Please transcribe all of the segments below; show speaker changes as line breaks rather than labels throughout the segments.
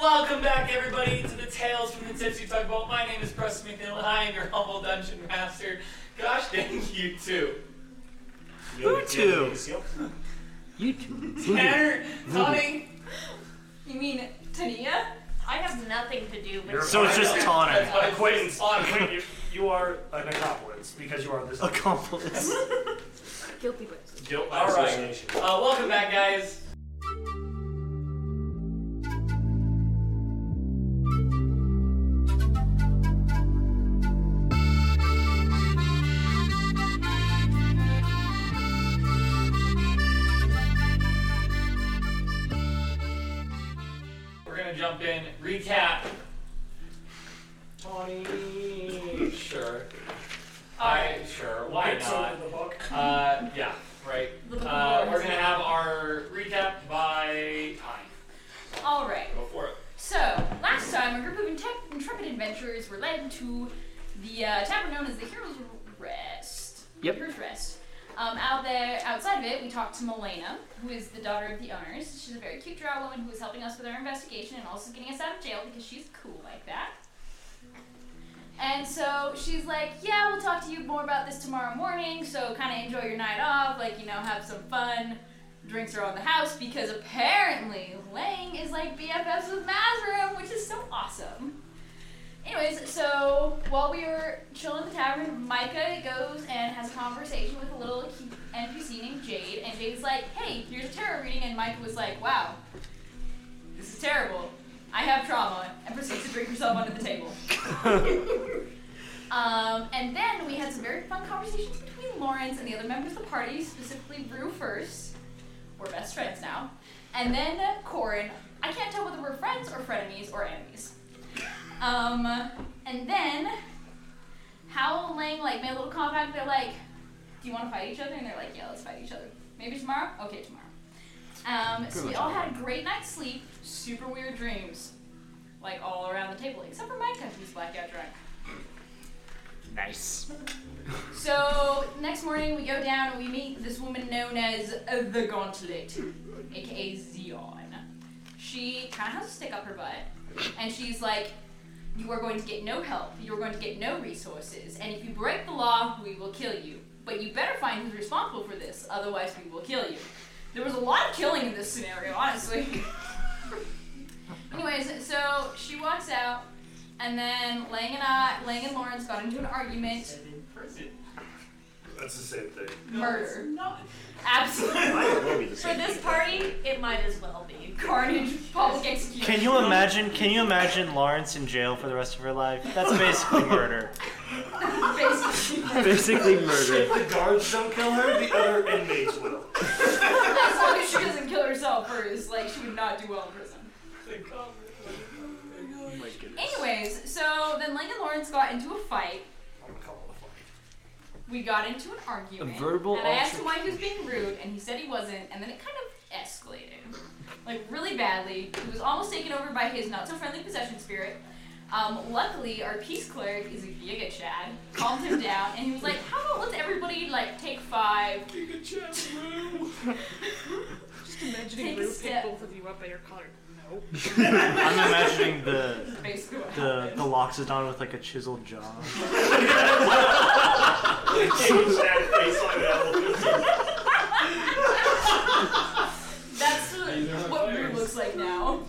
Welcome back, everybody, to the Tales from the Tipsy Tugboat. My name is Preston McNeil, and I am your humble dungeon master. Gosh dang you two.
Who to?
You two.
Tanner, Tony,
You mean Tania?
I have nothing to do with
So it's just Tawny.
that's why it's
Acquaintance.
on.
Wait, you, you are an accomplice because you are this.
Accomplice.
guilty books.
Guilt by
All right.
association.
Uh, welcome back, guys. We're gonna jump in, recap. Tawny, sure. I sure. Why
It's
not?
in the book.
Uh, yeah, right.
The
Uh,
book.
we're gonna have our recap by time.
All right.
Go for it.
So last time, a group of intrep- intrepid adventurers were led to the uh, tavern known as the Heroes Rest.
Yep.
Heroes Rest. Um, out there, outside of it, we talked to Milena, who is the daughter of the owners. She's a very cute drow woman who is helping us with our investigation and also getting us out of jail because she's cool like that. And so she's like, "Yeah, we'll talk to you more about this tomorrow morning. So kind of enjoy your night off, like you know, have some fun." drinks are on the house because apparently Lang is like BFFs with Mazrim, which is so awesome. Anyways, so while we were chilling in the tavern, Micah goes and has a conversation with a little NPC named Jade, and Jade's like, "Hey, here's a tarot reading," and Micah was like, "Wow, this is terrible. I have trauma," and proceeds to drink herself under the table. Um, and then we had some very fun conversations between Lawrence and the other members of the party, specifically Rue first. We're best friends now. And then Corin. I can't tell whether we're friends or frenemies or enemies. Um, and then Howl and Lang like made a little compact. They're like, "Do you want to fight each other?" And they're like, "Yeah, let's fight each other. Maybe tomorrow. Okay, tomorrow." Um, so we all had a great night's sleep, super weird dreams, like all around the table, except for Micah, who's blackout drunk.
Nice.
So next morning we go down and we meet this woman known as uh, the Gauntlet, aka Zeon. She kind of has a stick up her butt, and she's like, "You are going to get no help. You are going to get no resources, and if you break the law, we will kill you. But you better find who's responsible for this, otherwise we will kill you." There was a lot of killing in this scenario, honestly. Anyways, so she walks out, and then Lang and I, Lang and Lawrence got into an argument.
That's the same thing.
Murder. Absolute
For this party, it might as well be.
carnage, public execution.
Can you imagine? Can you imagine Lawrence in jail for the rest of her life? That's basically murder.
Basically,
Basically murder.
The guards don't kill her, the other inmates will.
as long as she doesn't kill herself first, like she would not do well in prison.
Oh
Anyways, so then Lang and Lawrence got into a fight.
I'm gonna call it a fight.
We got into an argument.
A verbal
and I asked him why he was being rude, and he said he wasn't, and then it kind of escalated. Like, really badly. He was almost taken over by his not so friendly possession spirit. Um, luckily, our peace cleric is a giga chad, calmed him down, and he was like, How about let's everybody, like, take five?
Just imagining
Take a
Lou
step.
pick both of you up by your collar. No.
I'm imagining the
Basically, what
the
happened.
the loxodon with like a chiseled jaw.
Change that face on that.
That's what Rue looks like now.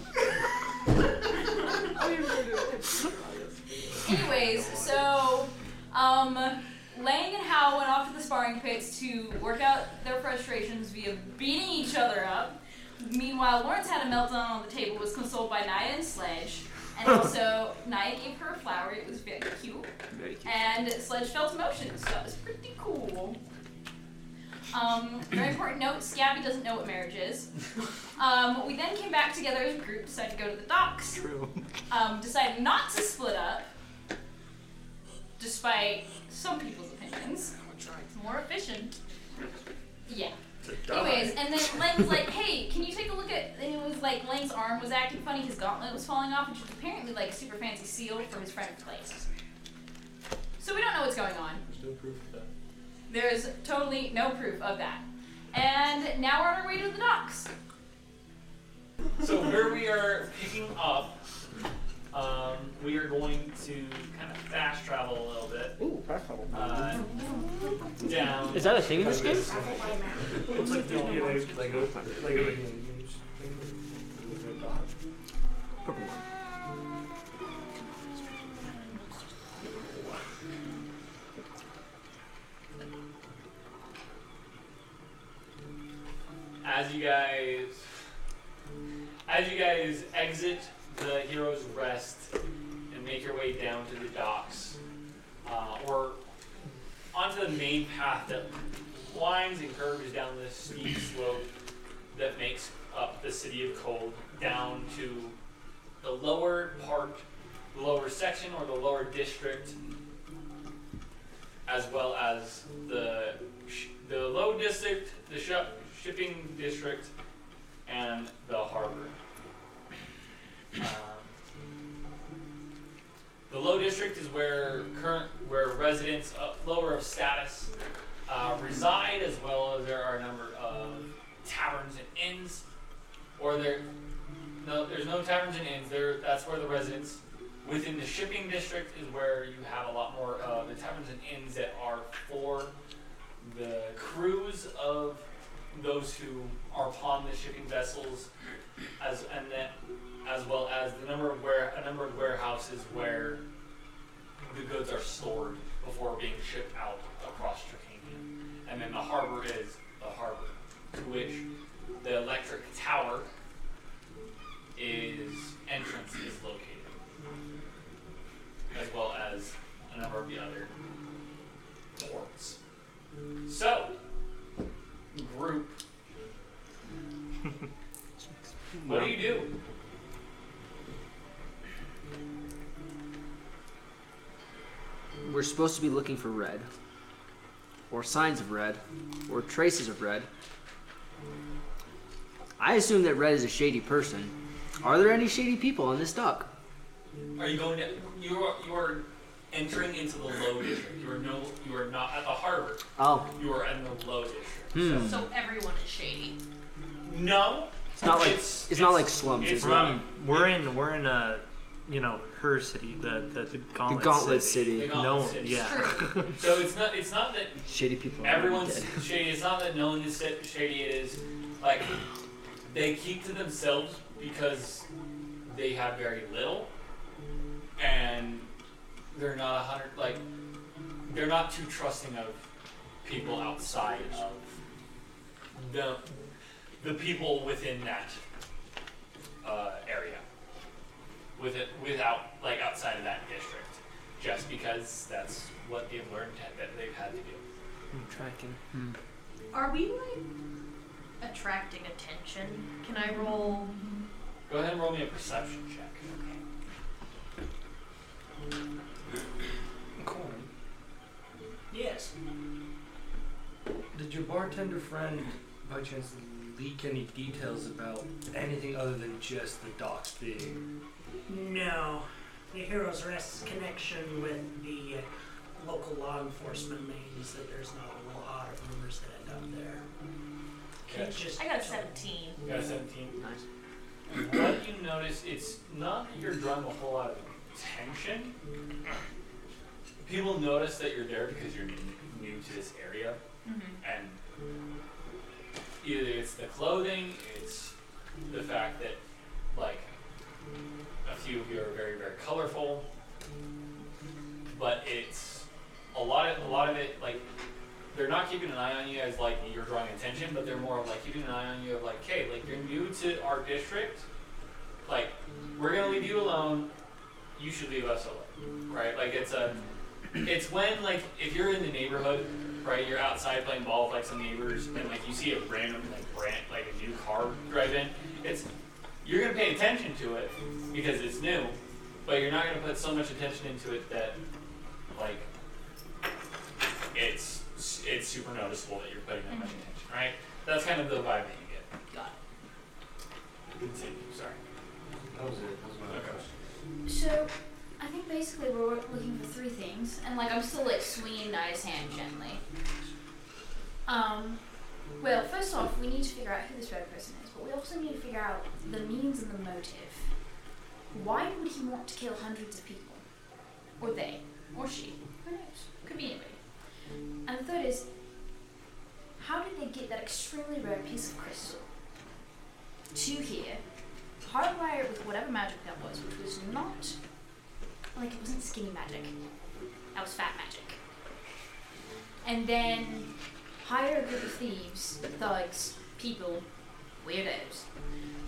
Anyways, so um, Lang and Hal went off to the sparring pits to work out their frustrations via beating each other up. Meanwhile, Lawrence had a meltdown on the table, was consoled by Naya and Sledge. And also, Naya gave her a flower, it was very cute.
Very cute.
And Sledge felt emotions, so that was pretty cool. Um, very important note Scabby doesn't know what marriage is. Um, we then came back together as a group, decided to go to the docks,
True.
um, decided not to split up, despite some people's opinions.
It's more efficient.
Yeah. Anyways, and then Lang's like, hey, can you take a look at. And it was like Lang's arm was acting funny, his gauntlet was falling off, which was apparently like a super fancy seal from his friend Place. So we don't know what's going on.
There's no proof of that.
There's totally no proof of that. And now we're on our way to the docks.
So where we are picking up, um, we are going to kind of fast travel a little bit
Ooh, fast travel.
uh, down.
Is that a thing in this game?
It's like the idea of Lego, Lego video games.
Purple one.
as you guys as you guys exit the hero's rest and make your way down to the docks uh, or onto the main path that winds and curves down this steep slope that makes up the city of cold down to the lower part the lower section or the lower district as well as the sh- the low district, the sh- shipping district, and the harbor. Um, the low district is where current where residents uh, lower of status uh, reside, as well as there are a number of taverns and inns, or there. No, there's no taverns and inns. There, that's where the residents Within the shipping district is where you have a lot more of the taverns and inns that are for the crews of those who are upon the shipping vessels, as and then as well as the number of where a number of warehouses where the goods are stored before being shipped out across Tricania, and then the harbor is the harbor to which the electric tower is entrance is located as well as a number of the other ports. So, group, what do you do?
We're supposed to be looking for red, or signs of red, or traces of red. I assume that red is a shady person. Are there any shady people on this dock?
Are you going to? You are you are entering into the low district. You are no. You are not at the harbor.
Oh,
You are in the low district.
hmm.
So everyone is shady.
No.
It's not like
It's-
it's, not
it's-
like slums.
it's
It's
not.
not
Rum, we're in we're in a you know her city, the the, the
the
gauntlet,
Gauntlet
city.
The
City.
Gauntlet
No,
City.
yeah.
So it's not. It's not that
Shady people. are already
Everyone's
dead.
shady. It's not that no one is sa- shady. It is like they keep to themselves because they have very little, and they're not a hundred. Like they're not too trusting of people outside of the the people within that uh, area. With it, without like outside of that district, just because that's what they've learned that they've had to do.
I'm tracking.
Are we like attracting attention? Can I roll?
Go ahead and roll me a perception check.
Corn.
Yes.
Did your bartender friend, by chance, leak any details about anything other than just the docks being?
No. The Heroes Rest's connection with the uh, local law enforcement means that there's not a lot of rumors that end up there. Can't
Okay.
just
I got a 17.
You got a 17.
Nice.
What you notice, it's not that you're drawing a whole lot of attention. People notice that you're there because you're new to this area, and either it's the clothing, it's the fact that, like, a few of you are very, very colorful, but it's a lot of a lot of it like they're not keeping an eye on you as like you're drawing attention, but they're more of like keeping an eye on you of like, hey, like you're new to our district, like we're gonna leave you alone. You should leave us alone, right? Like it's a, it's when like if you're in the neighborhood, right? You're outside playing ball with like some neighbors, and like you see a random like brand like a new car drive in. It's you're gonna pay attention to it because it's new, but you're not gonna put so much attention into it that like it's it's super noticeable that you're putting that much attention, right? That's kind of the vibe that you
Mm-hmm. Got
get. Continue, sorry.
That was it. That was my
Okay.
question.
So, I think basically we're looking for three things, and like I'm still like swinging Nye's hand gently. Um, Well, first off, we need to figure out who this red person is, but we also need to figure out the means and the motive. Why would he want to kill hundreds of people? Or they? Or she? Who knows? Could be anybody. And the third is, how did they get that extremely rare piece of crystal to here, hardwire it with whatever magic that was, which was not, like, it wasn't skinny magic. That was fat magic. And then hire a group of thieves, thugs, people, weirdos,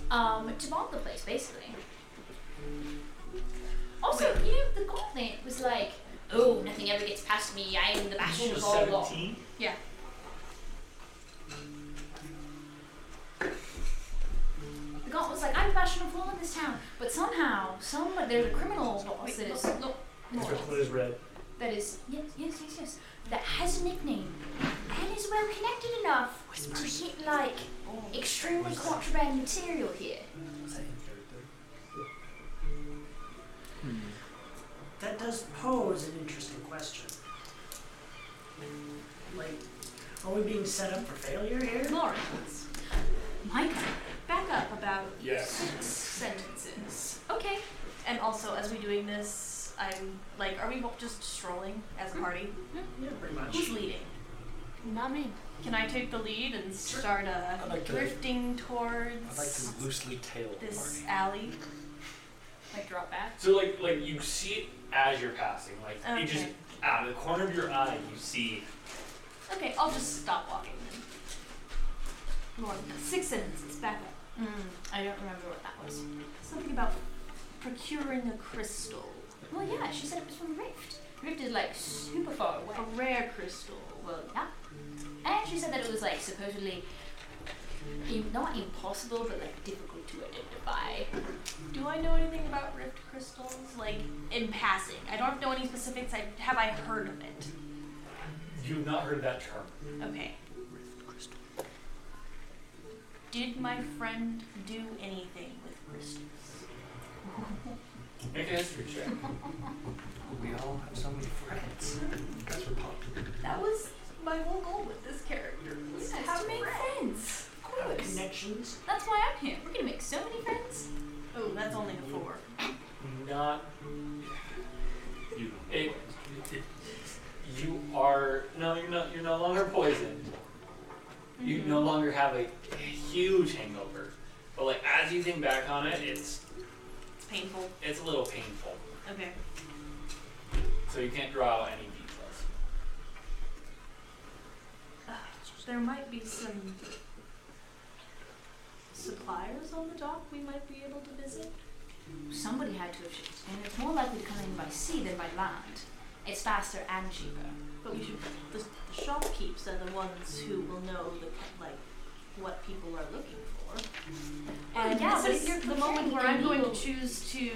um, to bomb the place, basically. Also, you know, the gauntlet was like, oh, nothing ever gets past me, I am the bastion of all law. Yeah. The gauntlet was like, I'm the bastion of law in this town, but somehow, somewhere, there's a criminal boss that is, look, law
What is red?
that is yes, yes, yes, yes, that has a nickname and is well connected enough to get like
Oh.
extremely contraband material here.
That does pose an interesting question. Like, are we being set up for failure here?
Lawrence, Mike, back up about
Yes.
six sentences.
Okay. And also, as we're doing this, I'm like, are we both just strolling as a party?
Yeah, pretty much.
Who's leading?
Hmm. Not me.
Can I take the lead and start uh,
I'd like to-
drifting
I'd like
towards
to loosely tail the
this
party.
alley?
Like drop back.
So like like you see it as you're passing, like
Okay.
you just out of the corner of your eye you see
Okay, I'll just stop walking. More six sentences. Back up.
Mm, I don't remember what that was.
Something about procuring a crystal,
Well, yeah, she said it was from Rift. Rift is like super far away.
a rare crystal.
Well, yeah. And she said that it was like supposedly im- not impossible, but like difficult to identify.
Do I know anything about rift crystals? Like in passing, I don't know any specifics. I have I heard of it?
you've not heard that term.
Okay. Did my friend do anything with crystals?
Make a history check.
We all have so many friends. That's what popped.
That was my whole goal with this character. was to have friends.
friends. Of
Have
course.
connections?
That's why I'm here. We're gonna make so many friends.
Oh, that's only a four.
Not you. It, it- you are no, you're not. You're no longer poisoned. You
Mm-hmm.
no longer have a huge hangover. But like as you think back on it, it's
It's painful.
it's a little painful.
Okay.
So you can't draw out any details.
There might be some suppliers on the dock we might be able to visit.
Somebody had to have shipped, it, and it's more likely to come in by sea than by land. It's faster and cheaper.
But we should. The, the shopkeeps are the ones who will know the ki- like what people are looking for.
Well,
And
Oh, yeah,
this
but
is
if you're
the moment
comparing
where I'm going to
illegal-
choose to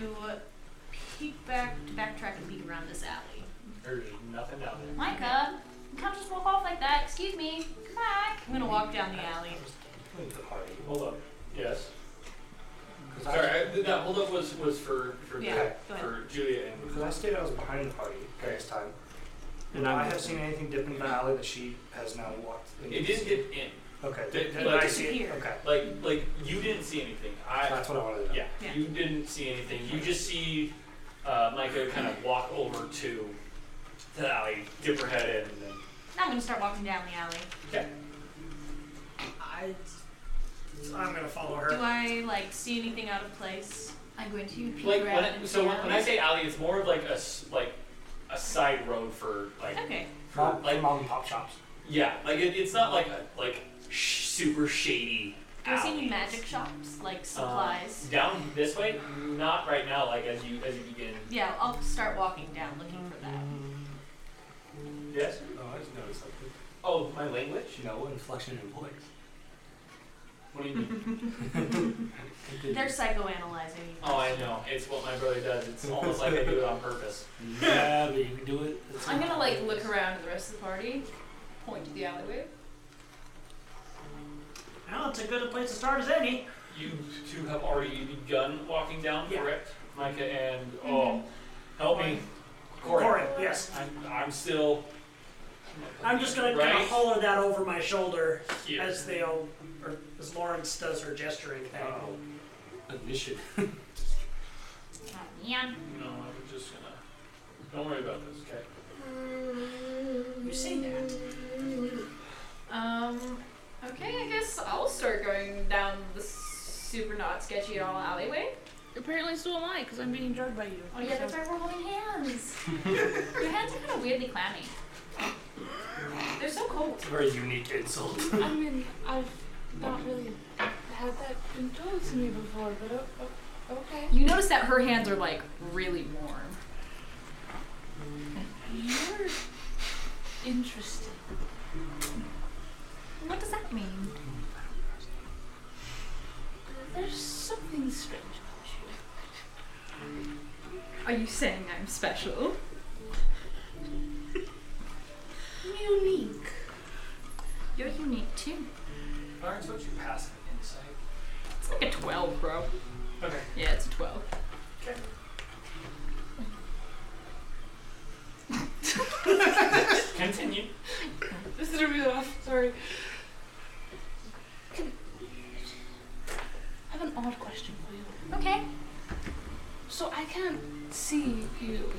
peek back, to backtrack and peek around this alley.
There's nothing down there.
Micah, you can't just walk off like that. Excuse me. Come back.
I'm gonna walk down the alley.
Leave the party.
Hold up. Yes.
'Cause I-
Sorry, I, that hold up was was for for
Yeah,
Jack-
go ahead.
for Julia and
Because I stated I was behind the party
Okay.
this time.
And
And
I'm-
I have seen anything different in the alley that she has now walked in.
it didn't get in.
Okay.
It
Did, did
like
I see it?
disappeared.
Okay.
Like like you didn't see anything. I
That's what I wanted to know.
yeah,
Yeah.
You didn't see anything. You just see uh, Micah kind of walk over to to the alley, dip her head in, and then
Now I'm gonna start walking down the alley.
I, I'm gonna follow
Do
her.
I like see anything out of place?
I'm going to peek
like
around.
when it,
and
so
see
when,
how
when I say alley, it's more of like a s- like a side road for like
Okay.
for
Mom, like
like
mom and pop shops.
yeah, like it, it's not like a like sh- super shady. um,
Do I see any
alleys.
magic shops like
Uh,
supplies?
down this way? Not right now. Like as you as you begin.
Yeah, I'll start walking down looking for that.
Mm-hmm. Yes.
Oh, I just noticed something.
Oh, my language.
You know, inflection in voice.
What do you mean?
They're psychoanalyzing you.
oh, I know. It's what my brother does. It's almost like I do it on purpose.
yeah, but you can do it. It's
I'm
not-
gonna like look around at the rest of the party, point to the alleyway.
Well, it's a good a place to start as any.
You two have already begun walking down,
Yeah.
correct? Micah
Mm-hmm.
and oh, help me, Corin.
Corin, yes.
I'm I'm still.
I'm just gonna kind
Right.
of holler that over my shoulder
Here.
as they all, or as Lawrence does her gesturing thing.
Oh.
Initiative.
Oh, man.
No, I'm just gonna. Don't worry about this, okay?
You say that?
Um, okay, I guess I'll start going down the super not sketchy at all alleyway.
Apparently, so am I, because I'm being drugged by you.
Oh yeah, that's why we're holding hands. Your hands are kind of weirdly clammy. They're so cold.
It's a very unique insult.
I mean, I've not really had that been told to me before, but o- o- okay.
You notice that her hands are like really warm.
You're interesting.
What does that mean?
There's something strange about
Are you saying I'm special?
you. Unique.
You're unique too.
Lawrence, what's your passive insight?
It's like a 12, bro.
Okay.
Yeah, it's a 12.
Okay. Continue.
This threw me off. Sorry. Can- I have an odd question for you.
Okay.
So I can't see you.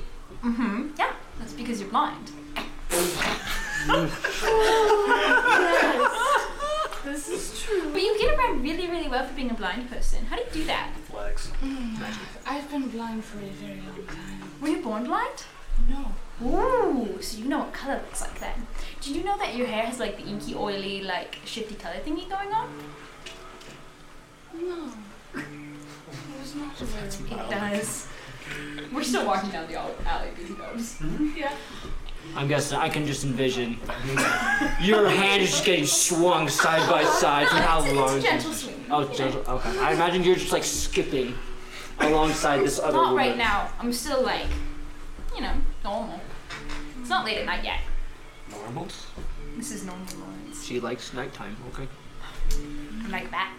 Mm-hmm. Yeah. That's because you're blind.
yes. This is true.
But you get around really, really well for being a blind person. How do you do that?
Flex.
Mm, I've been blind for a very long time.
Were you born blind?
No.
Ooh, so you know what color looks like then. Do you know that your hair has like the inky, oily, like shifty color thingy going on?
No. I was not aware of
It does. We're still walking down the al- alley, because knows.
Mm-hmm. I'm guessing I can just envision your hand is just getting swung side by side for how long?
It's a gentle swing.
Oh,
you know.
gentle. Okay. I imagine you're just like skippting alongside this other
Not
woman.
right now. I'm still like, you know, normal. It's not late at night yet.
Normal.
This is normal, Lawrence.
She likes nighttime. Okay.
I'm like that.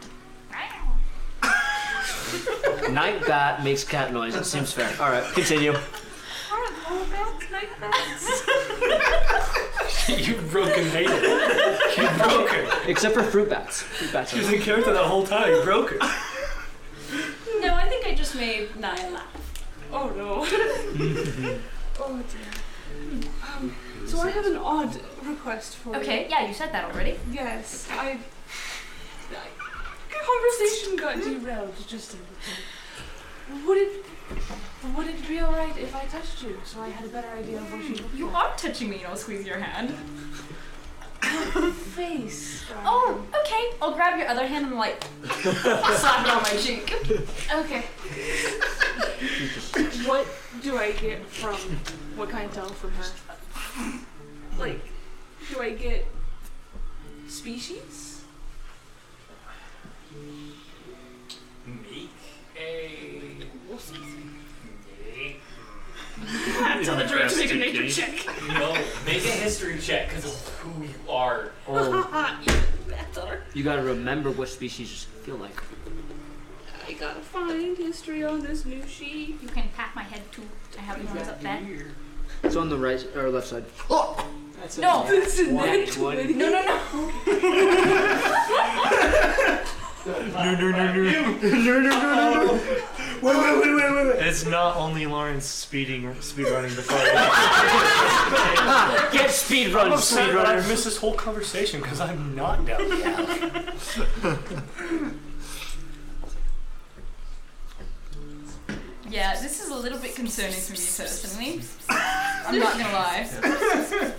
Night bat makes cat noise. It seems fair. All right. Continue.
you broken hated. You broke her.
Except for fruit bats. Fruit bats.
She
Are
was in character that whole time. You broke her.
No, I think I just made Naya laugh.
Oh no. oh dear. Um, so I have an odd request for you.
Okay, yeah, you said that already.
Yes, I. I conversation got derailed just a little. Would it would it be alright if I touched you so I had a better idea of what you look
You
like?
are touching me and I'll squeeze your hand.
face. darling.
Oh, okay. I'll grab your other hand and like slap it on my cheek.
Okay. what do I get from what can I tell from her? Like, do I get species?
Make a. Make-
Tell the drugs make a nature check.
No, make a history check because of who you are.
oh,
That's our.
you gotta remember what species you feel like.
I gotta find history on this new sheet.
You can pat my head too. I have my arms up there.
It's on the right or left side. Oh. That's a
No.
This is
One,
net
one.
20.
No, no,
No,
no.
no, no, no.
No, no, no, no,
Wait, wait, wait, wait, wait, wait. It's not only Lawrence speeding, speed running the fight.
no. Get speedrun,
I'm upset that
speedrunner.
I've missed this whole conversation because I'm not down the alley.
Yeah, this is a little bit concerning to me personally. I'm not gonna lie.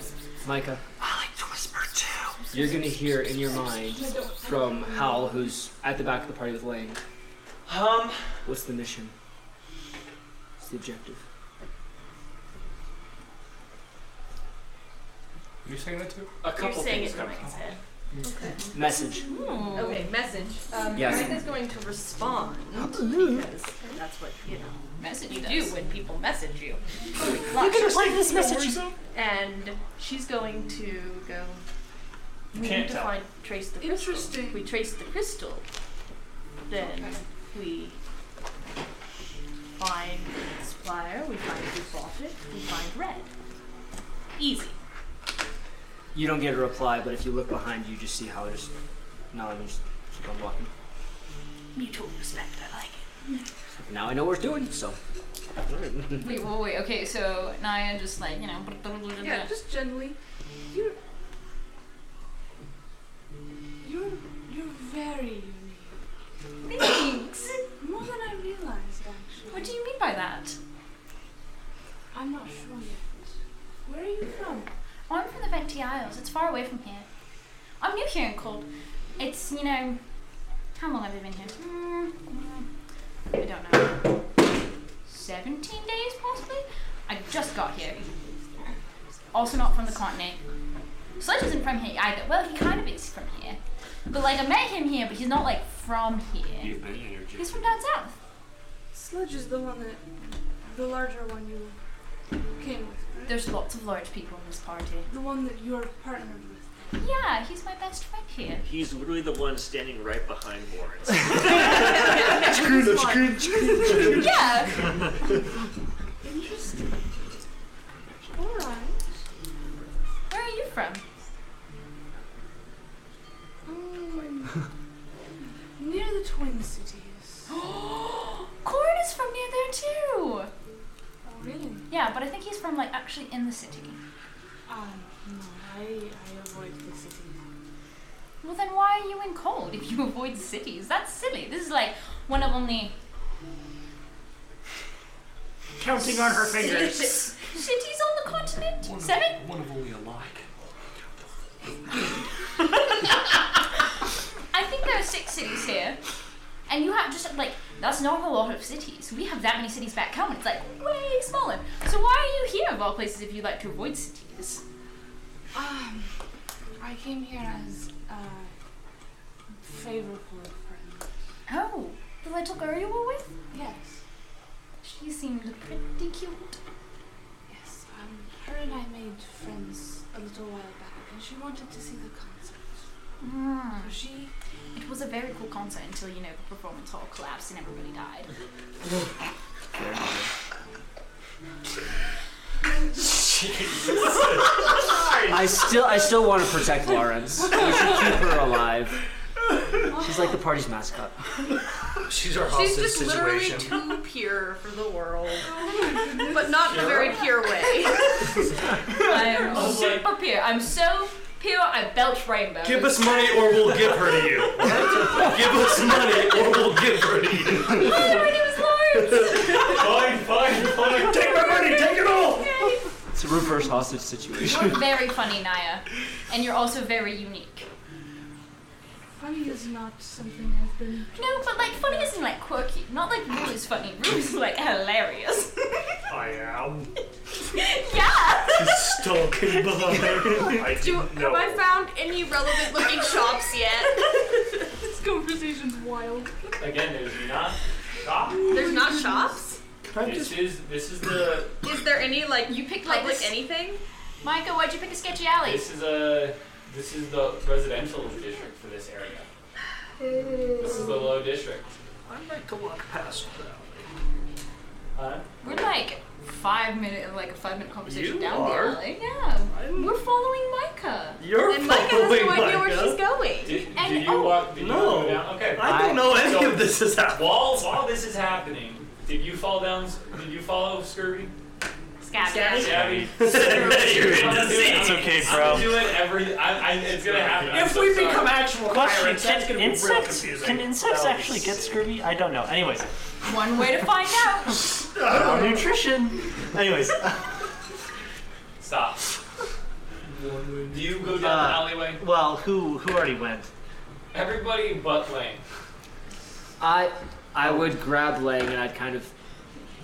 Micah. I like to whisper too. You're gonna hear in your mind from Hal, who's at the back of the party with Lang.
Um,
What's the mission? What's the objective?
You saying that too?
a couple
saying
things
it
come.
in my head.
Message.
Okay, message. Um,
Yes.
Micah's going to respond because that's what you know
Message
you
does.
do when people message you.
this message.
And she's going to go.
You
we
can't
need to
tell.
find trace the crystal. If
Interesting.
we trace the crystal, then we find the supplier, we find who bought it, we find red. Easy.
You don't get a reply, but if you look behind you, you just see how just nod and just keep on walking.
Mutual respect, I like it.
Now I know what we're doing, so.
Wait, wait, wait. Okay, so Naya just like you know.
Yeah, just gently. You're. You're. You're very unique.
Thanks.
More than I realized, actually.
What do you mean by that?
I'm not sure yet. Where are you from?
Oh, I'm from the Venti Isles. It's far away from here. I'm new here in Cold. It's you know, how long have I been here? Hmm, I don't know. Seventeen days, possibly. I just got here. Also not from the continent. Sledge isn't from here either. Well, he kind of is from here. But like, I met him here, but he's not like from here.
You've been here,
He's from down south.
Sludge is the one that. The larger one you came with, right?
There's lots of large people in this party.
The one that you're partnered with.
Yeah, he's my best friend here.
He's literally the one standing right behind Lawrence.
yeah.
Interesting. Alright.
Where are you from?
Mm. Near the Twin Cities. Oh,
Corin is from near there too.
really?
Yeah, but I think he's from like actually in the city.
Um, no, I, I avoid the cities.
Well, then why are you in cold if you avoid cities? That's silly. This is like one of only
Counting on her fingers.
cities on the continent. Seven.
One of only a lot.
I think there are six cities here, and you have just like that's not a lot of cities. We have that many cities back home, and it's like way smaller. So why are you here of all places if you like to avoid cities?
Um, I came here as a favor for a friend.
Oh, the little girl you were with.
Yes,
She seemed pretty cute.
yes. Um, her and I made friends a little while back, and she wanted to see the concert.
Mm.
She,
It was a very cool concert until you know the performance hall collapsed and everybody died.
I still, I still want to protect Lawrence. We should keep her alive. She's like the party's mascot.
She's our hostage
She's just
situation.
literally too pure for the world, but not in a very pure way.
I'm
was like-
super pure. I'm so pure. I belch rainbows.
Give us money or we'll give her to you. give us money or we'll give her to you.
Oh, my name is Lawrence.
fine, fine, fine.
Take my money, take it all!
It's a reverse hostage situation.
You're very funny, Naya, and you're also very unique.
funny is not something I've been.
No, but like funny isn't like quirky. Not like Rue is funny. Rue is like hilarious.
I am
yeah.
stalking behind. I
Do,
no.
have I found any relevant looking shops yet?
This conversation's wild.
Again, there's not shop.
There's not shops.
This is this is the
Is there any like
You picked like
public
this.
anything?
Micah, why'd you pick a sketchy alley?
this is a this is the residential district for this area. This is the low district.
I like to walk past that.
Huh?
We're like five minute, like a five minute conversation
You
down
are.
the alley. Yeah. We're following Micah.
You're
And Micah has
following
no idea where
Micah.
she's going.
Did,
And-
do you
oh.
walk? Did
No.
you go down? Okay.
I don't know any
So-
of this is happening.
While while this is happening, did you fall down? Did you follow Scurvy?
Scabby.
Gabby.
You're
I'm doing-
It's okay,
I'm
bro.
doing every. I, I, it's gonna happen. I'm
If
so
we
sorry.
become actual
Question:
pirates, that's
Can
gonna be real
insects can
confusing.
insects
That would
actually
be
get
sick.
scurvy? I don't know. Anyways,
oh, One way to find out.
nutrition. Anyways,
Stop. Do you go down
Uh,
the alleyway?
well, who who already went?
Everybody but Lane.
I, I would grab Lang and I'd kind of.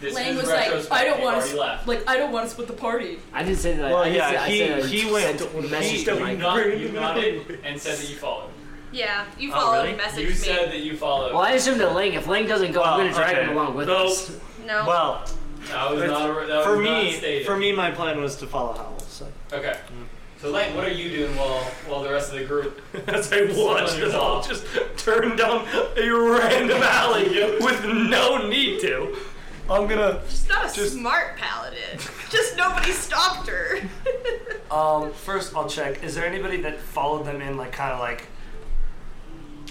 This
Lane
is
was like,
retrospective,
"I don't wanna
already
s-
left.
Like I don't want to split the party.
I didn't say that.
Well,
I didn't
yeah,
say, I
he-
said I
he
sent
went-
a message
he-
to
You
Micah.
nod- you nodded and said that you followed.
Yeah, you
Oh,
followed
really?
and messaged
You
me.
said that you followed.
Well, I assumed that Lang. If Lang doesn't go, I'm
Well,
gonna drag
okay.
him along with
No.
us.
no.
Well,
Oh, That was not. A, that
for
was not
me,
stated.
for me, my plan was to follow Howell. So
Okay.
Mm.
So Lane, what are you doing while while the rest of the group?
As I watch
Someone
this, I'll
involved.
just turn down a random alley with no need to. I'm gonna.
She's not a
Just-
smart paladin. Just nobody stopped her.
Um, first, I'll check. Is there anybody that followed them in, like, kind of like?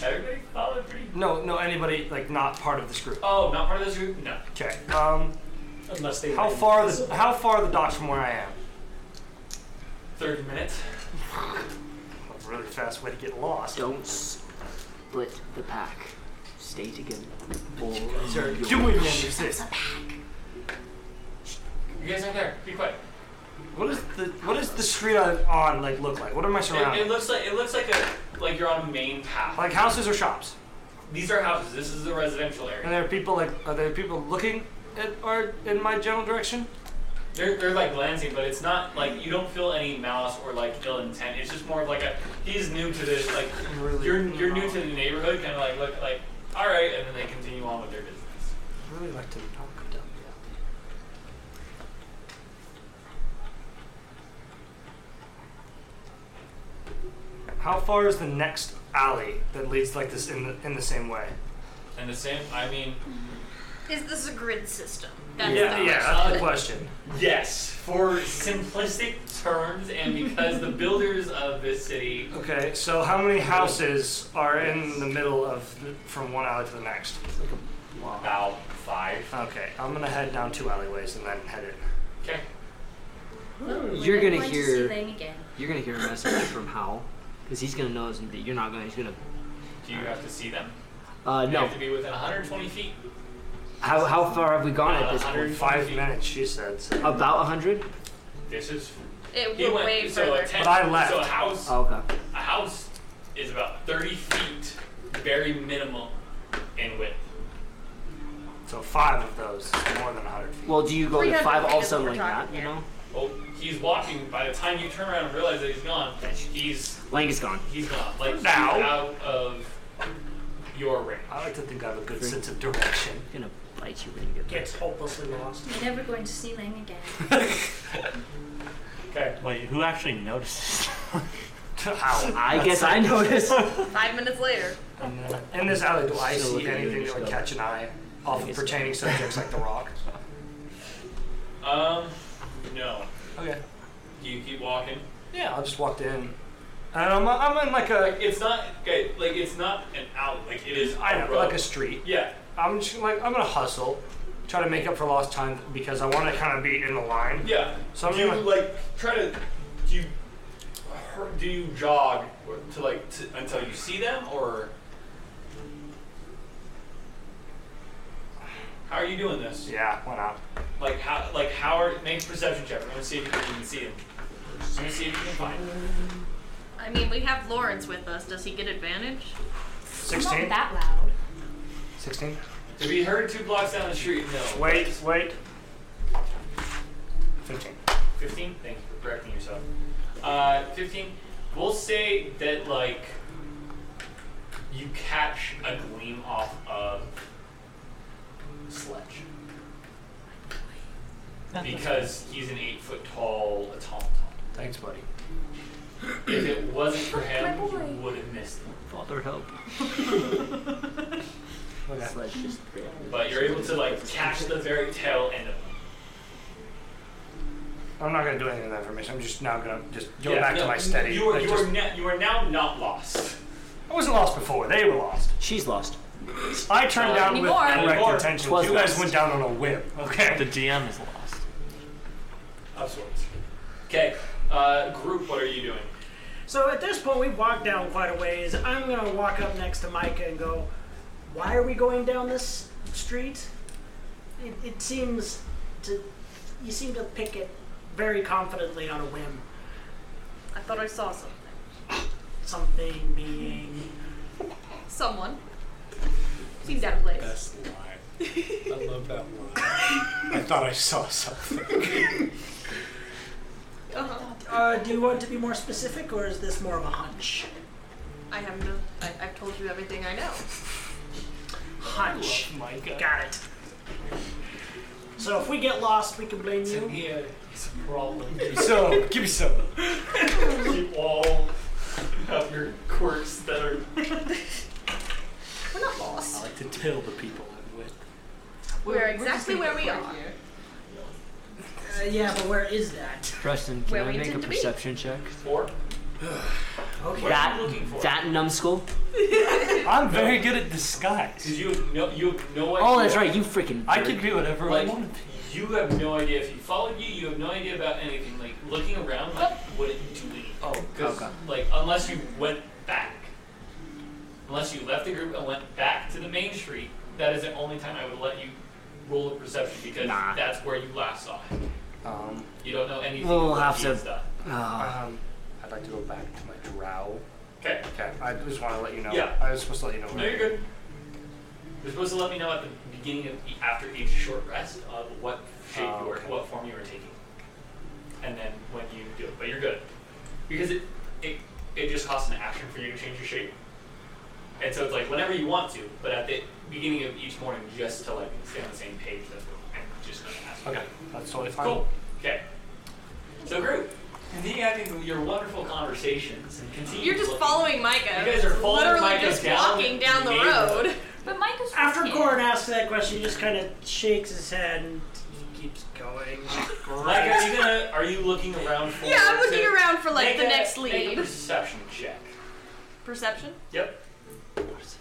Everybody followed me.
No, no, anybody like not part of this group.
Oh, not part of this group? No.
Okay. Um,
Unless they
how
ran
far
into
the
someone.
how far are the docks from where I am?
30 minutes.
That's a really fast way to get lost.
Don't split the pack. Stay together. Or
Sir,
you'll-
doing this.
You guys aren't there. Be quiet.
What is the what is the street I'm on like look like? What are my
It, it
surroundings?
looks like it looks like a like you're on a main path.
Like houses or shops?
These are houses. This is the residential
And
area.
there are people like are there people looking at or in my general direction?
They're, they're like glancing, but it's not like you don't feel any malice or like ill intent. It's just more of like a he's new to this like
Really
you're you're new to the neighborhood, kind of like look like all right, and then they continue on with their business.
I really like to talk to them. How far is the next alley that leads like this in the, in the same way?
And the same, I mean,
Is this a grid system?
yeah,
the
yeah,
question.
that's the question.
yes, for simplistic terms, and because the builders of this city
Okay, so how many houses are in the middle of the, from one alley to the next?
about five.
Okay, I'm gonna head down two alleyways and then head in.
Okay.
You're gonna hear-
again.
You're gonna hear a message from Hal, because he's gonna know that you're not gonna. He's gonna.
Do you have to see them?
Uh,
They
no.
have to be within 120 feet.
How, how far have we gone at
Uh,
this
100.
point?
Five minutes, she said. So.
About hundred.
This is.
It
He
went
went
way
so
further.
a tent,
But I left.
So a house,
Oh, okay.
a house is about 30 feet, very minimal in width.
So five of those is more than 100 feet.
Well, do you go
We
to
have
five
no
all of a
idea
sudden
what
like
we're
that?
talking
You
here.
know,
Well, he's walking. By the time you turn around and realize that he's gone, he's
Lang is gone.
he's gone. Like
Now.
he's out of your range.
I like to think I have a good sense of direction.
He's gonna bite you when you get
Gets hopelessly lost.
You're never going to see Lang again.
Okay.
Wait, who actually notices?
How?
I guess I noticed.
Five minutes later.
In this alley, do I
Still
see
looking at
anything
you,
that would
so-
catch an eye off of
Yes.
pertaining subjects like the rock?
Um, no.
Okay.
You keep walking.
Yeah, I just walked in. And I'm, I'm in like a,
It's not okay. Like it's not an out. Like it is.
I know,
road.
like a street.
yeah.
I'm just like, I'm gonna hustle, try to make up for lost time because I want to kind of be in the line.
Yeah.
So I'm
do you
gonna-
like try to do you hur- do you jog or- to like to, until you see them or how are you doing this?
Yeah, why not?
Like how like how are make a perception check. I'm gonna see if you can see them. I'm gonna see if you can find them.
I mean, we have Lawrence with us. Does he get advantage?
16?
that loud.
16?
To be heard two blocks down the street. No.
Wait, wait. 15.
15? Thank you for correcting yourself. Uh, 15. We'll say that, like, you catch a gleam off of Sledge. Because he's an eight foot tall automaton.
Thanks, buddy.
If it wasn't for him,
My boy.
you would have missed him.
Father help.
Okay.
Sledge just
But you're able to, like, catch the very tail end of him.
I'm not gonna do anything with that information. I'm just now gonna just go
Yeah,
back
no,
to my steady.
You are,
like,
you,
just-
are na- you are now not lost.
I wasn't lost before. They were lost.
She's lost.
I turned
Not
down with
anymore.
correct
Anymore.
intentions.
Was
You guys
lost.
went down on a whim.
the
Okay.
DM is lost.
Of sorts. Okay, uh, group, what are you doing?
So at this point, we've walked down quite a ways. I'm gonna walk up next to Micah and go, "Why are we going down this street? It, it seems to you seem to pick it very confidently on a whim.
I thought I saw something.
Something being
Someone. Seemed out of place.
Best lie. I love that one. I thought I saw something.
Uh-huh.
Uh, do you want to be more specific, or is this more of a hunch?
I have no. I, I've told you everything I know.
Hunch.
Micah.
Got it. So if we get lost, we can blame you.
here. It's a problem.
So give me some.
you all have your quirks that are.
We're not lost.
like to tell the people I'm with.
We're, exactly where we are.
Uh, yeah, but where is that?
Preston, can
Where
I
we
make a
intend to be.
perception check?
Four.
okay.
What are you looking for?
that numbskull.
I'm very good at disguise.
Because you have no, you have no idea.
Oh, that's right. You freaking.
I could be whatever
Like,
I wanted.
you have no idea if he followed you. You have no idea about anything. Like looking around, like what it do anything.
Oh,
Because
okay.
like unless you went back, unless you left the group and went back to the main street, that is the only time I would let you roll a perception because
Nah.
that's where you last saw him.
Um,
You don't know anything.
We'll
about
have
the
to-
Insta.
Oh,
um, I'd like to go back to my drow.
Okay.
Okay, I just want to let you know.
Yeah.
I was supposed to let you know.
No, you're good. You're supposed to let me know at the beginning of e- after each short rest of what shape
Oh,
you are,
okay.
what form you are taking, and then when you do it. But you're good because it it it just costs an action for you to change your shape, and so it's like whenever you want to. But at the beginning of each morning, just to like stay on the same page. That's what I'm just gonna ask. you.
Okay, that's totally fine.
Cool. Okay. So group, continue having your wonderful conversations and continue.
You're just
looking-
following Micah.
You guys are following
Literally
Micah
just
down
walking down the
neighborhood.
road.
But Micah's
After
walking.
Gordon asks that question, he just kind of shakes his head and he keeps going.
Like,
Great.
are you gonna? Are you looking around for?
Yeah, I'm looking
to
around for like
make
the
a-
next
Make a
lead.
perception check.
Perception?
Yep.
It's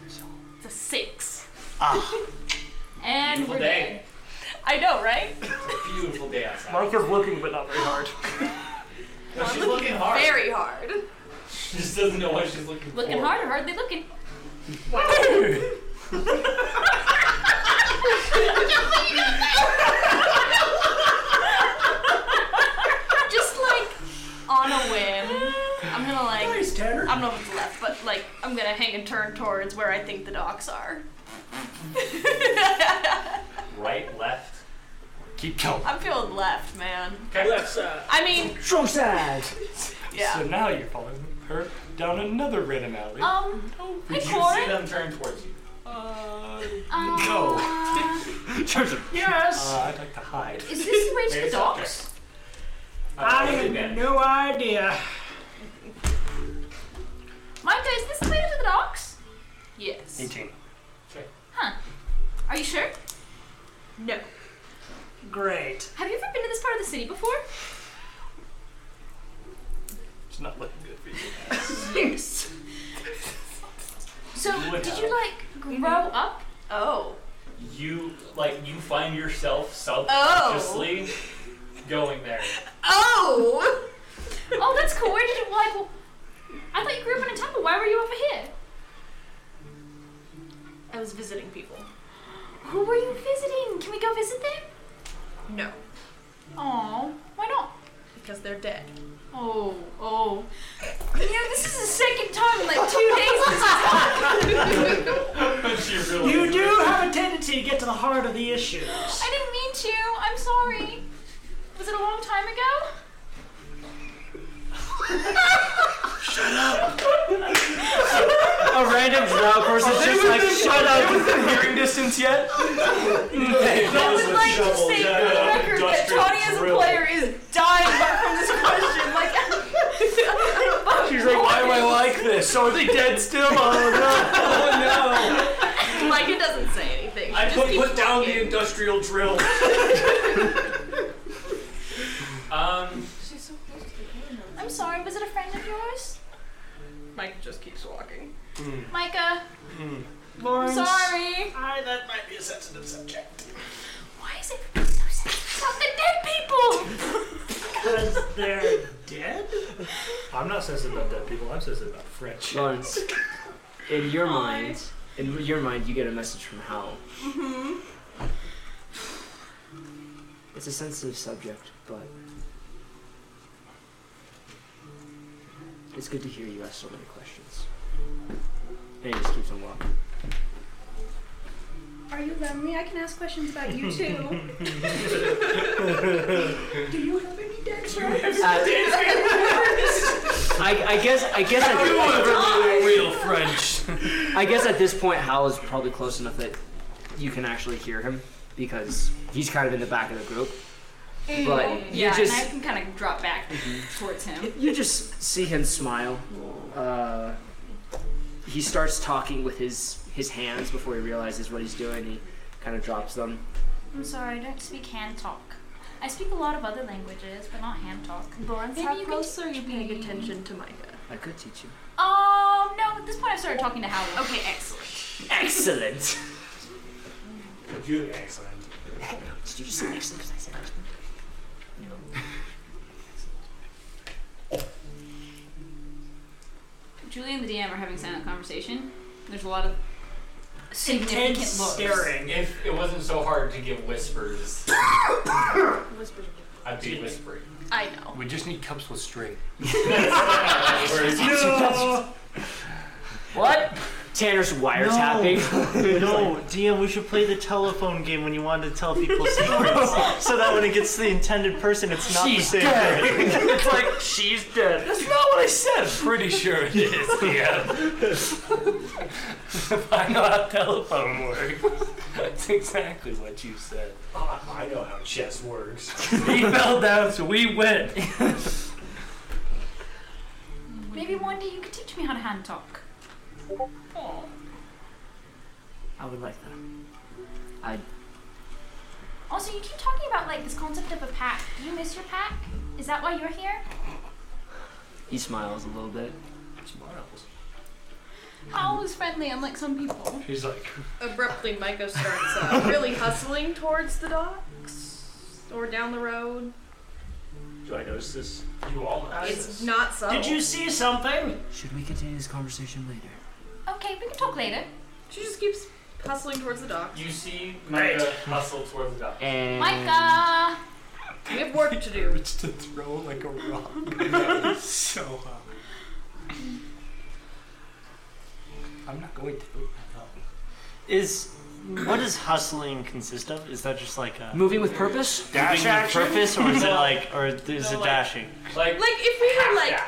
a six.
Ah.
And
Beautiful
we're dead.
day.
I know, right?
It's a beautiful day outside.
Micah's looking, but not very hard.
No,
I'm
she's looking hard.
Very hard.
She just doesn't know what she's looking,
Looking
for.
hard or hardly looking.
Just like on a whim. I'm gonna like I don't know if it's left, but like I'm gonna hang and turn towards where I think the docks are.
Right, left.
Keep going.
I'm feeling left, man.
Okay. Left side.
I mean,
Strong side.
yeah.
So now you're following her down another random alley.
Um,
You
hey
see
Corin.
them turn towards you.
Uh,
Yes.
Uh, I'd like to hide.
is this the way to
Maybe
the
it's
docks?
Uh,
I
with
have
advantage.
no idea.
Micah, is this the way to the docks?
Yes.
18.
Okay.
Huh. Are you sure?
No.
Great.
Have you ever been to this part of the city before?
It's not looking good for you.
Yes.
So,
You would
did
have.
you like grow up?
Mm-hmm. Oh.
You like you find yourself subconsciously
Oh.
going there.
Oh.
Oh, that's cool. Where did you like? w I I thought you grew up in a temple. Why were you over here?
I was visiting people.
Who were you visiting? Can we go visit them?
No,
Oh, why not?
because they're dead.
Oh, oh. You know, this is the second time in like two days this has happened.
she really
You do have a tendency to get to the heart of the issues.
I didn't mean to. I'm sorry. Was it a long time ago?
A random drow person's just like, shut up. Within hearing distance yet?
I would like to say for the record that Tony as a player is dying from this question. Like,
She's like, why am I like this? So are they dead still? Oh
like it doesn't say anything.
I
Just
put,
keep
put down the
walking.
industrial drill. um.
She's so close to the corner.
I'm sorry. Was it a friend of yours?
Mike just keeps walking.
Micah, I'm
Mm.
Lawrence.
sorry.
I, that might be a sensitive subject.
Why is everybody so sensitive about the dead people?
Because they're dead?
I'm not sensitive about dead people. I'm sensitive about French.
Lawrence, in your mind, in your mind, you get a message from Hal. Mm-hmm. It's a sensitive subject, but it's good to hear you ask so many questions. And he just keeps on walking.
Are you lonely? I can ask questions about you too. Do you have any dead friends?
Uh, I, I guess I guess at,
Real French.
I guess at this point Hal is probably close enough that you can actually hear him because he's kind of in the back of the group. But you
yeah,
just
and I can kind of drop back towards him.
You just see him smile. Uh, he starts talking with his his hands before he realizes what he's doing. He kind of drops them.
I'm sorry. I don't speak hand talk. I speak a lot of other languages, but not ham talk.
Lawrence,
Maybe
how
you can
close are
teach
you
me.
paying attention to Micah?
I could teach you.
Um, no, at this point I started talking to Howard.
Okay, excellent.
Excellent.
You're excellent.
Did you just say excellent? 'Cause I said excellent.
Julie and the DM are having silent conversation. There's a lot of significant
Intense
looks.
If it wasn't so hard to give whispers, I'd be whispering.
I know.
We just need cups with string.
No.
What? Tanner's wiretapping.
No, DM, we should play the telephone game when you wanted to tell people secrets. so that when it gets to the intended person, it's not
She's
the same
dead.
thing.
It's like, she's dead.
That's not what I said.
Pretty sure it is, DM. if I know how telephone works, that's exactly what you said.
Ah,
I know how chess works.
He fell down, so we win.
Maybe one day you could teach me how to hand talk.
I would like that. I
Also, you keep talking about like this concept of a pack. Do you miss your pack? Is that why you're here?
he smiles a little bit. Smiles.
Owl is friendly, unlike some people.
He's like,
Abruptly, Micah starts uh, really hustling towards the docks or down the road.
Do I notice this?
You all know
It's not subtle.
Did you see something?
Should we continue this conversation later?
Okay, we can talk later.
She just keeps hustling towards the dock.
You see Micah uh, hustle towards the dock.
And
Micah!
We have work to do.
it's to throw like a rock. so hot. I'm not going to.
Is what does hustling consist of? Is that just like a
moving with purpose?
dash
action?
purpose, or is it like, or is
No,
it
like-
dashing?
Like,
Like, if we were like.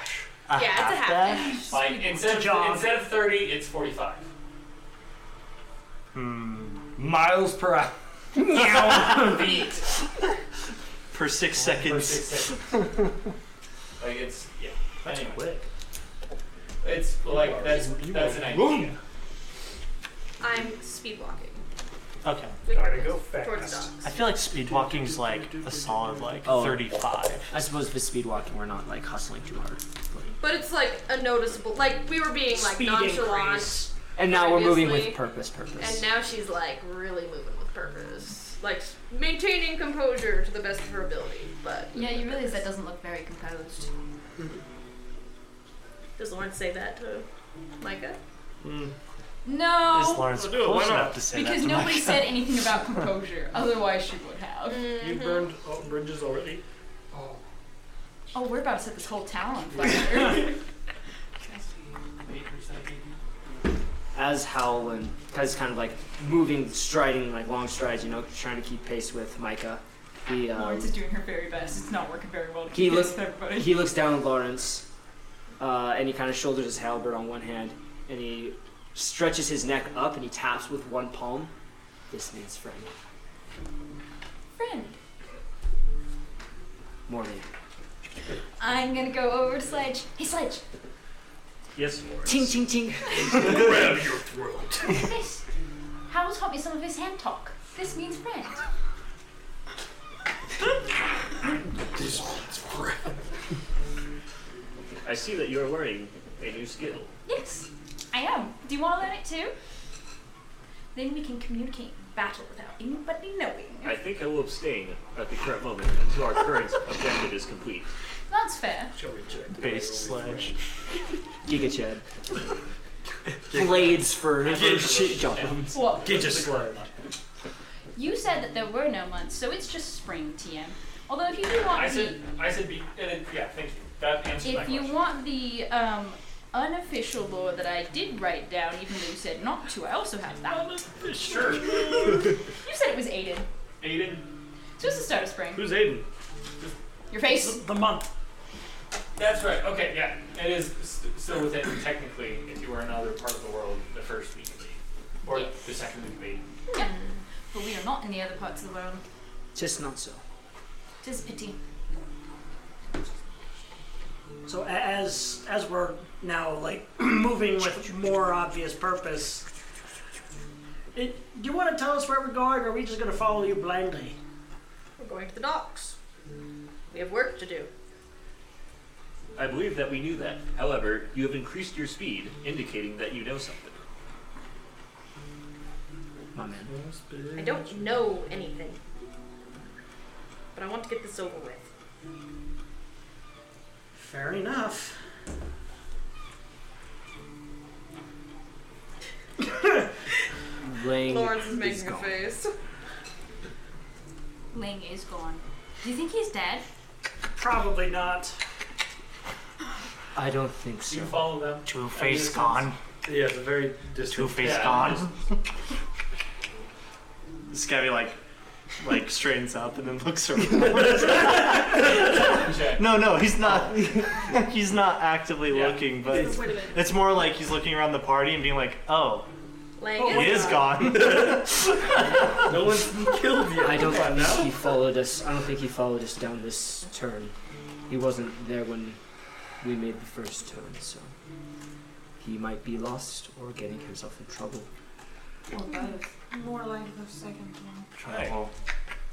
A
Yeah, it's a half
dash?
like instead of,
jog.
instead of 30, it's 45.
Hmm.
Miles per hour.
Beat.
Per six
For
seconds.
six seconds. like it's yeah. Anyway. It's like that's that's an idea.
I'm speed walking.
Okay.
Gotta go fast. Towards the
I
docks.
feel like speed walking's like a solid like
Oh.
35.
I suppose with speed walking, we're not like hustling too hard.
But it's like a noticeable, like we were being like nonchalant,
And now we're moving with
Obviously.
purpose. Purpose.
and now she's like really moving with purpose, like maintaining composure to the best of her ability. But
Yeah, you realize that doesn't look very composed.
does Lauren say that to Micah?
Hmm.
Is
No!
Lawrence
We'll do it,
close
why not?
enough to say that
Because
to
nobody
Micah?
said anything about composure, otherwise she would have.
You
Mm-hmm.
burned all bridges already?
Oh, we're about to set this whole town on fire.
as Howland is kind of like moving, striding like long strides, you know, trying to keep pace with Micah. He um,
Lawrence is doing her very best. It's not working very well to
He
keep
looks-
pace with everybody.
he looks down at Lawrence, uh, and he kind of shoulders his halberd on one hand, and he stretches his neck up and he taps with one palm. This means friend.
Friend,
More later.
I'm gonna go over to Sledge. Hey, Sledge!
Yes, Lawrence.
Ting ting ting.
Grab your throat.
This. Howell taught me some of his hand talk. This means friend.
I see that you are learning a new skill.
Yes, I am. Do you want to learn it too? Then we can communicate in battle without anybody
I
knowing.
think I will abstain at the current moment until our current objective is complete.
That's fair.
Based sledge.
Giga Chad. Blades for jawbones.
What?
Get just sledge.
You said that there were no months, so it's just spring, TM. Although if you do want
I
the,
said I said beat. And it, yeah, thank you. That answers my
if you
question.
want the um, unofficial lore that I did write down, even though you said not to, I also have that.
sure.
You said it was Aiden.
Aiden,
So it's the start of spring.
Who's Aiden?
Your face.
The month.
that's right. Okay, yeah, it is st- still within technically. If you were in another part of the world, the first week of Aiden, or the second week of Aiden.
Yep. But we are not in the other parts of the world.
Just not so.
Tis pity.
So a- as as we're now like moving with more obvious purpose, it, do you want to tell us where we're going, or are we just going to follow you blindly?
going to the docks. We have work to do.
I believe that we knew that. However, you have increased your speed, indicating that you know something.
My man.
I don't know anything. But I want to get this over with.
Fair enough.
Lang
Lawrence is making a
gone.
face.
Ling is gone. Do you think he's dead?
Probably not.
I don't think so.
You follow them.
Two
I mean, it
Face
sounds-
gone.
Yeah, it's a very
Two
distant.
Face
Yeah,
gone. this guy be like, like straightens up and then looks around.
Check.
no, no, he's not. he's not actively
Yeah.
looking, but it's,
Wait a minute.
it's more like he's looking around the party and being like, oh,
Lang
he is gone.
No one's killed yet.
I don't
Come on now.
think he followed us. I don't think he followed us down this turn. He wasn't there when we made the first turn, so he might be lost or getting himself in trouble.
Or both. More like the second one.
Trouble.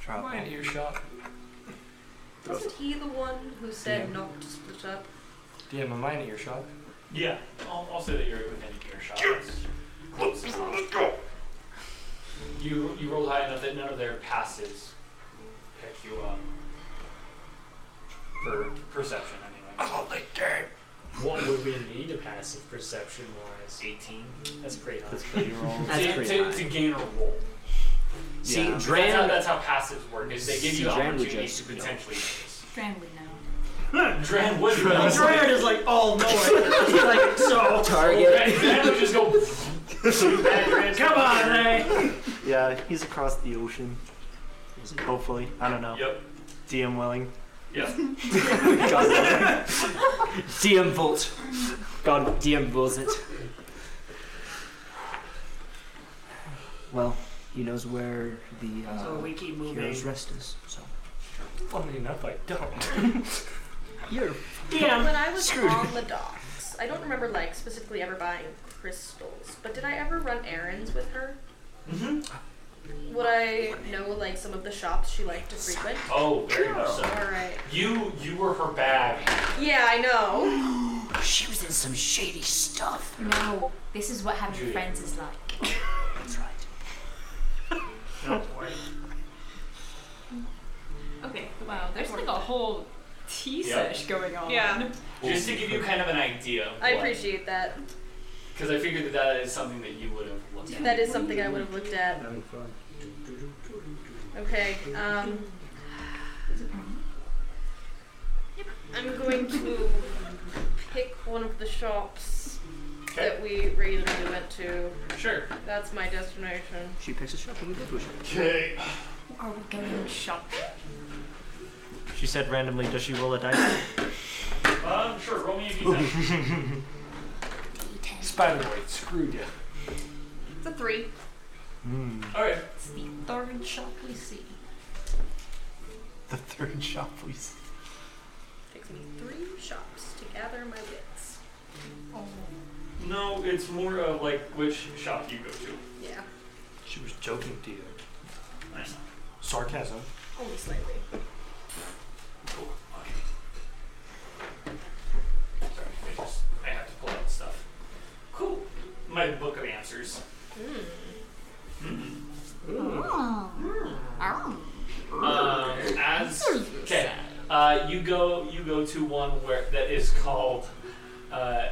Trouble.
Right in earshot.
Wasn't he the one who said not to split up?
Damn, am I in earshot?
Yeah, I'll, I'll say that you're within earshot. That's close enough. You you rolled high enough that none of their passes pick you up. For perception, anyway.
What would we need a passive perception wise? 18. That's pretty high.
That's
to,
pretty
to,
high.
to gain a roll.
See,
Yeah.
That's how,
Dran,
that's how passives work. Is they give you the
Dran would
opportunity
just
to
know.
potentially. notice.
Strand would know.
Dran would. know.
Dryad is like all knowing. He's like, so
target.
Dran would just go.
come on, Ray.
Yeah, he's across the ocean. Hopefully, I don't know.
Yep.
DM willing.
Yep.
God, DM Volt. God, DM Volts it. Well, he knows where the uh,
So we keep
hero's
moving.
rest is, so.
Funnily enough, I don't.
You're
DM.
When I was on the docks, I don't remember like specifically ever buying crystals, but did I ever run errands with her? Mm-hmm. Would I know like some of the shops she liked to frequent?
Oh, very much so.
All right.
You you were her bag.
Yeah, I know.
She was in some shady stuff.
No, this is what having friends is like.
That's right.
Oh,
Okay, wow, there's like a whole tea
Yeah.
sesh going on.
Yeah.
Just to give you kind of an idea.
I appreciate that.
Because I figured that that is something that you would have looked at.
That is something I would have looked at.
Having fun.
Okay. Um. I'm going to pick one of the shops that we regularly went to.
Sure.
That's my destination.
She picks a shop and we go to a shop.
Okay.
Are we going shopping?
She said randomly, "Does she roll a dice?"
Um, sure. Roll me a d10.
Spider-Boy, screwed you.
It's a three.
okay.
It's the third shop we see.
the third shop we. s-
Takes me three shops to gather my wits.
Oh.
No, it's more of like which shop you go to.
Yeah,
She was joking to you.
Nice.
Sarcasm.
only slightly.
Cool. Okay. Sorry, I just I have to pull out stuff. Cool. My book of answers.
Hmm.
Oh. Oh.
Um, as okay, uh, you go you go to one where that is called. Uh,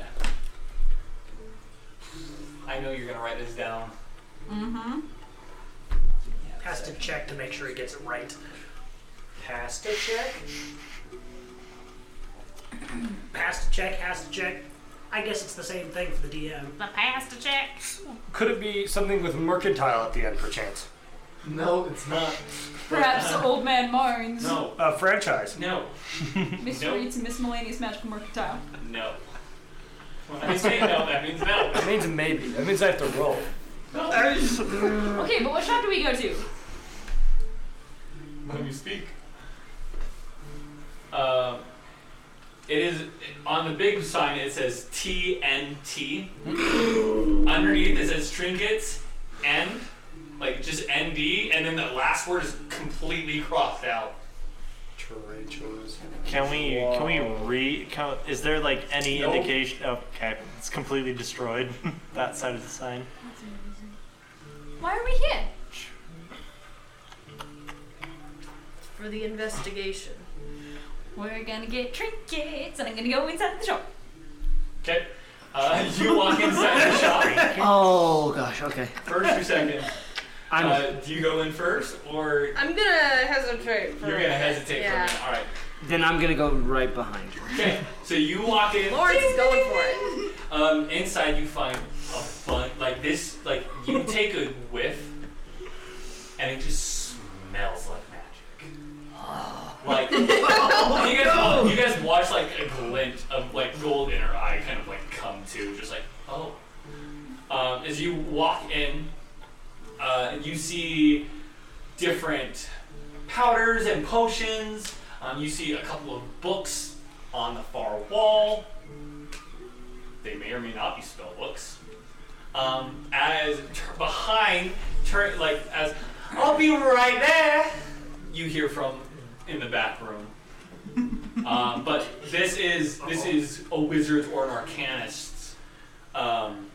I know you're gonna write this down.
Mm-hmm.
Has to check to make sure he gets it right.
Pass to check?
Has to check, has to check. I guess it's the same thing for the DM.
The pasta check.
Could it be something with mercantile at the end, perchance?
No, it's not. uh,
Perhaps old man Marnes.
No,
A franchise.
no,
Misreads miscellaneous magical mercantile.
no. When I say no, that means no.
That means maybe. That means I have to roll.
Okay, but what shop do we go to?
Let me speak. Um, it is on the big sign. It says TNT. Underneath it says trinkets and like just ND, and then that last word is completely crossed out.
Tarantulas.
Can we? Can we re? Can, is there like any
Nope.
indication? oh, Okay, it's completely destroyed. that side of the sign.
Why are we here?
For the investigation.
We're gonna get trinkets, and I'm gonna go inside the shop.
Okay. Uh, you walk inside the shop.
Oh gosh. Okay.
First or second?
I'm-
Uh, do you go in first, or
I'm gonna hesitate for
you're
a
gonna
minute.
hesitate
yeah.
for a minute?
Then I'm gonna go right behind.
All right. Okay. So you walk in.
Lawrence is going for it.
Um, inside you find a bun like this. Like you take a whiff, and it just smells like magic. Like you guys, you guys watch like a glint of like gold in her eye, kind of like come to, just like oh. Um, as you walk in, uh, you see different powders and potions. Um, you see a couple of books on the far wall. They may or may not be spell books. Um, as t- behind, turn like as I'll be right there. You hear from in the back room. um, but this is this is a wizard's or an arcanist's um,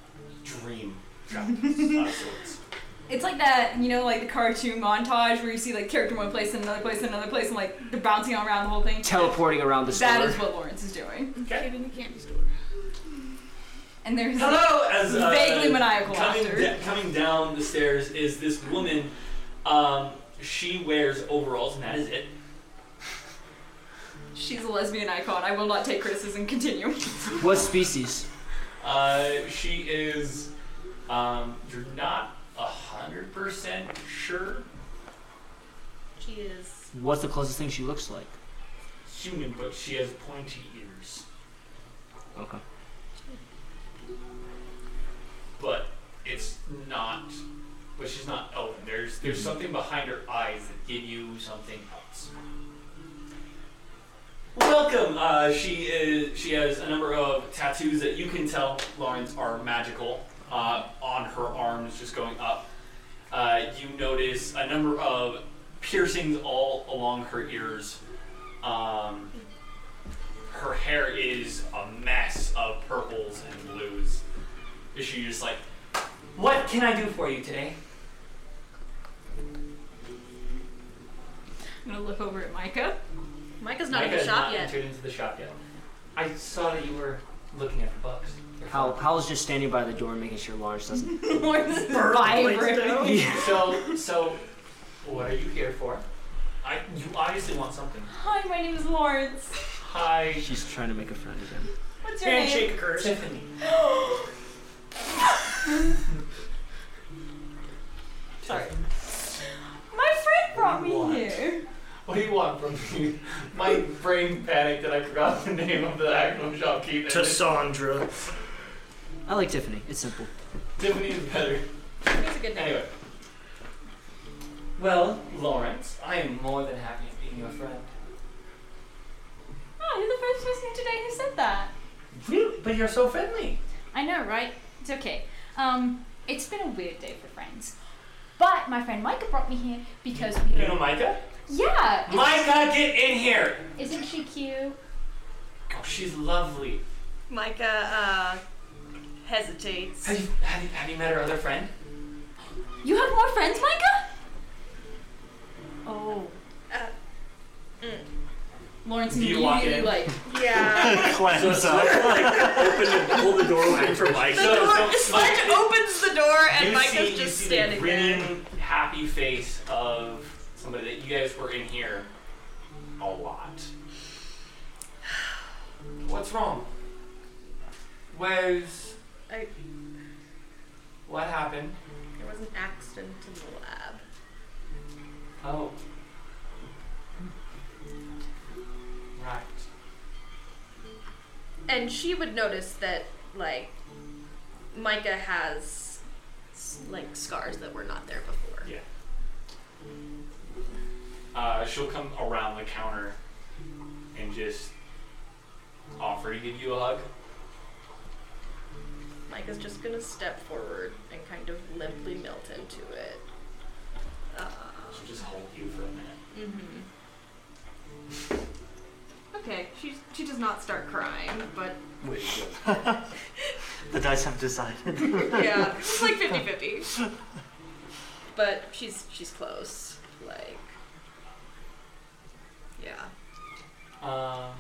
dream job of sorts.
It's like that, you know, like the cartoon montage where you see like character in one place and another place and another place and like they're bouncing around the whole thing.
Teleporting around the store.
That is what Lawrence is doing.
Okay.
in the candy store.
And there's
Hello, as uh,
vaguely maniacal
coming,
laughter.
da- coming down the stairs is this woman. Um, she wears overalls, and that is it.
She's a lesbian icon. I will not take criticism. Continue.
What species?
Uh, she is. Um, you're not a hundred percent sure.
She is.
What's the closest thing she looks like?
Human, but she has pointy ears.
Okay.
But it's not. But she's not Elven. There's
Mm-hmm.
there's something behind her eyes that give you something else. Welcome. Uh, she is. She has a number of tattoos that you can tell Lawrence are magical. Uh, on her arms, just going up. Uh, you notice a number of piercings all along her ears. Um, her hair is a mess of purples and blues. Is she just like, what can I do for you today?
I'm gonna look over at Micah.
Micah's not in
Micah
the
has
shop
not
yet.
entered into the shop yet. I saw that you were looking at the books.
Hal, Hal's just standing by the door making sure Lawrence doesn't.
Lawrence is
down.
vibrating.
So, so, what are you here for? I, you obviously want something.
Hi, my name is Lawrence.
Hi,
She's trying to make a friend again.
What's your Oh,
Handshake occurs.
Tiffany. Sorry.
name? My friend brought me
What?
here.
What do you want from me? My brain panicked and I forgot the name of the actual shopkeeper.
Cassandra.
I like Tiffany. It's simple.
Tiffany is better.
It's a good name.
Anyway. Well, Lawrence, I am more than happy to be your friend.
Oh, you're the first person today who said that.
But you're so friendly.
I know, right? It's okay. Um, it's been a weird day for friends. But my friend Micah brought me here because we
You know Micah?
Yeah. isn't-
Micah, get in here!
Isn't she cute?
Oh, she's lovely.
Micah uh, hesitates.
Have you, have you, have you met her other friend?
You have more friends, Micah? Oh.
Uh, mm.
Lawrence
Do you walk
immediately
in?
like
Yeah.
Cleanse up.
Pull the door open for Mike.
The
So-
door,
so
Sledge
Micah-
opens the door and
you see,
Micah's
you
just
see
standing
the
there.
grinning, happy face of somebody that you guys were in here a lot. What's wrong? Where's
I,
what happened?
there was an accident in the lab.
Oh. Right.
And she would notice that, like, Micah has, s- like, scars that were not there before.
Yeah. Uh, she'll come around the counter and just offer to give you a hug.
Micah's just gonna step forward and kind of limply melt into it. Uh,
She'll just hold you for a minute.
Mm-hmm. Okay, she she does not start crying, but
Wait, the dice have decided.
yeah, it's like 50-50. But she's she's close. Like, yeah.
Um,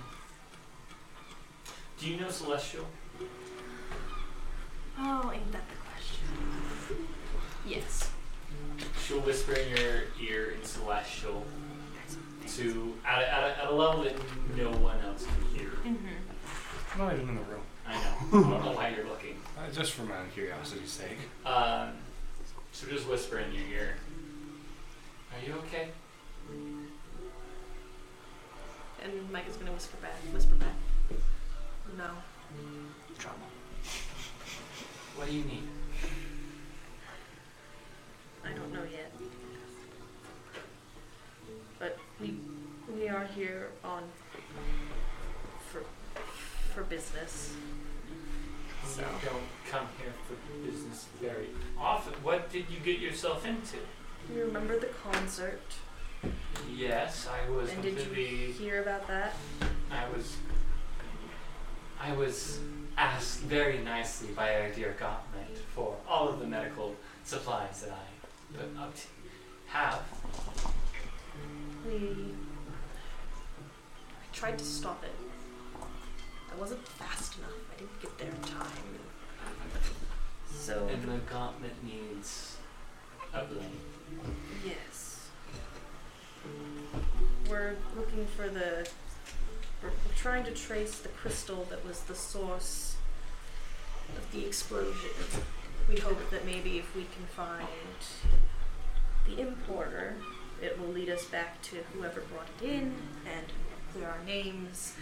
do you know Celestial?
Oh, ain't that the question? Yes.
She'll whisper in your ear in Celestial to at a, at, a, at a level that no one else can hear.
Mm-hmm.
I'm not even in the room.
I know. I don't know why you're looking.
Uh, just for my own curiosity's sake.
Um, so just whisper in your ear. Are you okay?
And Mike is gonna whisper back. Whisper back. No.
Trauma.
What do you need?
I don't know yet. But we we are here on for for business.
You don't come here for business very often. What did you get yourself into?
You remember the concert?
Yes, I was
and did you
completely.
hear about that?
I was. I was asked very nicely by our dear Gottmik for all of the medical supplies that I put up to have.
We I tried to stop it. I wasn't fast enough. I didn't get there in time. So
And the gauntlet needs a blade.
Yes. We're looking for the. We're we're trying to trace the crystal that was the source of the explosion. We hope that maybe if we can find the importer, it will lead us back to whoever brought it in and clear our names.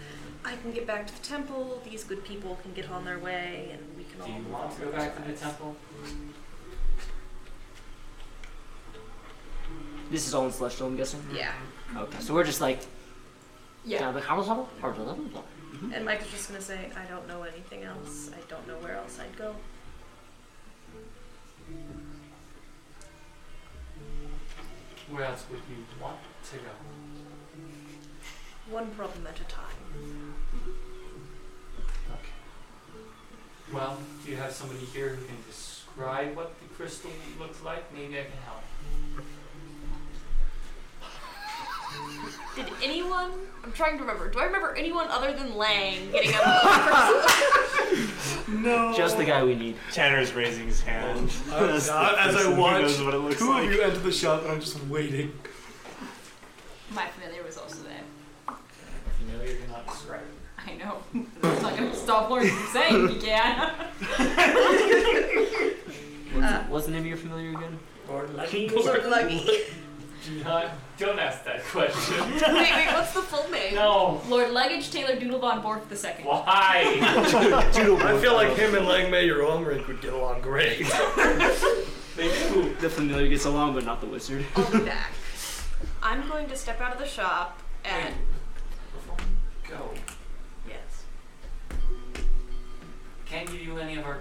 I can get back to the temple, these good people can get on their way, and we can all.
Do you want to go back to the temple?
This is all in celestial, I'm guessing.
Yeah.
Okay, so we're just like
Yeah.
down the house level or the level level.
And Mike is just gonna say, I don't know anything else. I don't know where else I'd go.
Where else would you want to go?
One problem at a time.
Well, do you have somebody here who can describe what the crystal looks like? Maybe I can help.
Did anyone? I'm trying to remember. Do I remember anyone other than Lang getting up? on
No.
Just the guy we need.
Tanner's raising his hand.
Oh,
I was
That's the
not- Oh, as
person
I
who
watch
knows what it looks
two
like.
of you enter the shop, and I'm just waiting.
My familiar was also there.
Familiar cannot describe.
I know. I'm not gonna stop learning from saying you can.
What's the name of your familiar again?
Or
lucky.
Or lucky.
Do not, don't ask that question.
the- wait, wait. What's the full name?
no.
Lord Luggage Taylor Doodle von Borth the second.
Why?
I feel like him and Langmay or Omrink would get along great.
The familiar gets along, but not the wizard.
I'll be back. I'm going to step out of the shop and
Go.
yes.
Can't give you any of our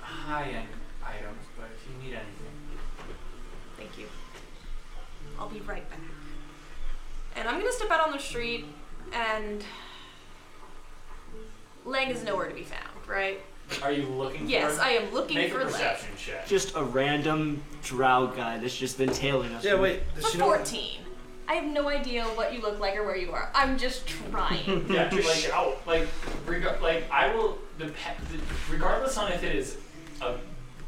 high-end items, but if you need anything,
Thank you. I'll be right back. And I'm gonna step out on the street, and Lang is nowhere to be found, right?
are you looking
Yes,
for?
I am looking
Make
for
a
Lang.
perception check.
Just a random drow guy that's just been tailing us.
Yeah,
from-
wait.
For 14. I have no idea what you look like or where you are. I'm just trying.
yeah, like out, like reg- like I will depend, regardless on if it is a,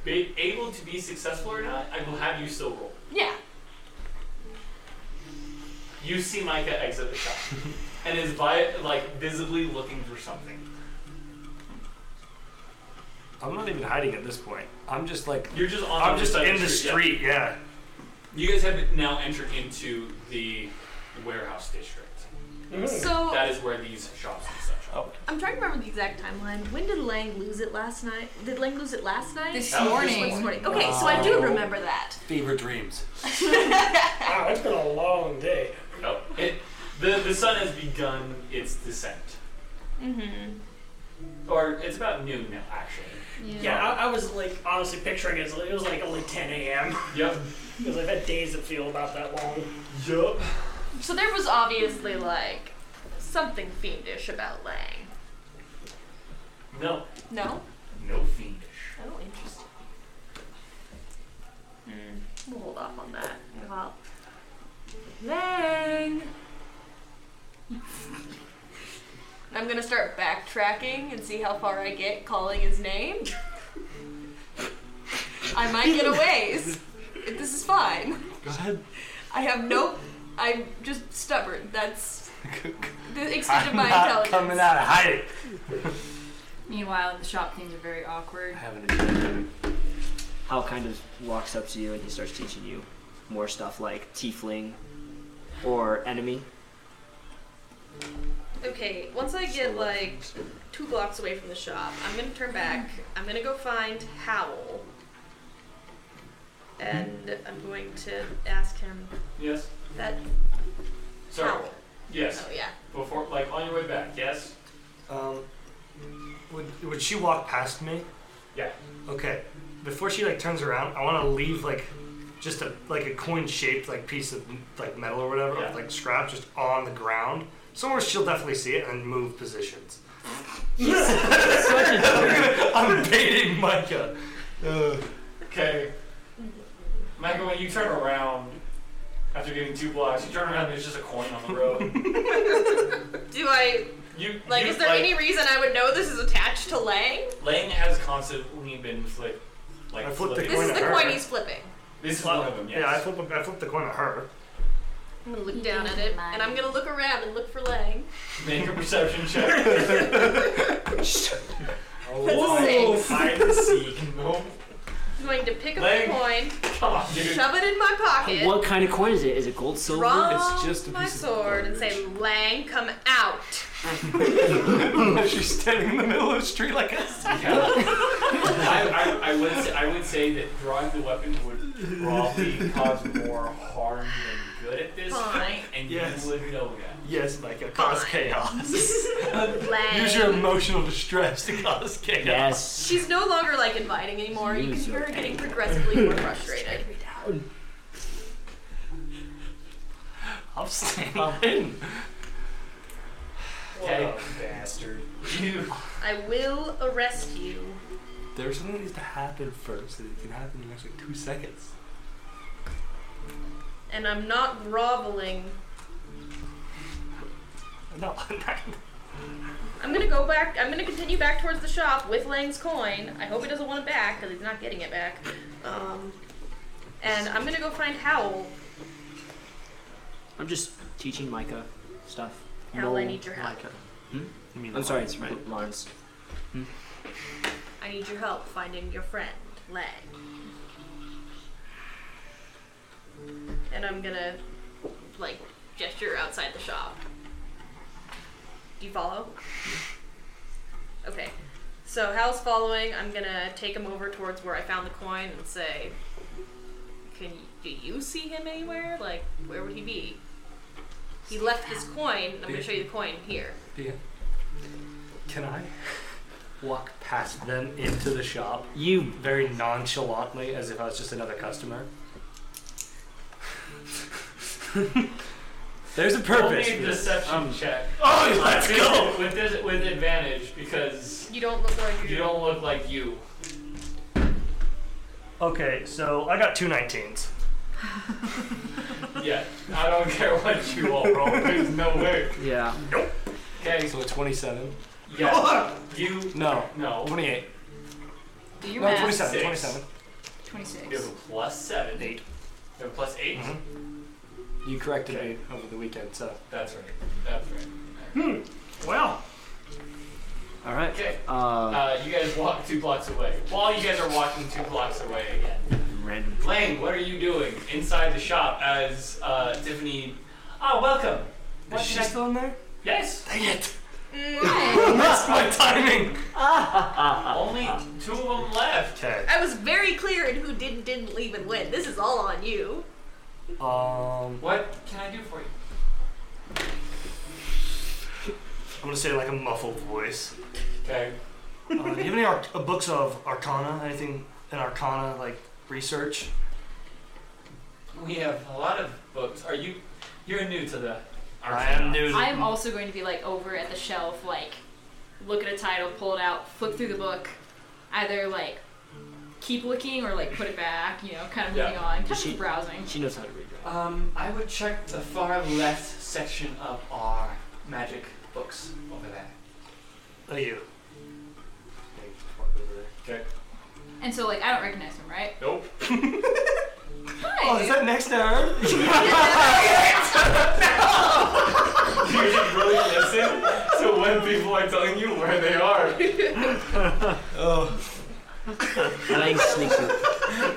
be, able to be successful or not. I will have you still roll.
yeah.
You see Micah exit the shop, and is by like visibly looking for something.
I'm not even hiding at this point. I'm just like
You're just on.
I'm
the
just
side of
in the street. Yeah.
yeah. You guys have now entered into the warehouse district.
Mm-hmm.
So-
that is where these shops and such.
Oh.
Are.
I'm trying to remember the exact timeline. When did Lang lose it last night? Did Lang lose it last night?
This
Or
morning.
This morning. Okay, so I do remember that.
Fever dreams.
Wow, it's been a long day.
Nope. It, the the sun has begun its descent.
Mm-hmm.
Or it's about noon now, actually.
Yeah, I, I was like honestly picturing it. as, like, It was like only 10 a.m.
Yep.
Because I've had days that feel about that long.
Yup.
So there was obviously like something fiendish about Lang.
No.
No?
No fiendish.
Oh, interesting. Mm,
Hmm.
we'll hold off on that. Well, Lang. I'm gonna start backtracking and see how far I get calling his name. I might get a ways. This is fine.
Go ahead.
I have no. I'm just stubborn. That's the extent of
I'm
my
not
intelligence.
coming out. Hide it.
Meanwhile, the shop things are very awkward.
Hal kind of walks up to you and he starts teaching you more stuff like tiefling or enemy.
Okay, once I get like two blocks away from the shop, I'm gonna turn back. I'm gonna go find Howl. And I'm going to ask him
Yes.
that.
Sorry.
Howl.
Yes.
Oh, yeah.
Before, like on your way back. Yes.
Um, would, would she walk past me?
Yeah.
Okay. Before she like turns around, I want to leave like just a like a coin shaped like piece of like metal or whatever,
Yeah.
like scrap, just on the ground. Somewhere she'll definitely see it and move positions. I'm baiting Micah. Ugh.
Okay. Michael, when you turn around after getting two blocks, you turn around and there's just a coin on the road.
Do I.
You
Like,
you,
is there
like,
any reason I would know this is attached to Lang?
Lang has constantly been flipped. Like
I flipped the
flipping.
coin
This is
at
the
her.
coin he's flipping.
This is one of them. Yes.
Yeah, I flip I flip the coin at her.
I'm gonna look down at it, and I'm gonna look around and look for Lang.
Make a perception check.
Whoa, six.
hide and seek. Nope.
I'm going to pick up
Lang.
the coin,
Come on, dude.
shove it in my pocket,
What kind of coin is it? Is it gold, silver?
draw my sword, and say, "Lang, come out."
She's standing in the middle of the street like a
I, I, I would say, I would say that drawing the weapon would probably cause more harm than good at this
Fine.
point, and
Yes.
you would know that.
Yes, Micah, cause chaos. Use
Lang.
your emotional distress to cause chaos.
Yes.
She's no longer like inviting anymore. You can
Use
hear
your
her getting progressively more frustrated.
I'm standing.
Okay.
bastard.
You
I will arrest you.
There's something that needs to happen first, and it can happen in the next like two seconds.
And I'm not groveling.
No, I'm not.
I'm gonna go back. I'm gonna continue back towards the shop with Lang's coin. I hope he doesn't want it back because he's not getting it back. Um, and I'm gonna go find Howl.
I'm just teaching Micah stuff.
Howl, I need your help.
Micah. Hmm? I'm sorry, it's right. Lawrence.
I need your help finding your friend, Lang. And I'm gonna, like, gesture outside the shop. Do you follow? Okay. So Hal's following. I'm gonna take him over towards where I found the coin and say, "Can you, do you see him anywhere? Like, where would he be? He left this coin. I'm gonna show you the coin here.
Yeah. Can I walk past them into the shop?
You
very nonchalantly, as if I was just another customer. There's a purpose.
Roll me
for
a
this.
deception
Um,
check.
Oh, let's
With-
go!
With this, with advantage because
You don't look like
you don't look like you.
Okay, so I got two 19s.
Yeah, I don't care what you all roll. There's no way.
Yeah.
Okay.
So a 27.
Yeah. You
No.
no.
28.
Do your
no,
math.
27.
Six.
27.
You have a
26.
plus seven.
Eight.
You have a plus eight.
Mhm. You corrected
Okay.
me over the weekend, so.
That's right. That's right.
Hmm.
Well,
All right.
Okay.
Uh,
Uh, you guys walk two blocks away. While you guys are walking two blocks away again,
random.
Lang, what are you doing inside the shop as uh, Tiffany? Ah, welcome. What
Is she
did I-
still in there?
Yes.
Dang it!
Mm.
That's my timing!
Only two of them left.
Okay.
I was very clear in who did and didn't leave and when. This is all on you.
Um,
What can I do for you?
I'm gonna say like a muffled voice.
Okay.
Uh, do you have any arc- uh, books of Arcana? Anything in Arcana, like research?
We have a lot of books. Are you? You're new to the.
I am new to-
I'm also going to be like over at the shelf, like look at a title, pull it out, flip through the book, either like keep looking or like put it back. You know, kind of moving
Yeah.
on, kind
She-
of browsing.
She knows how to read. Right?
Um, I would check the far left section of our magic books over there.
Oh, you.
Okay.
And so like I don't recognize him, right?
Nope.
Hi.
Oh, is that next to her?
You didn't really listen to when people are telling you where they are.
oh.
Lang sneaks up.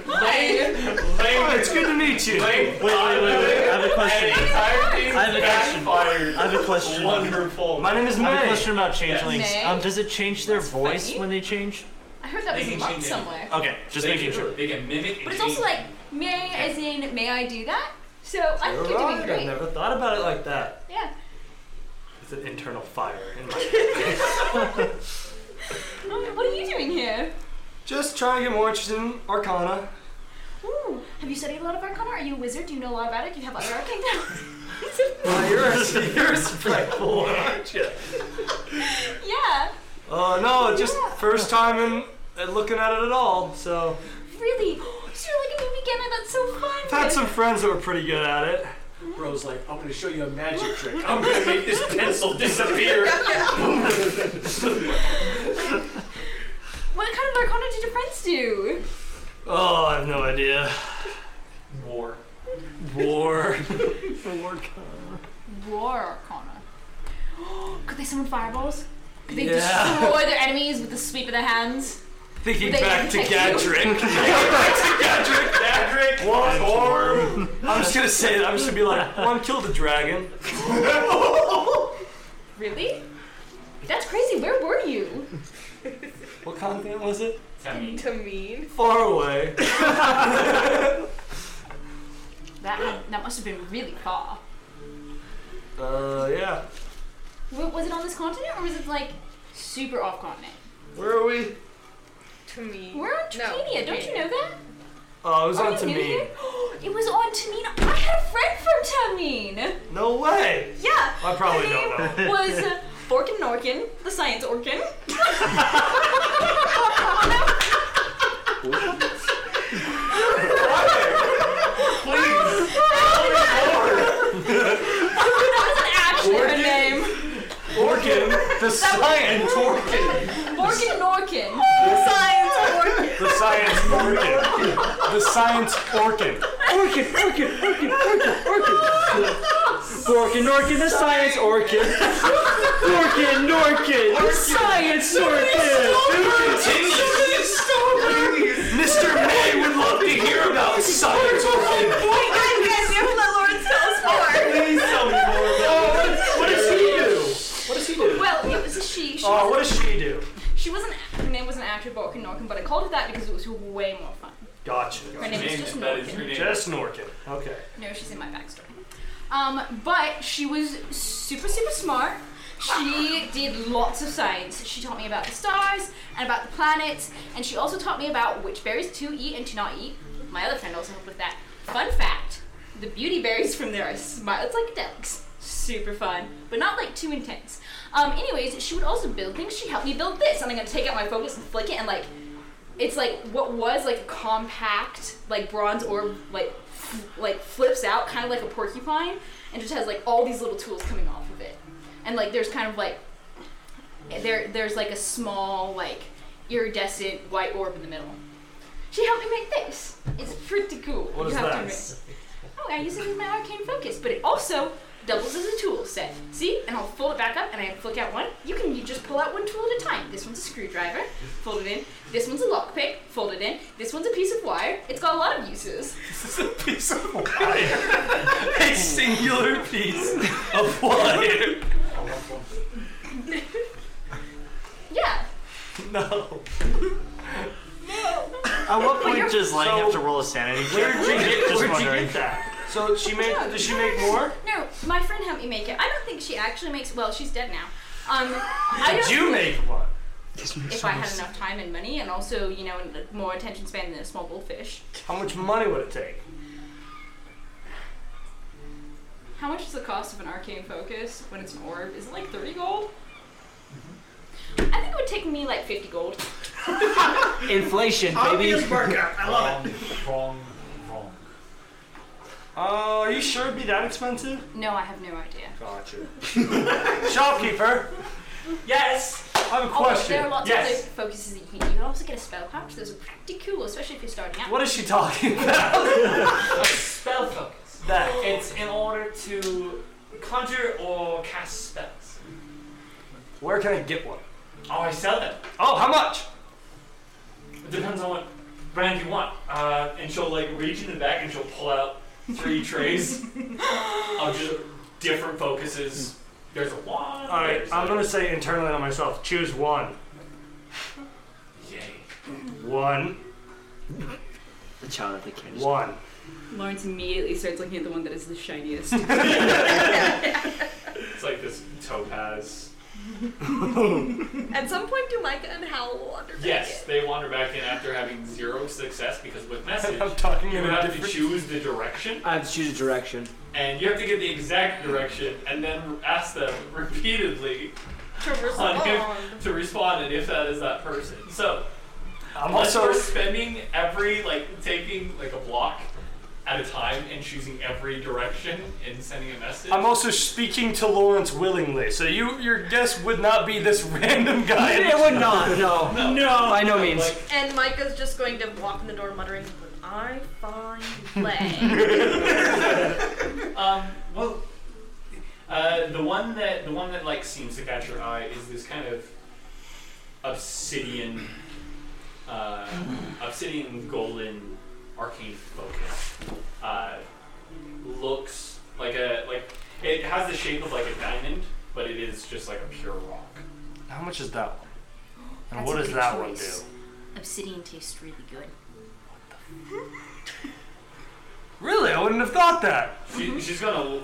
Lane,
Oh, it's good to meet you.
Lane,
wait, wait, wait, wait. I have a question.
I
I have a question. I have a question.
Wonderful.
My name is
I
I
have
have
a
question about changelings.
May?
Um, does it change their voice
funny.
when they change?
I heard that
They
was
can
marked
change it.
somewhere.
Okay, just
They
making
can-
sure.
They can mimic.
But it's also like may, as in may I do that? So I think you're doing
I
great.
never thought about it like that.
Yeah.
It's an internal fire in my
Um, What are you doing here?
Just trying to get more interested in Arcana.
Ooh, have you studied a lot of Arcana? Are you a wizard? Do you know a lot about it? Do you have other arcane powers?
Well, Uh, you're a, you're a spiteful one, aren't you?
yeah.
Uh, no, just first time in uh, looking at it at all. So
Really? So you're like a new beginner. That's so fun.
I've had some friends that were pretty good at it.
Bro's like, I'm gonna show you a magic trick.
I'm gonna make this pencil disappear.
What kind of Arcana did your friends do?
Oh, I have no idea.
War.
War.
War Arcana. Could they summon fireballs? Could they
Yeah.
destroy their enemies with the sweep of their hands?
Thinking
Would they
back to
protect you?
Gadrick. Gadrick, Gadrick, one arm. I'm just gonna say that. I'm just gonna be like, one killed the dragon.
Really? That's crazy. Where were you?
What continent was it?
Tammy.
Tameen.
Far away.
That had- that must have been really far.
Uh, yeah.
W- Was it on this continent or was it like super off continent?
Where are we?
Tameen.
We're on Tramania. don't you know that?
Oh, it was
Are
on to
you new
me.
here? It was on Tamina. I had a friend from Tamine.
No way.
Yeah.
I probably don't know.
Was uh, Borkin Norkin, the science orkin.
Please.
that wasn't actually her
Orkin?
name.
Orkin, the science
Orkin.
Borkin Norkin.
Science orchid.
The science orkin. The science orkin. Orkin, orkin, orkin, orkin, orkin. Orkin, orkin, the science orkin. Orkin, orkin, the science orkin.
Mr. May would love to hear about science orphan.
Wait, guys, guys, we have to let Lauren tell us more.
Please tell me more about it.
What does he do? What does he do?
Well, it was she. she
Oh, what
wasn't-
does she do?
She wasn't. Her name wasn't actually Borkin Norkin, but I called her that because it was way more fun.
Gotcha.
Her name is just
That is
Norkin.
her name.
Just Norkin. Okay.
No, she's in my backstory. Um, but she was super, super smart. She did lots of science. She taught me about the stars and about the planets, and she also taught me about which berries to eat and to not eat. My other friend also helped with that. Fun fact the beauty berries from there are smart, it's like delics. Super fun, but not like too intense. Um, anyways, she would also build things. She helped me build this, and I'm gonna take out my focus and flick it and like it's like what was like a compact like bronze orb like f- like flips out kind of like a porcupine and just has like all these little tools coming off of it and like there's kind of like there there's like a small like iridescent white orb in the middle she helped me make this it's pretty cool
What
you
is
have to
that?
admit. Oh, I use it as my arcane focus, but it also doubles as a tool set. See? And I'll fold it back up and I flick out one. You can you just pull out one tool at a time. This one's a screwdriver, fold it in. This one's a lockpick, fold it in. This one's a piece of wire. It's got a lot of uses.
This is a piece of wire. A singular piece of wire.
Yeah.
No.
No.
At what point does Lang
So-
have to roll a sanity check?
Where'd you get-
Just
where'd you
wondering.
get that?
So she made. Does she make more?
No, my friend helped me make it. I don't think she actually makes well, she's dead now. Um I
Did
don't
you
think-
make one?
if I had enough time and money, and also, you know, more attention span than a small goldfish.
How much money would it take?
How much is the cost of an arcane focus when it's an orb? Is it like 30 gold? I think it would take me like 50 gold.
Inflation, baby.
Obvious workout. I love
it. Wrong, wrong. Oh, are you sure it'd be that expensive?
No, I have no idea.
Gotcha. Shopkeeper.
Yes.
I have a
Although
question.
Oh, there are lots
yes.
of other focuses that you can do. You can also get a spell pouch. Those are pretty cool, especially if you're starting out.
What is she talking about?
Spell focus.
That.
It's in order to conjure or cast spells.
Where can I get one?
Oh, I sell them.
Oh, how much?
It depends on what brand you want. Uh,
And she'll like reach in the back and she'll pull out three trays of just different focuses. There's a wand.
All right,
there's
I'm
a-
gonna say internally to myself. Choose one. One.
The child at the candy store.
One.
Lawrence immediately starts looking at the one that is the shiniest.
It's like this topaz.
At some point, do Micah and Hal wander back
Yes, they wander back in after having zero success because with message,
I'm talking
you
in a
have to
different-
choose the direction,
I have to choose a direction.
and you have to get the exact direction, and then ask them repeatedly
To
on
respond.
if, to respond and if that is that person. So,
I'm
unless
also-
we're spending every like taking like a block at a time and choosing every direction and sending a message.
I'm also speaking to Lawrence willingly, so you your guess would not be this random guy.
It would not, no.
no.
By no means.
And Micah's just going to walk in the door muttering, I find play.
um, well, uh, the one that the one that like seems to catch your eye is this kind of obsidian, uh, obsidian golden arcane focus. Uh, looks like a like it has the shape of like a diamond, but it is just like a pure rock.
How much is that one? And
That's
what
a
does
good
that
choice.
one
Obsidian tastes really good.
do? Really, I wouldn't have thought that.
She, she's gonna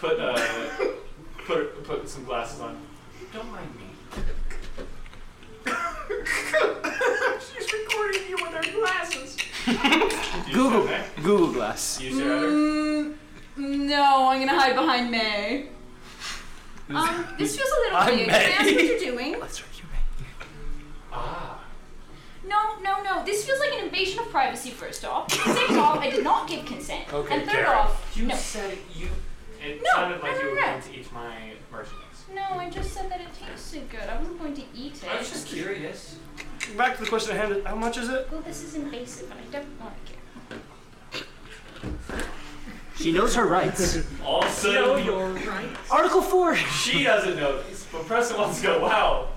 put uh, put put some glasses on. Don't mind me.
She's recording you with her glasses.
Google Google Glass.
Use your
Mm, no, I'm gonna hide behind May. Um, this feels a little
I'm
weird. Can I ask
May.
what you're doing?
Ah.
No, no, no. This feels like an invasion of privacy, first off. Second off, I did not give consent.
Okay,
and third
Karen.
off,
You
no.
said you. It
No,
sounded like
no,
you were
no, no.
going to eat my merchandise.
No, I just said that it tasted good. I wasn't going to eat it.
I was just curious.
Back to the question at hand. How much is it?
Well, this is invasive, and I don't like it.
She knows her rights.
All of a sudden,
Know
your
Article four.
she doesn't know this, but Preston wants to go, wow,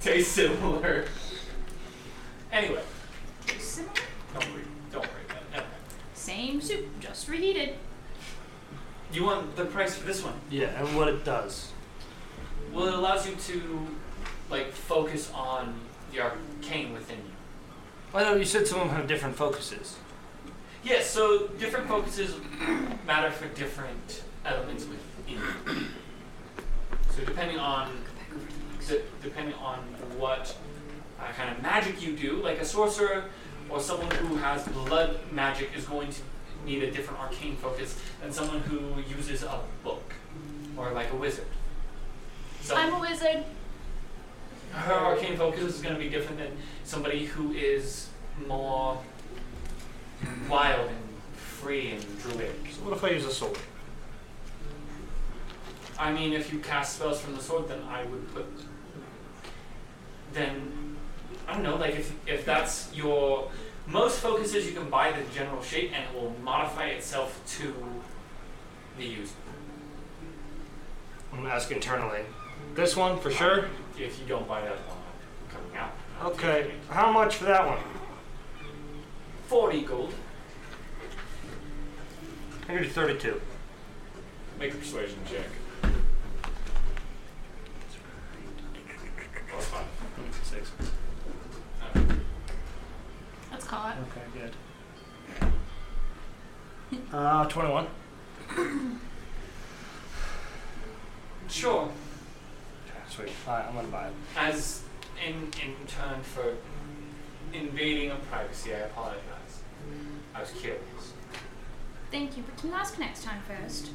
tastes similar. Anyway,
Similar.
don't worry, don't worry about it. Never mind.
Same soup, just reheated.
You want the price for this one?
Yeah, and what it does.
Well, it allows you to, like, focus on the arcane within you.
I know you said some of them have different focuses.
Yes, so different focuses matter for different elements within. you. So depending on de- depending on what uh, kind of magic you do, like a sorcerer or someone who has blood magic is going to need a different arcane focus than someone who uses a book or like a wizard. So
I'm a wizard.
her arcane focus is going to be different than somebody who is more wild and free and druid.
So what if I use a sword?
I mean, if you cast spells from the sword, then I would put. Then, I don't know. Like if if that's your most focuses, you can buy the general shape, and it will modify itself to the user.
I'm gonna ask internally. This one for sure.
If you don't buy that one coming out,
Okay. How much for that one?
forty gold.
I need 32.
Make a persuasion check. Plus five.
Six.
Let's call it.
Okay, good. Uh, 21.
Sure.
Sweet. All right, I'm gonna buy it.
As in in return for invading of privacy, I apologize. I was curious.
Thank you, but can you ask next time first?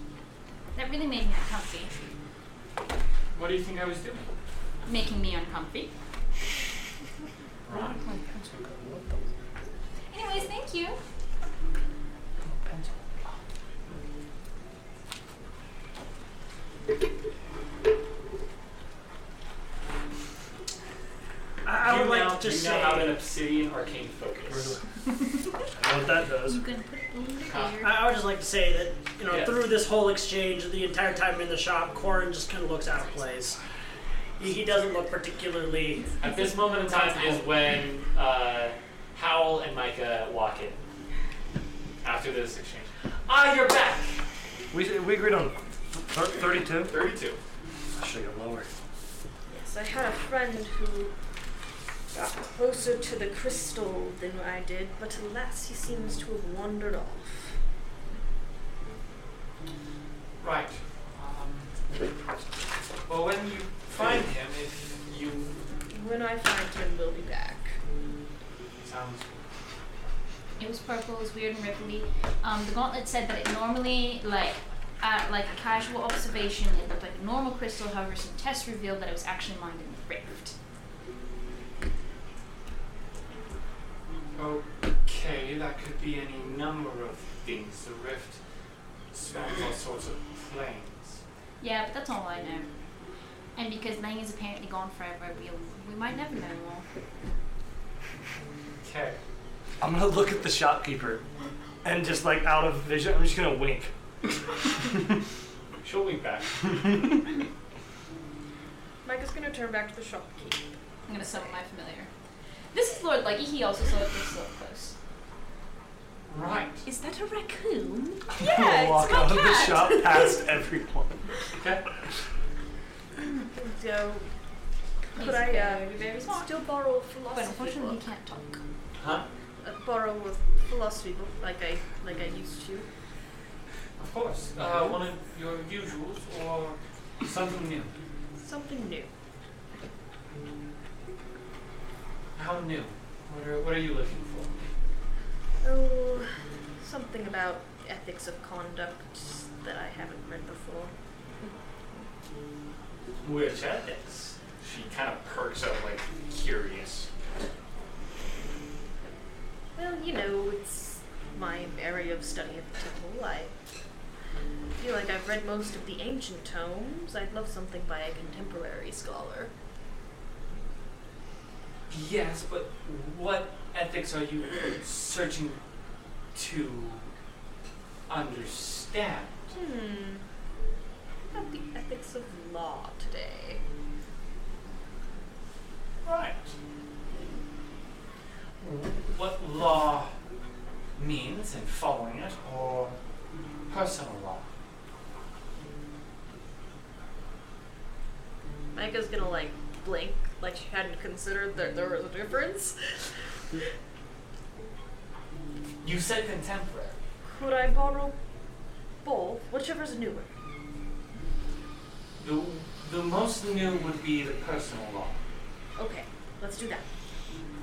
That really made me uncomfy.
What do you think I was doing?
Making me uncomfy.
Right.
Oh Anyways, thank you.
I, I
you
would
now,
like to just
you now have
say-
an obsidian arcane focus.
I know what that does. I would just like to say that, you know,
Yeah.
through this whole exchange, the entire time in the shop, Corin just kind of looks out of place. He, he doesn't look particularly.
At this moment in time is when uh, Howl and Micah walk in after this exchange. Ah, you're back.
We, we agreed on thir- 32?
32.
I should have gone lower.
Yes, I had a friend who got closer to the crystal than I did, but alas, he seems to have wandered off.
Right. Um, well, when you find him, if you
When I find him, we'll be back.
sounds
It was purple. It was weird and ripply. Um, the gauntlet said that it normally, like, at like a casual observation, it looked like a normal crystal. However, some tests revealed that it was actually mined in the rift.
Okay, that could be any number of things. The rift spans all sorts of planes.
Yeah, but that's all I know. And because Lang is apparently gone forever, we we might never know more.
Okay.
I'm gonna look at the shopkeeper and just like out of vision, I'm just gonna wink.
She'll wink back.
Mike is gonna turn back to the shopkeep.
I'm gonna summon my familiar. This is Lord Lucky. He also saw it this up close.
Right.
Is that a raccoon?
I'm
Yeah,
gonna
it's
walk
my
out of the
cat.
shop past everyone.
Okay.
So, could
He's
I uh,
very, very smart.
still borrow a
But
philosophy
unfortunately,
book?
he can't talk.
Huh?
Uh, borrow a philosophy book like I like I used to.
Of course. Uh, one of your usuals or something new.
Something new.
How new? What are, what are you looking for?
Oh, something about ethics of conduct that I haven't read before.
Which ethics? She kind of perks up, like, curious.
Well, you know, it's my area of study of the temple. I feel like I've read most of the ancient tomes. I'd love something by a contemporary scholar.
Yes, but what ethics are you searching to understand?
Hmm. How About the ethics of law today.
Right. What law means and following it, or personal law?
Micah's gonna like blink, like she hadn't considered that there was a difference.
You said contemporary.
Could I borrow both? Whichever's newer.
The, the most new would be the personal law.
Okay, let's do that.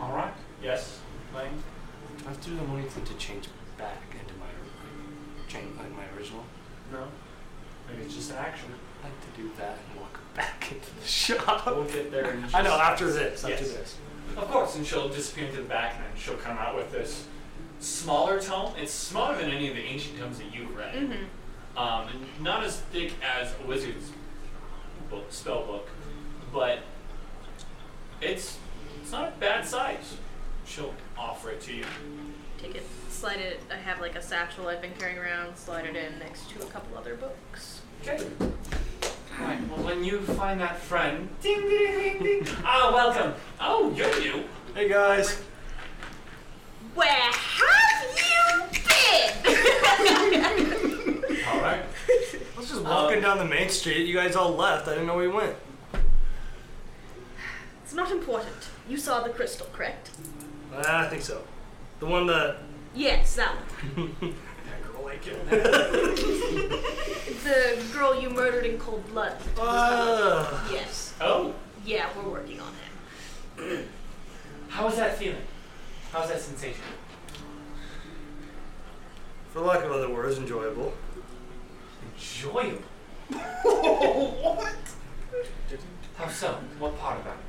All right. Yes. Lane.
I have to do the money thing to change back into my change like my original.
No. Maybe it's just an action.
I'd like to do that and walk back into the shop.
We'll get there. In just
I know after this,
Yes.
after this.
Of course, and she'll disappear into the back, and then she'll come out with this smaller tome. It's smaller than any of the ancient tomes that you've read, um, and not as thick as a wizard's book, spell book, but it's it's not a bad size. She'll offer it to you.
Take it, slide it. I have like a satchel I've been carrying around, slide it in next to a couple other books.
Okay. Right. Well, when you find that friend, ding ding ding ding. Ah, welcome. Oh, you're new.
Hey guys.
Where have you been?
All
I
right.
was just walking down the main street. You guys all left. I didn't know where you went.
It's not important. You saw the crystal, correct?
Uh,
I think so. The one that
Yes, that one.
that girl
break it.
The girl you murdered in cold blood.
Ah.
Ugh.
yes.
Oh.
Yeah, we're working on him.
How is that feeling? How's that sensation?
For lack of other words, enjoyable.
Enjoyable?
what?
How so? What part about it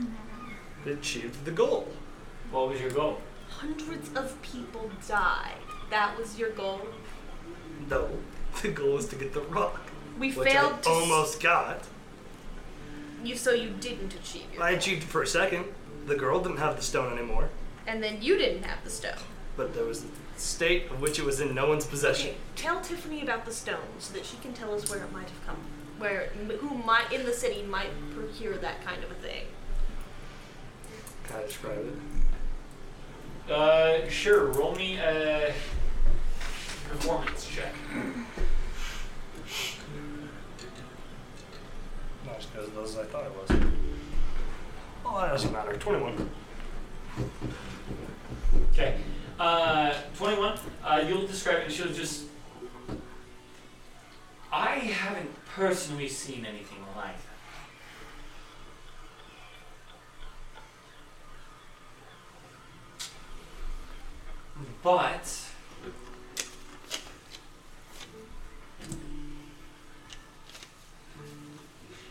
was?
It achieved the goal.
What was your goal?
Hundreds of people died. That was your goal.
No, the goal is to get the rock.
We
which
failed
I
to s-
almost got.
You so you didn't achieve your
I achieved it for a second. The girl didn't have the stone anymore,
and then you didn't have the stone.
but there was the state of which it was in no one's possession.
Okay, tell Tiffany about the stone so that she can tell us where it might have come, where who might in the city might procure that kind of a thing.
Can I describe it?
Uh, sure. Roll me a performance check.
Not as good as those I thought it was. Well, that doesn't matter. 21.
Okay. Uh, 21. Uh, you'll describe it, and she'll just. I haven't personally seen anything like that. But.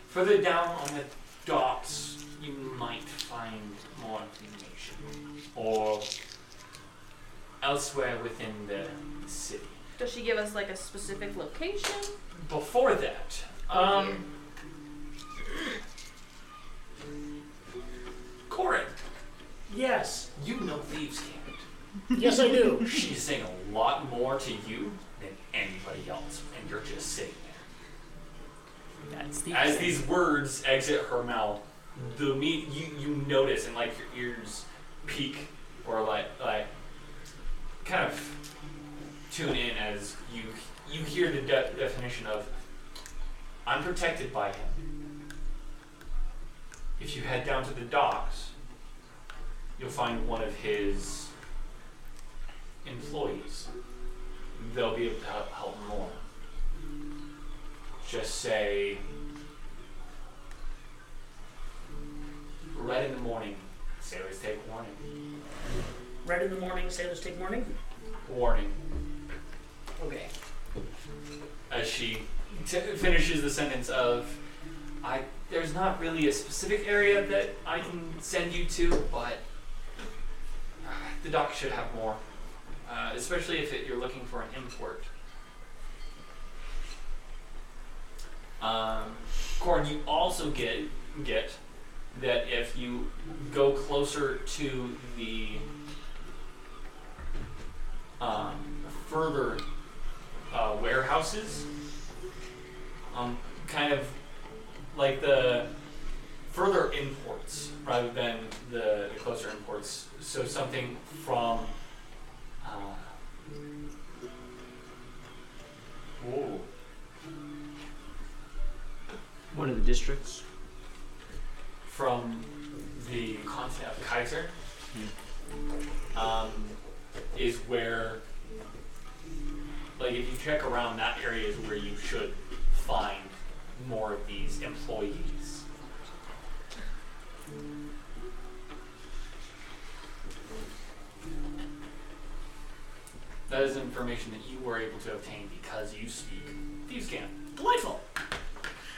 Further down on the docks, you might find more information. Or elsewhere within the city.
Does she give us like a specific location?
Before that, um, Corin,
Yes.
you know Thieves Can't.
Yes, I do.
She's saying a lot more to you than anybody else, and you're just sitting there.
That's the
As
exit.
these words exit her mouth, the me- you you notice and like your ears peak or like like kind of tune in as you you hear the de- definition of I'm protected by him. If you head down to the docks, you'll find one of his employees. They'll be able to help, help more. Just say, red in the morning, sailors take warning.
Red in the morning, sailors take morning.
Warning.
Okay.
As she t- finishes the sentence of, I, there's not really a specific area that I can send you to, but uh, the dock should have more. Uh, especially if it, you're looking for an import. Um, Corn, you also get get that if you go closer to the um, further uh, warehouses, um, kind of like the further imports rather than the, the closer imports. So something from. Uh, whoa.
One of the districts.
from the continent of Kaiser um, is where, like, if you check around, that area is where you should find more of these employees. That is information that you were able to obtain because you speak Thieves' Camp.
Delightful.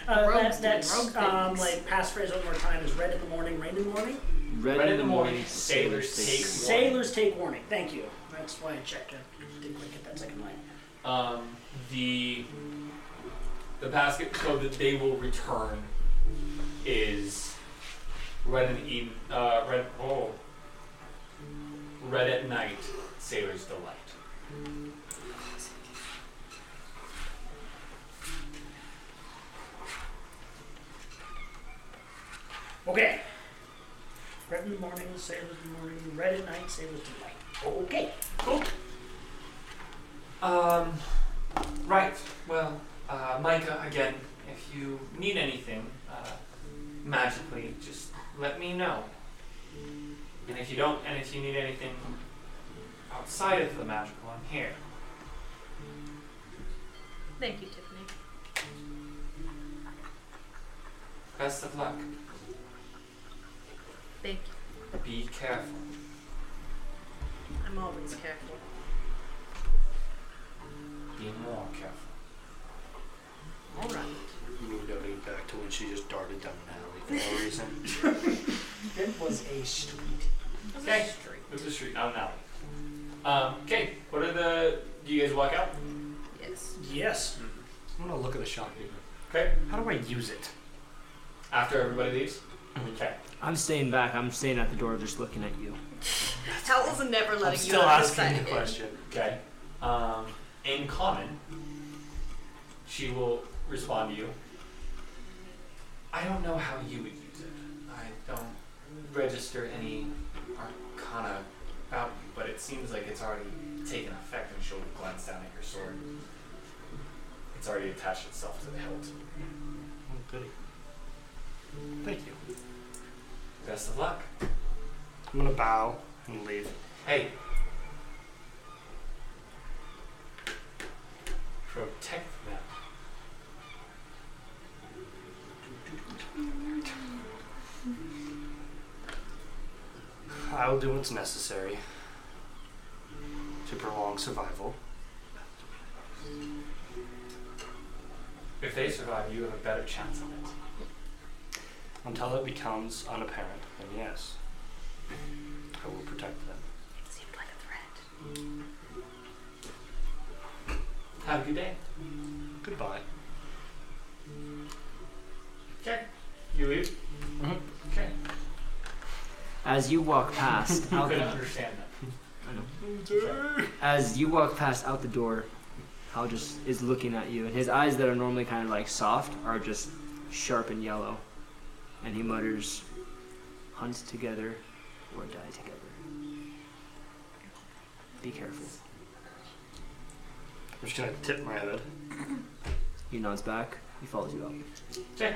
Uh,
Rogue-
that's that's
rogue
um,
things.
like passphrase one more time is red in the morning, rain in the morning.
Red,
in the morning, sailors take warning.
Sailors take warning. Thank you. That's why I checked. I didn't quite get that second line.
um, the the basket code that they will return is red and even uh, red oh red at night sailor's delight.
Okay. Red in the morning, sailors in the morning. Red at night, sailors delight. Okay. Cool.
Um, right. Well, uh, Micah, again, if you need anything uh, magically, just let me know. And if you don't, and if you need anything outside of the magical, I'm here.
Thank you, Tiffany.
Best of luck.
Thank you.
Be careful.
I'm always careful.
Be more careful.
All right.
Moved everything back to when she just darted down an alley for no reason.
It was a street.
Okay. Move the street, not an alley. Um, okay, what are the. Do you guys walk out?
Yes.
Yes.
I'm gonna look at the shopping.
Okay.
How do I use it? Mm-hmm.
After everybody leaves? Okay.
I'm staying back. I'm staying at the door just looking at you.
Howell's never letting you
still
out of his
asking
sight.
the question.
Okay. Um, in common, she will respond to you. I don't know how you would use it. I don't register any arcana about you, but it seems like it's already taken effect, and she'll glance down at your sword. It's already attached itself to the hilt.
Oh, goody.
Thank you.
Best of luck.
I'm gonna bow and leave.
Hey. Protect them.
I will do what's necessary to prolong survival.
If they survive, you have a better chance of it.
Until it becomes unapparent, then yes, I will protect them.
Seemed like a threat.
Have a good day.
Goodbye.
Okay. You leave? Okay.
As you walk past,
You
out
can
the,
understand
that. as you walk past out the door, Hal just is looking at you, and his eyes that are normally kind of like soft are just sharp and yellow, and he mutters, "Hunt together, or die together. Be careful."
I'm just gonna tip my head.
He nods back. He follows you up.
Okay.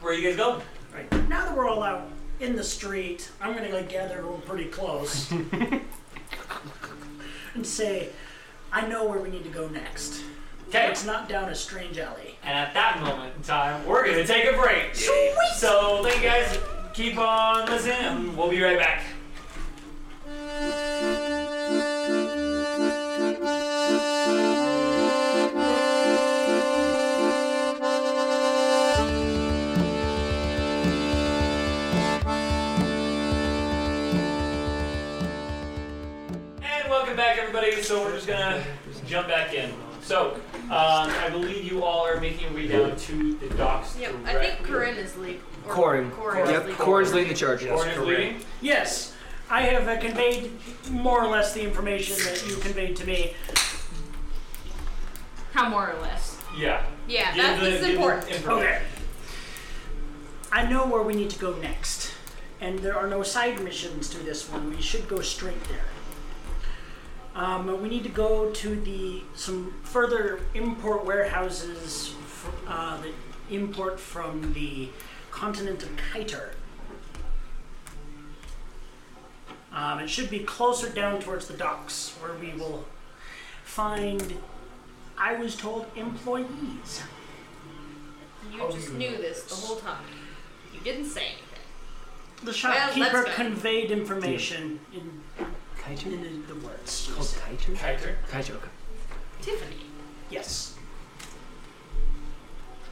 Where you guys going?
Right. Now that we're all out in the street, I'm gonna like gather everyone pretty close and say, I know where we need to go next.
Okay.
It's not down a strange alley.
And at that moment in time, we're gonna take a break. Sweet. So thank you guys. Keep on listening. and We'll be right back. And welcome back, everybody. So we're just gonna jump back in. So um, I believe you all are making your way down to the docks.
Yep, I
directly.
think Corinne is lead. or
Corin.
Corin is
Yep,
lead.
Corin's leading the charge.
Corin is leading.
Yes, I have uh, conveyed more or less the information that you conveyed to me.
How more or less?
Yeah.
Yeah, Give that's- the- this is give the important. information.
Okay. I know where we need to go next, and there are no side missions to this one. We should go straight there. Um, we need to go to the some further import warehouses fr uh, that import from the continent of Kiter. Um, it should be closer down towards the docks, where we will find. I was told employees. Oh,
You just knew this the whole time. You didn't say anything.
The
Well, that's
shopkeeper
good.
conveyed information in, in the, the words. she said.
Kiter?
Kiter?
Kiter, okay.
Tiffany.
Yes.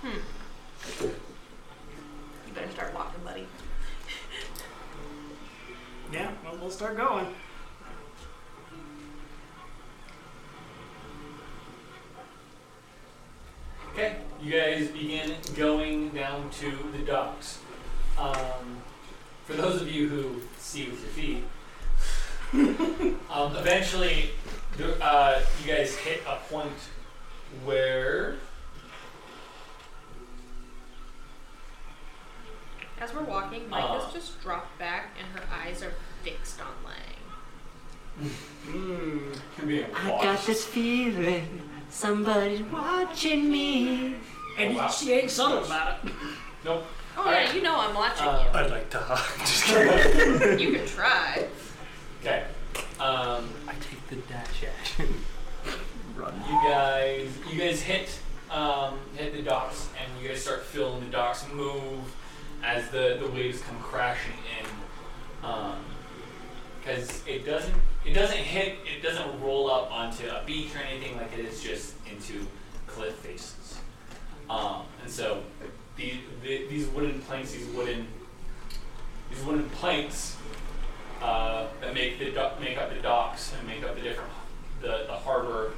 Hmm. You better start walking, buddy.
Yeah, well, we'll start going.
Okay, you guys begin going down to the docks. Um, for those of you who see with your feet, um, eventually the- uh, you guys hit a point where
As we're walking, Micah's
Uh.
just dropped back and her eyes are fixed on Lang.
you're being
I
watched.
got this feeling somebody's watching me.
And
Oh,
Oh,
wow. she
ain't subtle about
it. Nope.
Oh,
All
yeah,
right.
you know I'm watching
Uh,
I'd like to hug. Just
you. You can try.
Okay. Um,
I take the dash action.
Run.
You guys, you guys hit um, hit the docks, and you guys start feeling the docks move as the, the waves come crashing in. Because it doesn't it doesn't hit it doesn't roll up onto a beach or anything like it is just into cliff faces. Um, and so the, the, these wooden planks, these wooden these wooden planks uh, that make the do- make up the docks and make up the different the, the harbor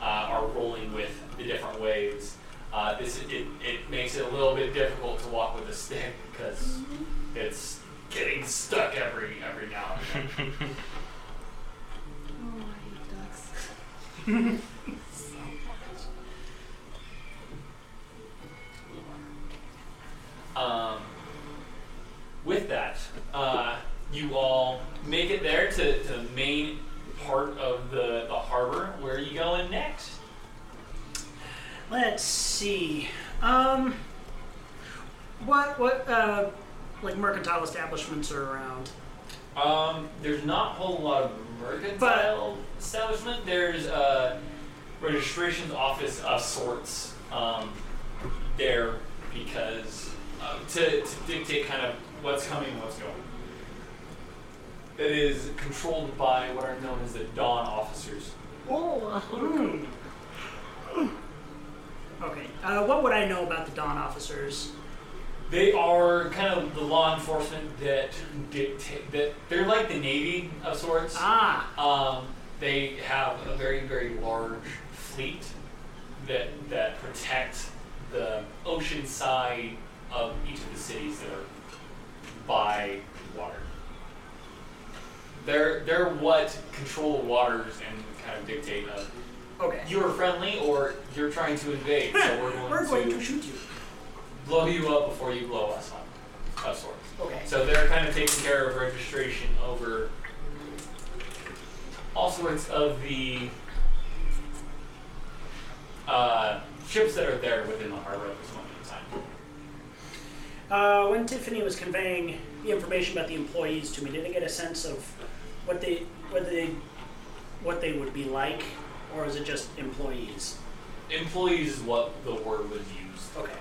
uh, are rolling with the different waves. Uh, this it, it makes it a little bit difficult to walk with a stick because it's getting stuck every every now and then. Um, with that, uh, you all make it there to, to the main part of the, the harbor. Where are you going next?
Let's see. Um, what what uh, like mercantile establishments are around?
Um, there's not a whole lot of mercantile establishment. There's a registrations office of sorts um, there because uh, to, to dictate kind of what's coming and what's going. That is controlled by what are known as the Dawn Officers.
Oh. Okay. Uh, what would I know about the Dawn officers?
They are kind of the law enforcement that dictate that they're like the navy of sorts. Ah. Um, they have a very very large fleet that that protect the ocean side of each of the cities that are by water. They're they're what control the waters and kind of dictate of
Okay.
you're friendly or you're trying to invade, so we're going,
We're going
to,
to shoot you.
blow you up before you blow us up. Of sorts.
Okay.
So they're kind of taking care of registration over all sorts of the uh, ships that are there within the harbor at this moment in time.
Uh, when Tiffany was conveying the information about the employees to me, did I get a sense of what they what they what they would be like, or is it just employees?
Employees is what the word was used.
Okay.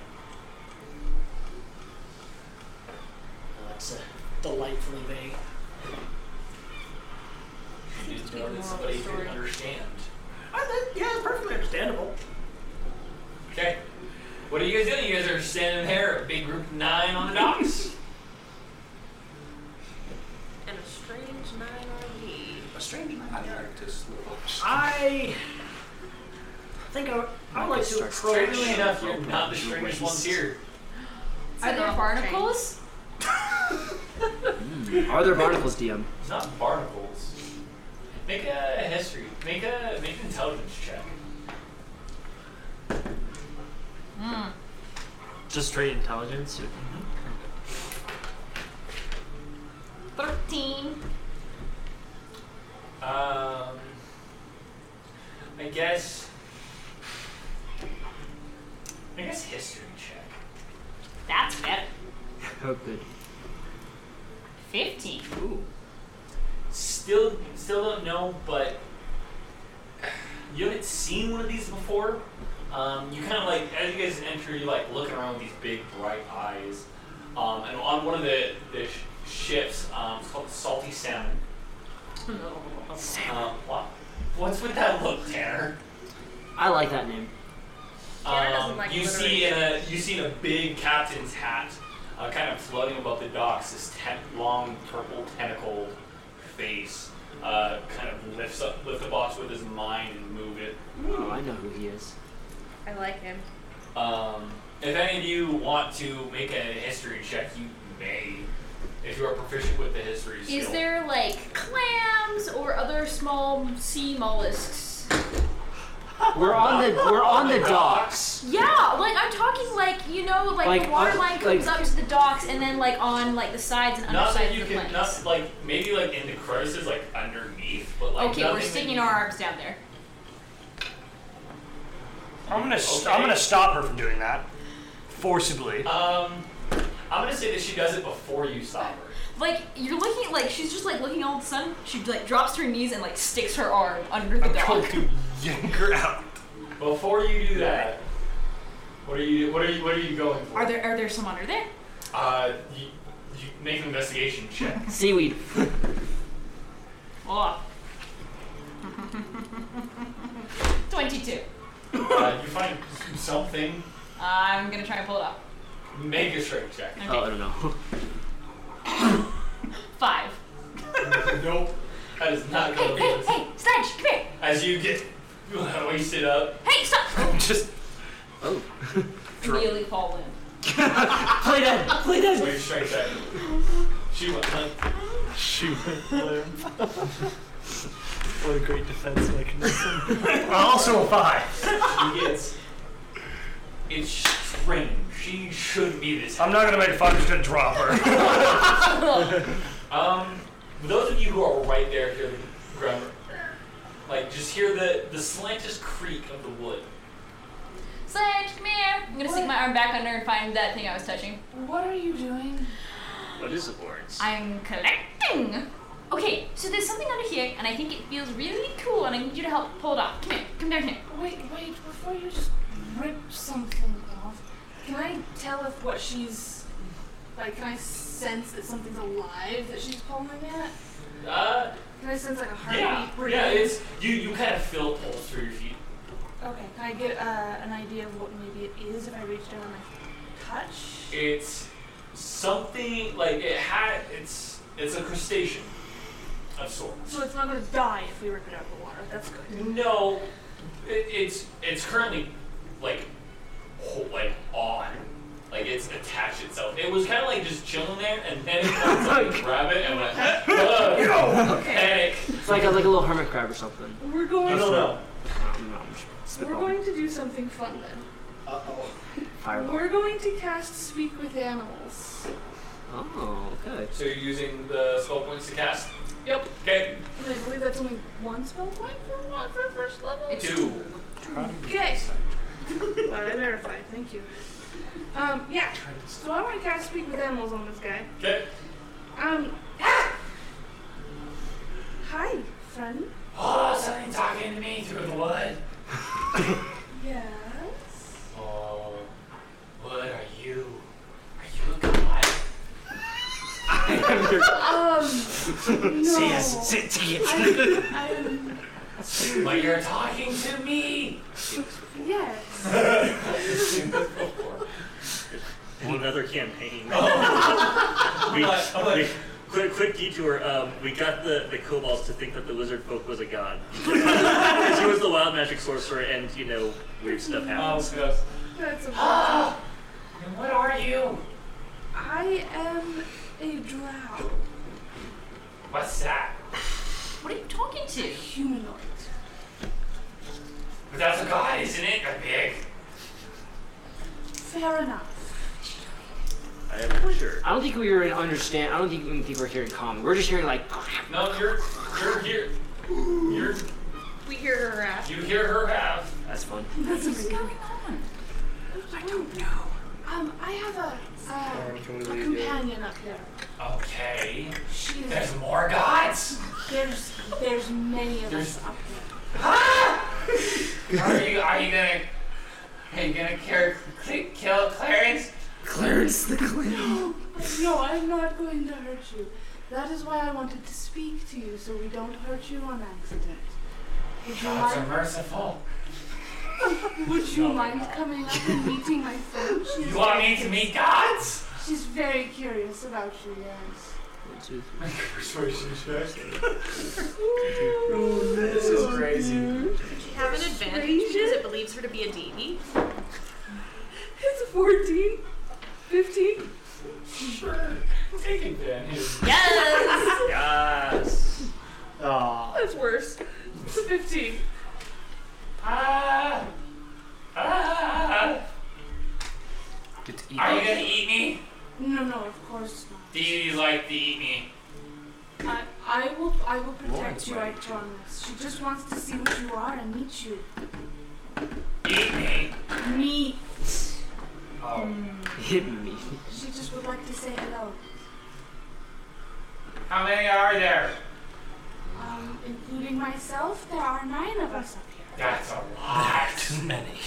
Well, that's uh, delightfully vague.
You didn't know
Moral
that
of
somebody
the
could
story.
understand.
I think, yeah, it's perfectly understandable.
Okay. What are you guys doing? You guys are standing there, a big group of nine on the docks.
And a strange nine RV.
A strange nine
I'd like to slow up.
I think I, I would like to approach.
Strangely enough, you're not the strangest ones here.
Are there barnacles?
Hmm. Are there barnacles, DM?
It's not barnacles. Make a history. Make a make an intelligence check.
Mm.
Just straight intelligence?
Thirteen.
Um, I guess. I guess history check.
That's better.
Oh, good.
Fifteen.
Ooh.
Still, still don't know, but you haven't seen one of these before. Um, you kind of like as you guys enter, you like looking around with these big bright eyes. Um, and on one of the, the sh- ships, um, it's called the Salty Salmon. Um, what, what's with that look, Tanner?
I like that name.
Um,
doesn't like
you see in a you see in a big captain's hat, uh, kind of floating above the docks. This ten- long purple tentacled face uh, kind of lifts up lift the box with his mind and move it.
Oh, I know who he is.
I like him.
Um, if any of you want to make a history check, you may, if you are proficient with the history skill.
Is there like clams or other small sea mollusks?
We're on the we're on the docks.
Yeah, like I'm talking like you know like,
Like,
the water
uh,
line comes
like-
up to the docks and then like on like the sides and
Not
undersides
that
of
you
the
can,
planes.
not like maybe like in the crevices, like underneath, but like
okay, we're
nothing that
sticking
you-
our arms down there.
I'm gonna st- I'm gonna stop her from doing that. Forcibly.
Um, I'm gonna say that she does it before you stop her.
Like you're looking like she's just like looking all of a sudden she like drops to her knees and like sticks her arm under the dock.
Yank her out.
Before you do that, what are you what are you what are you going for?
Are there are there some under there?
Uh, you, you make an investigation check.
Seaweed.
Oh. 22.
uh, you find something.
I'm gonna try and pull it up.
Make a strength check.
Okay. Oh, I don't
know.
Five.
nope. That is not going to
Hey,
be.
hey, Sledge, come here!
As you get wasted up,
Hey, stop!
just oh,
Really fall in.
play that, play that. Make a strength check. She went.
She went What a great defense mechanism. also a five.
She gets. It's strange. She shouldn't be this.
I'm not gonna make fun. I'm just gonna drop her.
Um, for those of you who are right there hear the grammar. Like, just hear the, the slightest creak of the wood.
Sledge, come here! I'm gonna stick my arm back under and find that thing I was touching.
What are you doing?
What is awards?
I'm collecting! Okay, so there's something under here, and I think it feels really cool, and I need you to help pull it off. Come here, come down here.
Wait, wait, before you just rip something off, can I tell if what she's like? Can I sense that something's alive that she's pulling at?
Uh,
Can I sense like a heartbeat?
yeah,
breathing?
yeah. It's you. You kind of feel a pulse through your feet.
Okay, can I get uh, an idea of what maybe it is if I reach down and I touch?
It's something like it had. It's it's a crustacean of sorts.
So it's not gonna die if we rip it out of the water. That's good.
No, it, it's it's currently like ho- like on. Like it's attached itself. It was kind of like just chilling there, and then it got something grab it and went. "Ugh." Panic.
It's like a, like a little hermit crab or something.
We're going.
You don't know.
Spitball.
We're going to do something fun then.
Uh oh.
Fireball.
We're going to cast Speak with Animals.
Oh, okay.
So you're using the spell points to cast.
Yep.
Okay.
And I believe that's only one spell point for one for first level.
Two.
Okay. Glad I verified. Thank you. Um, yeah. So I want to cast Speak with Animals on this guy.
Okay.
Um. Hi, friend.
Oh, something talking to me through the wood.
Yes.
Oh, what are you? Are you a god?
Um. No.
See us, sit
I, I'm,
But you're talking to me.
yes.
Another campaign.
Oh.
we,
I'm like- I'm like-
we- quick, quick detour. Um, we got the, the kobolds to think that the lizard folk was a god. she was the wild magic sorcerer, and you know, weird stuff happens.
Oh, yes.
That's a
And what are you?
I am a drow.
What's that?
What are you talking to?
Humanoid.
But that's a god, isn't it? A big.
Fair enough.
I am sure.
I don't think we were in understand. I don't think even think we're hearing common. We're just hearing like.
No, you're you're here. You're
We hear her laugh.
you hear her have.
That's fun.
That's What's going on? I don't know. Um, I have a, uh,
can we
a
leave
companion up there.
Okay.
She is.
There's more gods.
There's there's many of
There's-
us up there.
Are you are you gonna are you gonna care, cl- kill Clarence?
Clarence the Clown.
No, I'm not going to hurt you. That is why I wanted to speak to you, so we don't hurt you on accident. Would you
Gods are
mind?
merciful.
Would you mind coming up and meeting my friend? She is
You want me to meet gods?
She's very curious about you, yes.
Persuasion check.
This is crazy.
Does she have an advantage because it believes her to be a deity?
It's 14, 15.
Sure. Take advantage.
Yes!
Yes.
Oh,
Aw.
That's worse. It's a 15.
Ah, ah. Are you gonna eat me?
No, no, of course not.
Do you like to eat me?
I, I will I will protect
Lauren's
you, I promise. She just wants to see what you are and meet you.
Eat me.
Meet.
Oh.
Hit me.
She just would like to say hello.
How many are there?
Um, including myself, there are nine of us up here.
That's a lot.
Too many.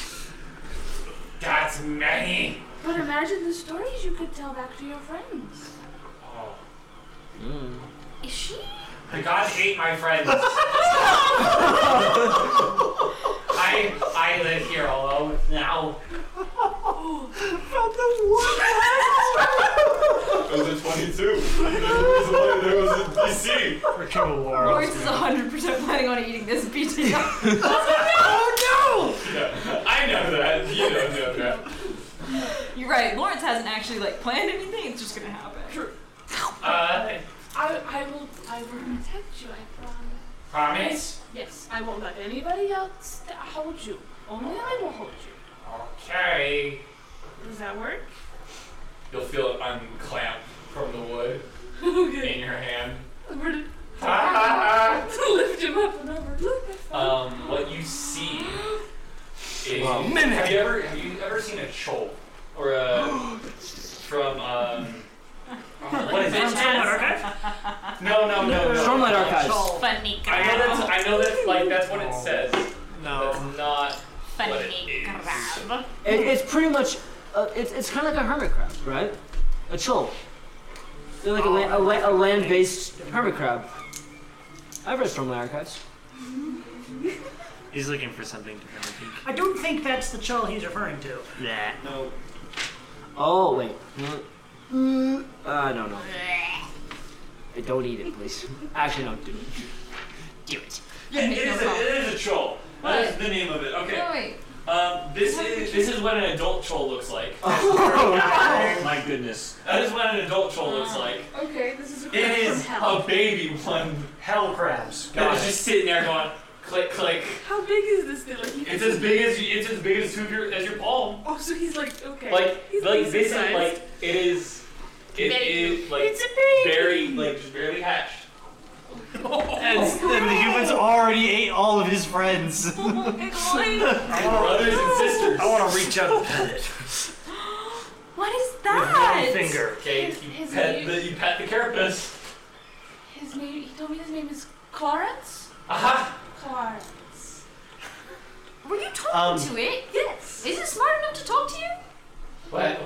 That's many.
But imagine the stories you could tell back to your friends.
Oh.
Is she?
The gods hate my friends. I I live here alone now.
It was a 22. There was a DC.
We're killing
Lawrence is 100% planning on eating this BTR.
oh
Yeah, I know that. You don't know that.
You're right. Lawrence hasn't actually like planned anything. It's just gonna happen. True.
Uh,
I, I will I will protect you, I promise.
promise?
Yes, I won't let anybody else th- hold you. Only I will hold you.
Okay.
Does that work?
You'll feel it unclamp from the wood in your hand.
I'm ready
Ah!
to lift him up and over. Look, that's fine.
Um, what you see is
Wow.
have you ever have you ever seen a chol or a from um what is
Bitch
it?
ass.
No, no, no, no.
Stormlight Archives.
Funny
I know
girl.
that's I know that like that's what it says. No, that's not what it
Funny crab.
It, it's pretty much, uh, it's, it's kind of like a hermit crab, right? A chol. They're like a, la- a, la- a land-based hermit crab. I've read Stormlight Archives.
He's looking for something different, I think.
I don't think that's the chul he's referring to.
Nah.
No. Oh wait. Mm, Uh, no, no. Uh, Don't eat it, please. Actually, no, do it. Do it.
Yeah, it is, a, it is a troll. That is the name of it. Okay. Um, this is this is what an adult troll looks like.
Oh, my
goodness. That is what an adult troll looks like.
Okay, this is a
It is
from hell.
a baby one. Hell crabs.
Got
That was
it.
just sitting there going click click.
How big is this thing? Like, he-
It's as big as it's as big as two of your as your palm.
Oh, so he's like okay.
Like
he's
like this is
decent size.
like it is it
Baby.
is like
It's a baby.
barely like just barely hatched.
And then the
Oh.
humans already ate all of his friends.
Oh
brothers and sisters.
I want to reach out and pet it.
What is
With
that?
one finger.
Okay,
His-
you
his
pet
name-
the you pet the carapace.
His name. He told me his name is Clarence.
Uh-huh.
Aha!
Clarence.
Were you talking
Um,
to it?
Yes.
Is it smart enough to talk to you?
What?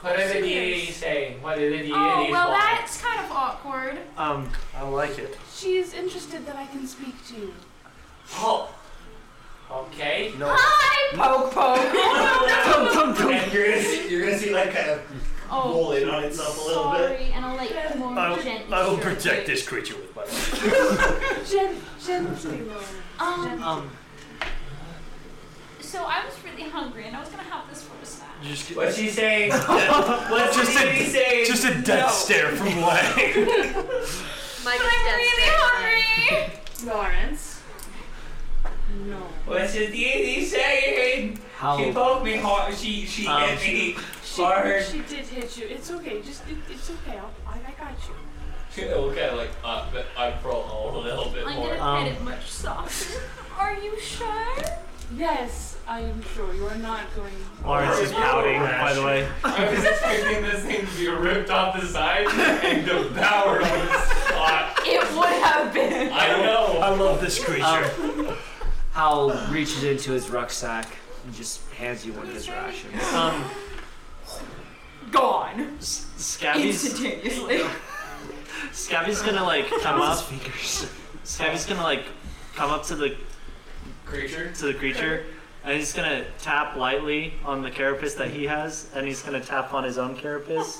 What did the deity say? What did the deity
Oh well,
want?
that's kind of awkward.
Um,
I like it.
She's interested that I can speak to you.
Oh. Okay.
No.
Hi.
Poke, poke. Tum, tum, tum.
And you're gonna see, you're gonna see like kind of
Oh,
roll in on itself a little
sorry,
bit.
and I'll like more
I
gently.
will, I will protect this creature with my life.
Jen, gently, Lauren.
Um,
Um,
so I was really hungry, and I was gonna have this for a snack.
just get,
What'd she say?
What's
What's
just,
the deity
a,
say?
just a death stare from Lang.
Mike
But I'm really hungry.
Lawrence. No.
What's the deity saying?
How-
She poked me hard. She she
Um,
hit me
She,
hard.
she did hit you. It's okay. Just it, it's okay. I'll, I, I got you.
okay, like up, but I crawl a little bit
I'm
more.
gonna
Um,
pet it much softer. Are you sure?
Yes, I am sure you are not going.
Lawrence is pouting, by the way.
I was expecting this thing to be ripped off the side and devoured on the spot.
It would have been.
I know.
I love this creature.
Howl Um, reaches into his rucksack and just hands you one of his rations.
Um,
Gone
Scabby's,
instantaneously.
Scabby's gonna like come
How's
up. Scabby's gonna like come up to the
Creature.
to the creature, and he's gonna tap lightly on the carapace that he has, and he's gonna tap on his own carapace.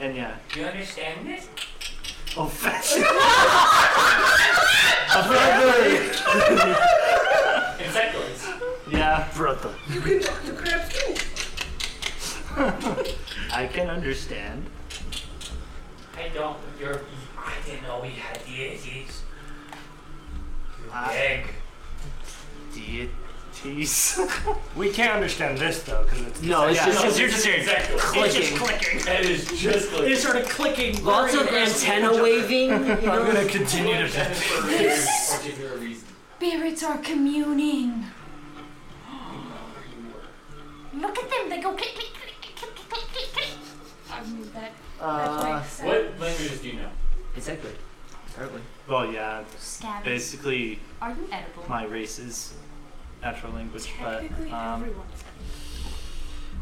and yeah,
Do you understand this?
Oh, offensive.
Insectoids.
yeah, brother.
You can talk to crabs too.
I can understand.
I don't. You're. I didn't know we had deities.
Ah.
Big.
Deities.
We can't understand this though, because it's
No, it's
yeah,
just
no, 'cause you're just hearing
Insectoids.
clicking.
It is just like.
It's sort of clicking.
Lots
very
of
aggressively.
antenna waving. You
I'm
know?
gonna continue to
And
pet.
it's for a very particular reason.
Spirits are communing. Look at them, they go click, click, click, click, click, click, click, click.
I mean, that, that
Uh,
makes sense.
What languages do you know?
Exactly. Apparently.
Well, yeah.
Scabby.
basically
Are you edible?
my race's natural language, but
Technically,
um,
everyone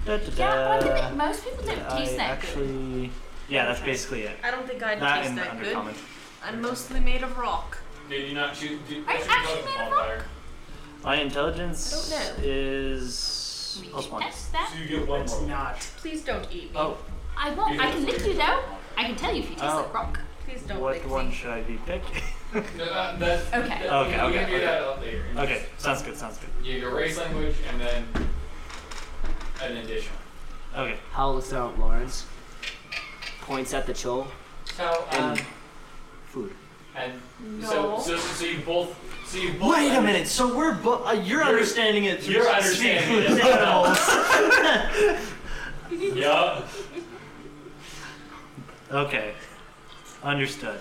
da-da-da.
Yeah, but I think most people don't
I
taste that good.
actually, yeah, that's basically it.
I don't think I'd
that
taste
and
that good.
undercommon.
I'm mostly made of rock.
Did you not choose? Do,
Are you
should
actually
both
made of
qualifier.
My intelligence
I don't know.
is plus one.
that?
So you get one more.
not.
Please don't eat me.
Oh,
I won't. I can lick you though. I can tell you if you taste
Oh.
like rock.
Please
what one should I be picking?
Okay.
Okay,
Yeah, we
okay,
can
okay.
do that up later.
Okay, sounds good, sounds good.
Yeah, your race language and then an additional.
Okay.
Hal looks down at Lawrence, points at the chol.
So,
and
um,
food.
And
No.
so, so, so you both, so you both.
Wait a minute. So we're bo- uh, you're, understanding it. Through
you're understanding it.
speaking with animals.
Yup.
okay, understood.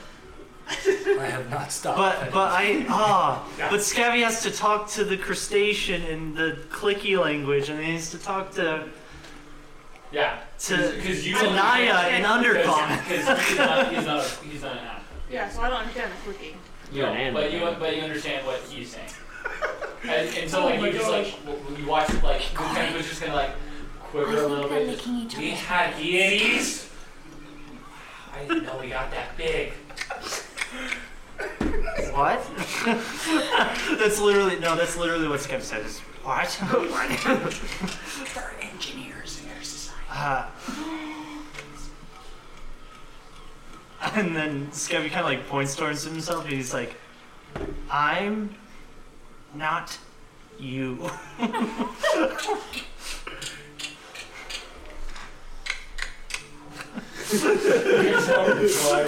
I have not stopped.
But but I ah but Scabby has to talk to the crustacean in the clicky language, and he has to talk to
Yeah.
to
Because you
to
don't
Naya in
understand.
Undercommon.
Because he's not, he's not, a, he's not an animal.
Yeah, so I don't understand the clicking.
No, but you but you understand what he's saying. And, and so like
Oh
you
my
just like w- w- you watch like Lieutenant was just gonna like quiver a little bit. just, We had Yetis. I didn't know we got that big.
What? that's literally no. That's literally what Skip says. What? what?
They're engineers in our society.
Uh, and then Scabby kind of like points towards himself and he's like, I'm not you.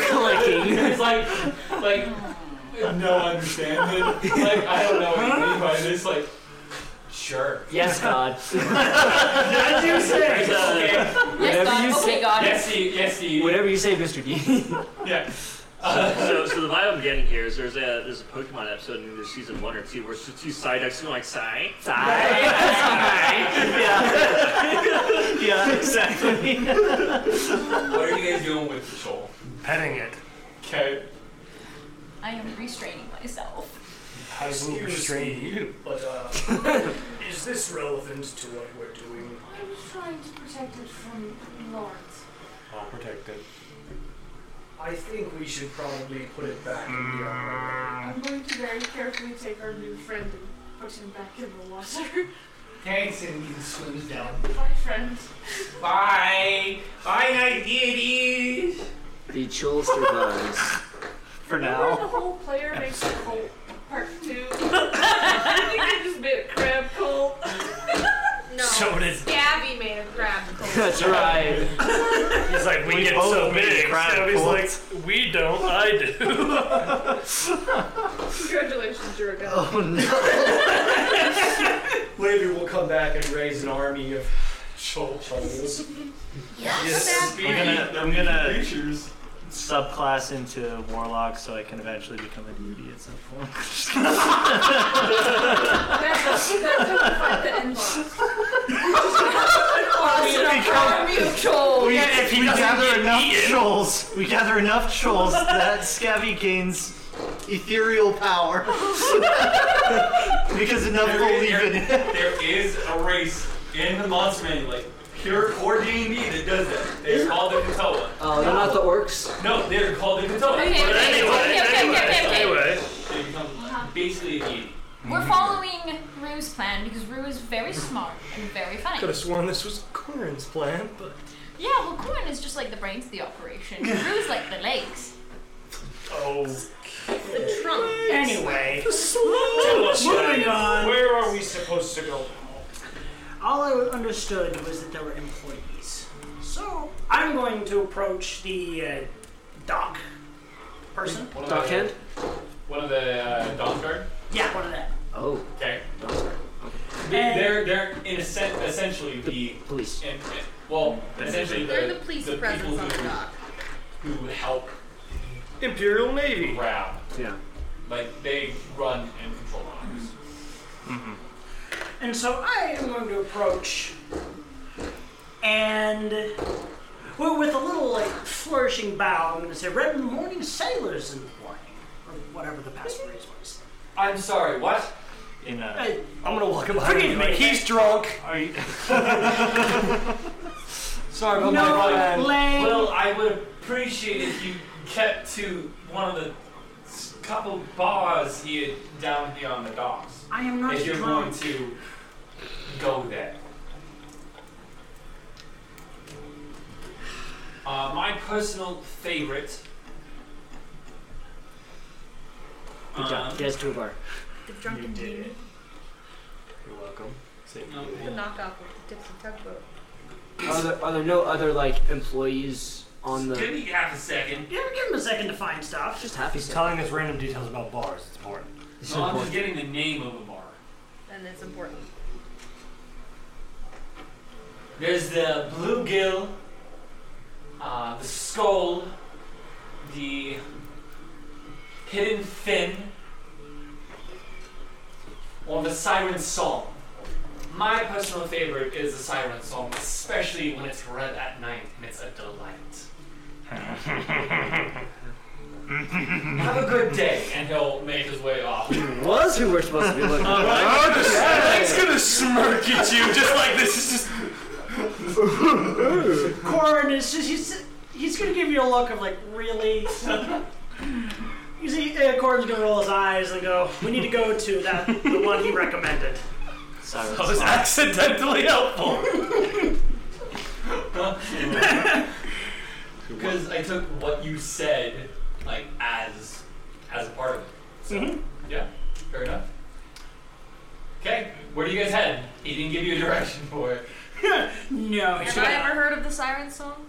Clicking. It's like like no understanding. Like I don't know what you mean by this. Like sure.
Yes, God.
As you say.
Yes,
Yes,
Whatever
God.
you
Okay,
say,
God. Yes, you- yes, you.
Whatever you say, Mr. D.
Yeah.
so, so the vibe I'm getting here is there's a there's a Pokemon episode in either season one or two where it's two Psyducks going like Psy.
yeah. yeah, exactly.
What are you guys doing with the soul?
Petting it.
Okay.
I am restraining myself.
I will restrain you.
But uh, is this relevant to what we're doing?
I was trying to protect it from Lawrence.
I'll protect it.
I think we should probably put it back in the armor.
I'm going to very carefully take our new friend and put him back in the water.
Thanks, and he swims down.
My friend.
Bye. Bye, night deities.
the chol survives.
For
Remember The whole player makes the whole part two. I think I just made a crab cult.
No.
So did-
Gabby made a crab cult.
That's right.
He's like, we,
We
get
both
so
made
big.
crime
So he's
reports.
like, we don't, I do.
Congratulations, you're a guy.
Oh,
Later, we'll come back and raise an army of chol chols.
Yes. I'm gonna, I'm gonna subclass into a warlock so I can eventually become a deity at some point.
That's that's how we fight the end boss. Awesome.
We, if we gather enough trolls, we gather enough trolls that Scabby gains ethereal power. because enough
There
will
is-
leave
there-
it in.
There is a race in the monster manual, like pure core D and D that does that. They're called the Katoa.
Oh, they're not the orcs.
No, they're called the Katoa.
Okay,
But
okay,
anyway,
okay, okay,
anyway,
okay, okay.
anyway, they become basically a deity.
We're following Rue's plan because Rue is very smart and very funny.
Could have sworn this was Corin's plan, but
Yeah, well, Corn is just like the brains of the operation. Rue's like the legs.
Oh.
The trunk.
Anyway.
Moving on.
Where are we supposed to go now?
All I understood was that there were employees. So I'm going to approach the uh, dock person.
One of the- One of the uh, Dawn Guard.
Yeah, one of that.
Oh.
Okay. They-
And-
They're they're in a sen- essentially the,
police.
And, and- well, essentially the,
They're the police presence
people
on the
who,
dock.
who help
Imperial Navy.
grab.
Yeah.
Like they run and control docks.
And so I am going to approach and well, with a little like flourishing bow, I'm going to say, "Red morning sailors in the morning." or whatever the past phrase was.
I'm sorry, what?
In a,
Hey,
I'm gonna walk up behind
forgive
him.
me.
Like, He's drunk.
Are you?
Sorry about
No,
my friend.
Lane. Well, I would appreciate if you kept to one of the s- couple bars here down here on the docks.
I am not
If you're
drunk.
going to go there. Uh, my personal favorite.
Good job.
um,
Get us to a bar.
The drunken demon.
You're welcome.
The knockoff of the tipsy tugboat.
Are there, are there no other like employees on the?
Give me half a second.
Yeah, give him a second to find stuff.
Just happy.
He's telling us random details about bars. It's important.
This
No, I'm just getting the name of a bar.
And it's important.
There's the bluegill, uh, the skull, the hidden fin, or the siren song. My personal favorite is the siren song, especially when it's read at night and it's a delight. Have a good day, and he'll make his way off.
Was who we're supposed to be looking for.
Oh, just-
He's gonna smirk at you just like this is just.
Corin is just, he's, he's gonna give you a look of like, really? you see, uh, Corin's gonna roll his eyes and go, we need to go to that, the one he recommended.
That was accidentally helpful.
Because I took what you said like as as a part of it. So
Mm-hmm.
yeah, fair enough. Okay, where do you guys head? He didn't give you a direction for it.
no,
Oh,
Have I ever heard of the siren song?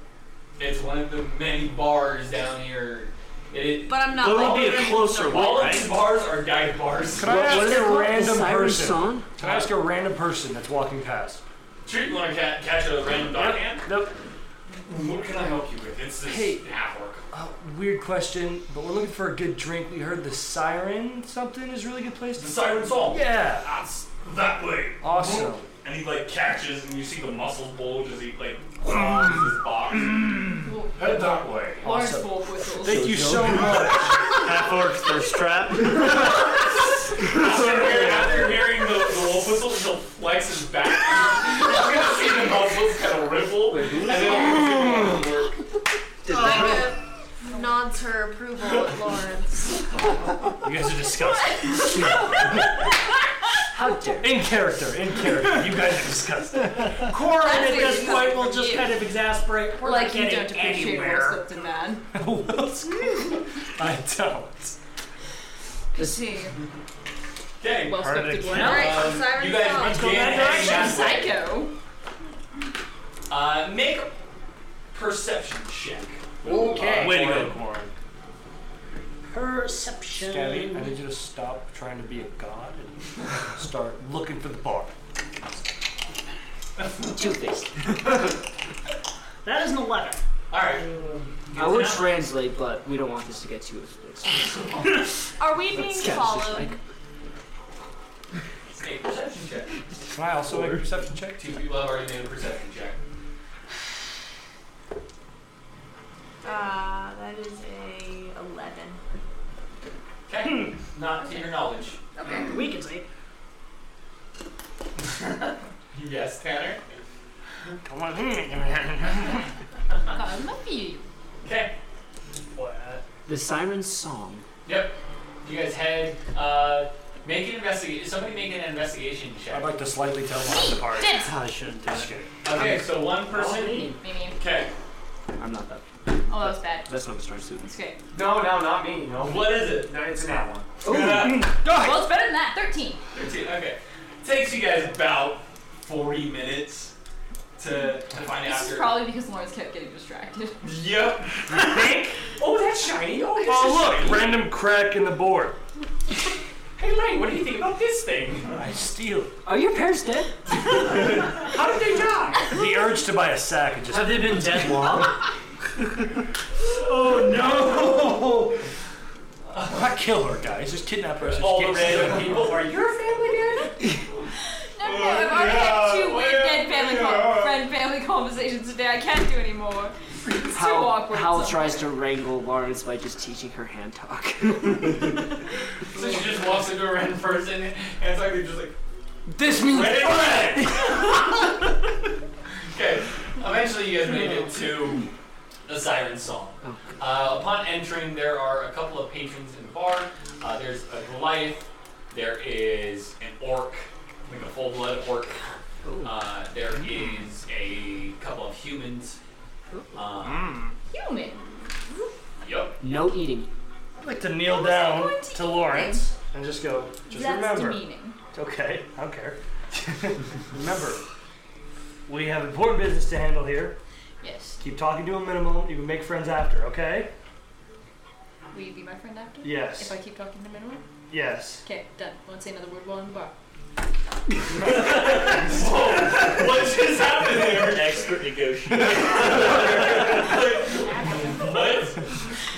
It's one of the many bars down here. It,
But I'm not There would like- be a
closer one. All of these bars are dive bars.
Can I ask a random
Siren
person?
song?
Can I ask a random person that's walking past?
Treat you want to ca- catch a random dog hand?
Nope.
What can I help you with? It's this
Hey.
half work.
Uh, weird question, but we're looking for a good drink. We heard the siren something is a really good place.
The siren song.
Yeah.
That's that way.
Awesome.
And he like catches, and you see the muscles bulge as he like grabs his box. Head that way.
Awesome.
Both whistles.
Thank you so much.
Half orcs, they're strapped.
After, hear- after hearing the, the wolf whistle, he'll flex his back. You're gonna see the muscles kind of ripple, and then you'll see the work.
Micah nods her approval at Lawrence.
You guys are disgusting.
How dare
In character, in character. You guys are disgusting.
Corin at
That's
this
weird.
point will just kind of exasperate. We're
Like
not
you
getting
don't appreciate
anywhere.
what's up man.
I don't.
Okay.
Well
Heard
scripted
it.
one.
All right,
Um,
siren
you guys
song. Let's go
begin
that
heading
direction.
that way.
Psycho.
Uh, make a perception check. Uh,
Okay.
Way to go, Corin.
Perception.
Gabby, I need you to stop trying to be a god and start looking for the bar.
Two things.
That is an Uh, 11.
All right.
I would translate, but we don't want this to get too expensive.
Are we being
That's kind of just
followed?
like-
Make a perception check.
Can I also make a perception check?
Two people have already made a perception check.
Ah,
Uh, that is a 11.
Okay. Not to your knowledge.
Okay.
We can see.
Yes, Tanner.
Come on.
hmm.
Wait,
Come up you.
Okay.
The siren song.
Yep. You guys head. Uh, make an investigation. Somebody make an investigation check.
I'd like to slightly tell them apart.
Dennis.
I shouldn't do it.
Okay, so one person.
Maybe.
Okay.
I'm not that.
Oh, that was bad.
That's not the star student.
It's okay.
No, no, not me. No.
What is it?
No, it's that one.
Well, it's better than that. 13.
13. Okay. Takes you guys about 40 minutes to, to find out.
This is
your-
probably because Lawrence kept getting distracted.
Yep. Pink. Oh, that's shiny. Oh, it's
Oh
a
look,
shiny.
random crack in the board.
Hey, Lane, what do you think about this thing?
I steal.
Are your parents dead?
How did they die?
The urge to buy a sack and just.
Have they been dead long?
Oh no! Not kill her, guys. Just kidnap her. so she
All the
can't
random
steal.
people are your family, dude?
No, No, I've already had two weird dead family, co- friend family conversations today. I can't do anymore. It's too
Hal,
awkward.
Hal
sometimes.
tries to wrangle Lawrence by just teaching her hand talk.
So she just walks into a random person, and it's like they're just like,
This means
Ready? okay. Eventually, you guys make it to the siren song.
Oh.
Uh, upon entering, there are a couple of patrons in the bar. Uh, there's a Goliath. There is an orc, like a full-blood orc. Uh, there is a couple of humans. Um,
Human.
Yep.
No eating.
I'd like to kneel down
to
to Lawrence and just go, just
That's
remember.
demeaning.
It's okay, I don't care. remember, we have important business to handle here.
Yes.
Keep talking to a minimum. You can make friends after, okay?
Will you be my friend after?
Yes.
If I keep talking to minimum?
Yes.
Okay, done. Won't say another word while in the bar.
Whoa, what just happened there? Expert negotiator.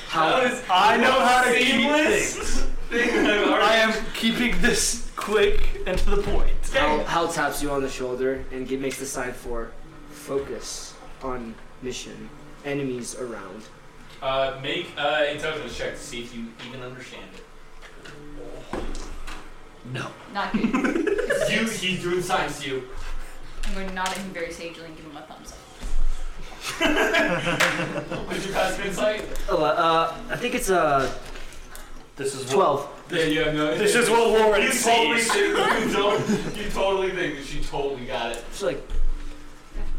How is, Mm. I know how to keep
Seamless?
things. I am keeping this quick and to the point.
Hal, Hal taps you on the shoulder and gi- makes the sign for focus on mission. Enemies around.
Uh, make uh, intelligence check to see if you even understand it.
No.
Not good.
You, he's doing signs to you.
I'm going to nod at him very sagely and give him a thumbs up.
Would you pass insight?
Oh, uh, uh, I think it's Uh,
this is
twelve.
Yeah, you have no.
This is what Lauren
you Totally
sees.
think, you, don't- you totally think that she totally got it.
She's like,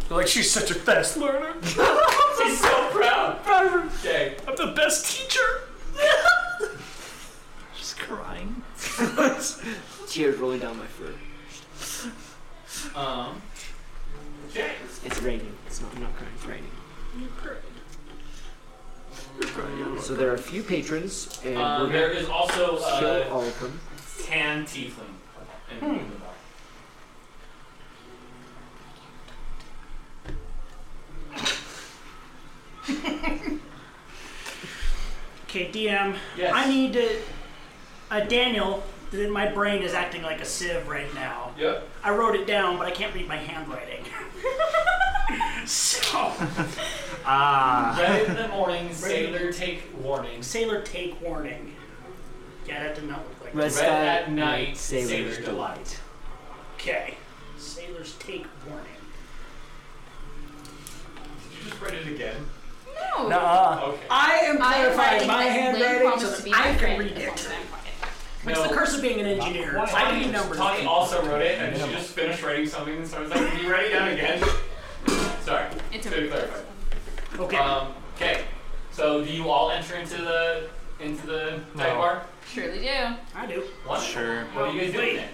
like she's such a fast learner.
She's so proud. Proud of her. Okay.
I'm the best teacher.
She's crying.
Tears rolling down my fur.
Um. Okay.
It's raining. It's not. I'm not crying. It's raining. So there are a few patrons, and
Uh,
we're
there
gonna
is also, uh,
kill all of them.
Tan tiefling. And
Okay, DM.
Yes.
I need to. Uh, Daniel, th- my brain is acting like a sieve right now.
Yep.
I wrote it down, but I can't read my handwriting. so.
Ah.
Red in the morning, sailor take warning.
Sailor take warning. Yeah, that did not look like
Red
it.
Red sky, at night, night, sailor's sailor's delight.
Okay. Sailors take warning.
Did you just read it again?
No.
Okay.
I am clarifying
writing
my
that Lynn
handwriting so
promised to
that
be my
I can
friend
read
as long
it.
as I'm quiet.
What's the curse of being an engineer?
Why?
I can read numbers.
Tawny also wrote it, and she just finished writing something, and so I was like, "Can you write it down again?" Sorry.
It's
to clarify.
Okay.
Um, okay. So do you all enter into the into the dive
No.
bar?
Surely do.
I do.
Wonderful.
Sure.
What are you guys doing? Then?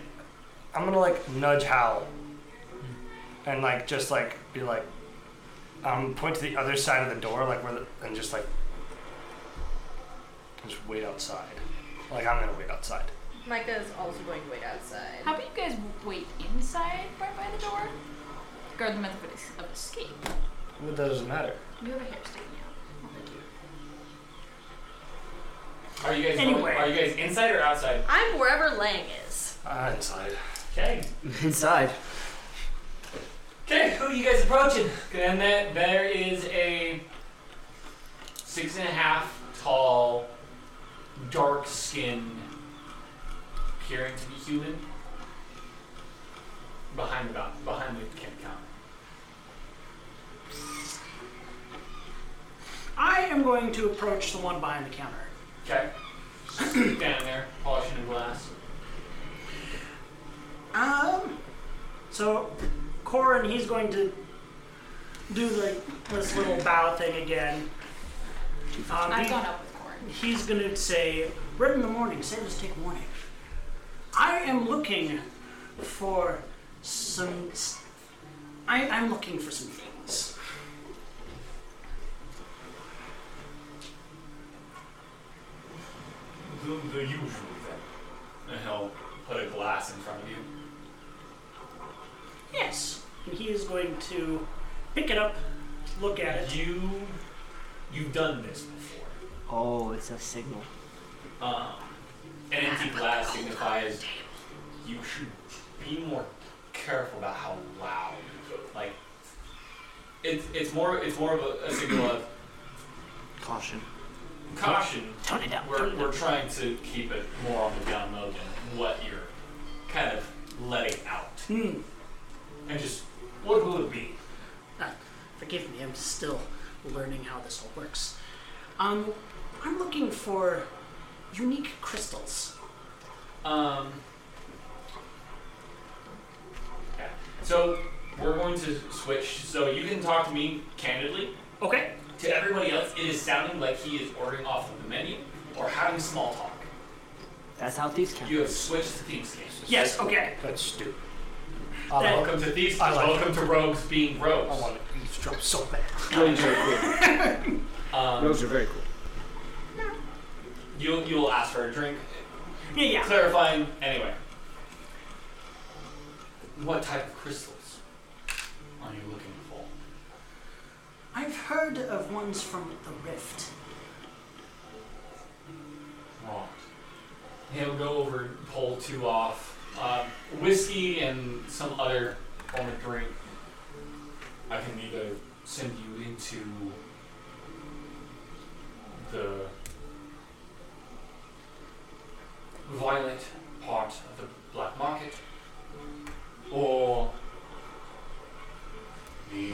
I'm gonna like nudge Hal and like just like be like um point to the other side of the door like where the, and just like just wait outside. Like I'm gonna wait outside.
Micah is also going to wait outside.
How about you guys wait inside, right by the door? Guard the method of es- of escape.
It doesn't matter.
You have a hair sticking out. Oh, thank you.
Are you guys
Anyway.
are you guys inside or outside?
I'm wherever Lang is.
Uh, inside.
Okay.
Inside.
Okay. Who are you guys approaching? And that there is a six and a half tall, dark skinned, appearing to be human behind the bo- behind the camp counter.
I am going to approach the one behind the counter.
Okay. Scoot down there, polishing a glass.
Um. So, Corin, he's going to do like this little bow thing again. Um,
I've
he-
gone up with corn.
He's going to say, "Red in the morning, sailors take warning. I am looking for some. s- I, I'm looking for some things.
The, the usual thing. And he'll put a glass in front of you.
Yes." And he is going to pick it up, look at it.
You, you've done this before.
Oh, it's a signal.
Uh, Um, an empty glass signifies you should be more careful about how loud. Like, it's it's more it's more of a, a signal of
Caution.
caution.
Tone it down,
We're,
tone it down.
we're trying to keep it more on the down low than what you're kind of letting out.
Hmm.
And just what will it be?
Uh, forgive me, I'm still learning how this all works. Um, I'm looking for unique crystals.
Um. Okay. So we're going to switch. So you can talk to me candidly.
Okay.
To everybody else, it is sounding like he is ordering off of the menu or having small talk.
That's how thieves count.
You have switched to thieves' games.
Yes, okay.
That's stupid.
welcome to thieves.
I like
welcome to rogues being rogues. I
want to eavesdrop so bad.
Rogues are cool. um,
Rogues are very cool.
You'll you'll ask for a drink.
Yeah, yeah.
Clarifying anyway. What type of crystals are you looking for?
I've heard of ones from the Rift.
Wrong. He'll go over and pull two off. Um, whiskey and some other form of drink. I can either send you into the violent part of the black market or the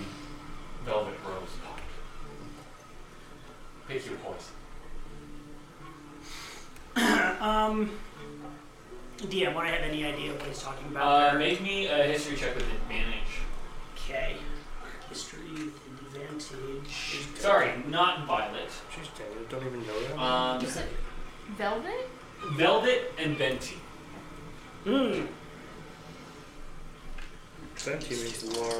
velvet rose part. Pick your poison.
um, DM, would I have any idea what he's talking about?
Uh, make me a history check with advantage.
Okay. History with advantage.
Sorry, not Violet.
She's dead. Don't even know that.
Um,
You said velvet?
Velvet and Venti.
Mmm.
Venti means large.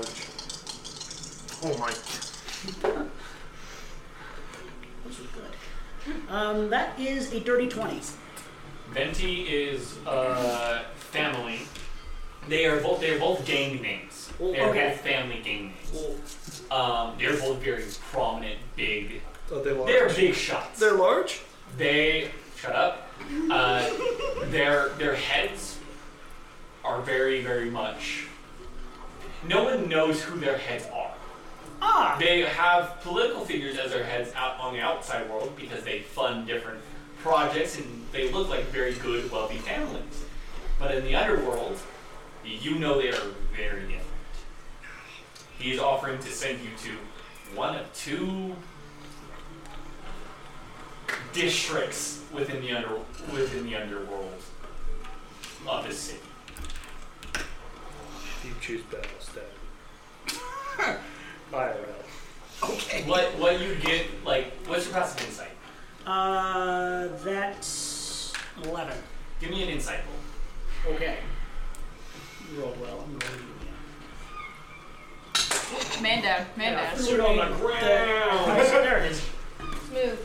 Oh my.
Those are good. Um, that is a dirty 20.
Venti is uh, family. They are both. They're both gang names. They are
okay.
both family gang names. Um, they're both very prominent, big.
Are they large?
They're big shots.
They're large.
They shut up. Uh, their their heads are very very much. No one knows who their heads are.
Ah.
They have political figures as their heads out on the outside world because they fund different projects and they look like very good wealthy families. But in the underworld, you know they are very different. He is offering to send you to one of two districts within the under within the underworld of this city.
If you choose battle stab. IRL.
Okay.
What what you get like what's your passive insight?
Uh, that's 11.
Give me an insight roll.
Okay. You roll well. I'm rolling you down.
Man down, man
Yeah,
down.
threw it on the ground. there it is.
Smooth.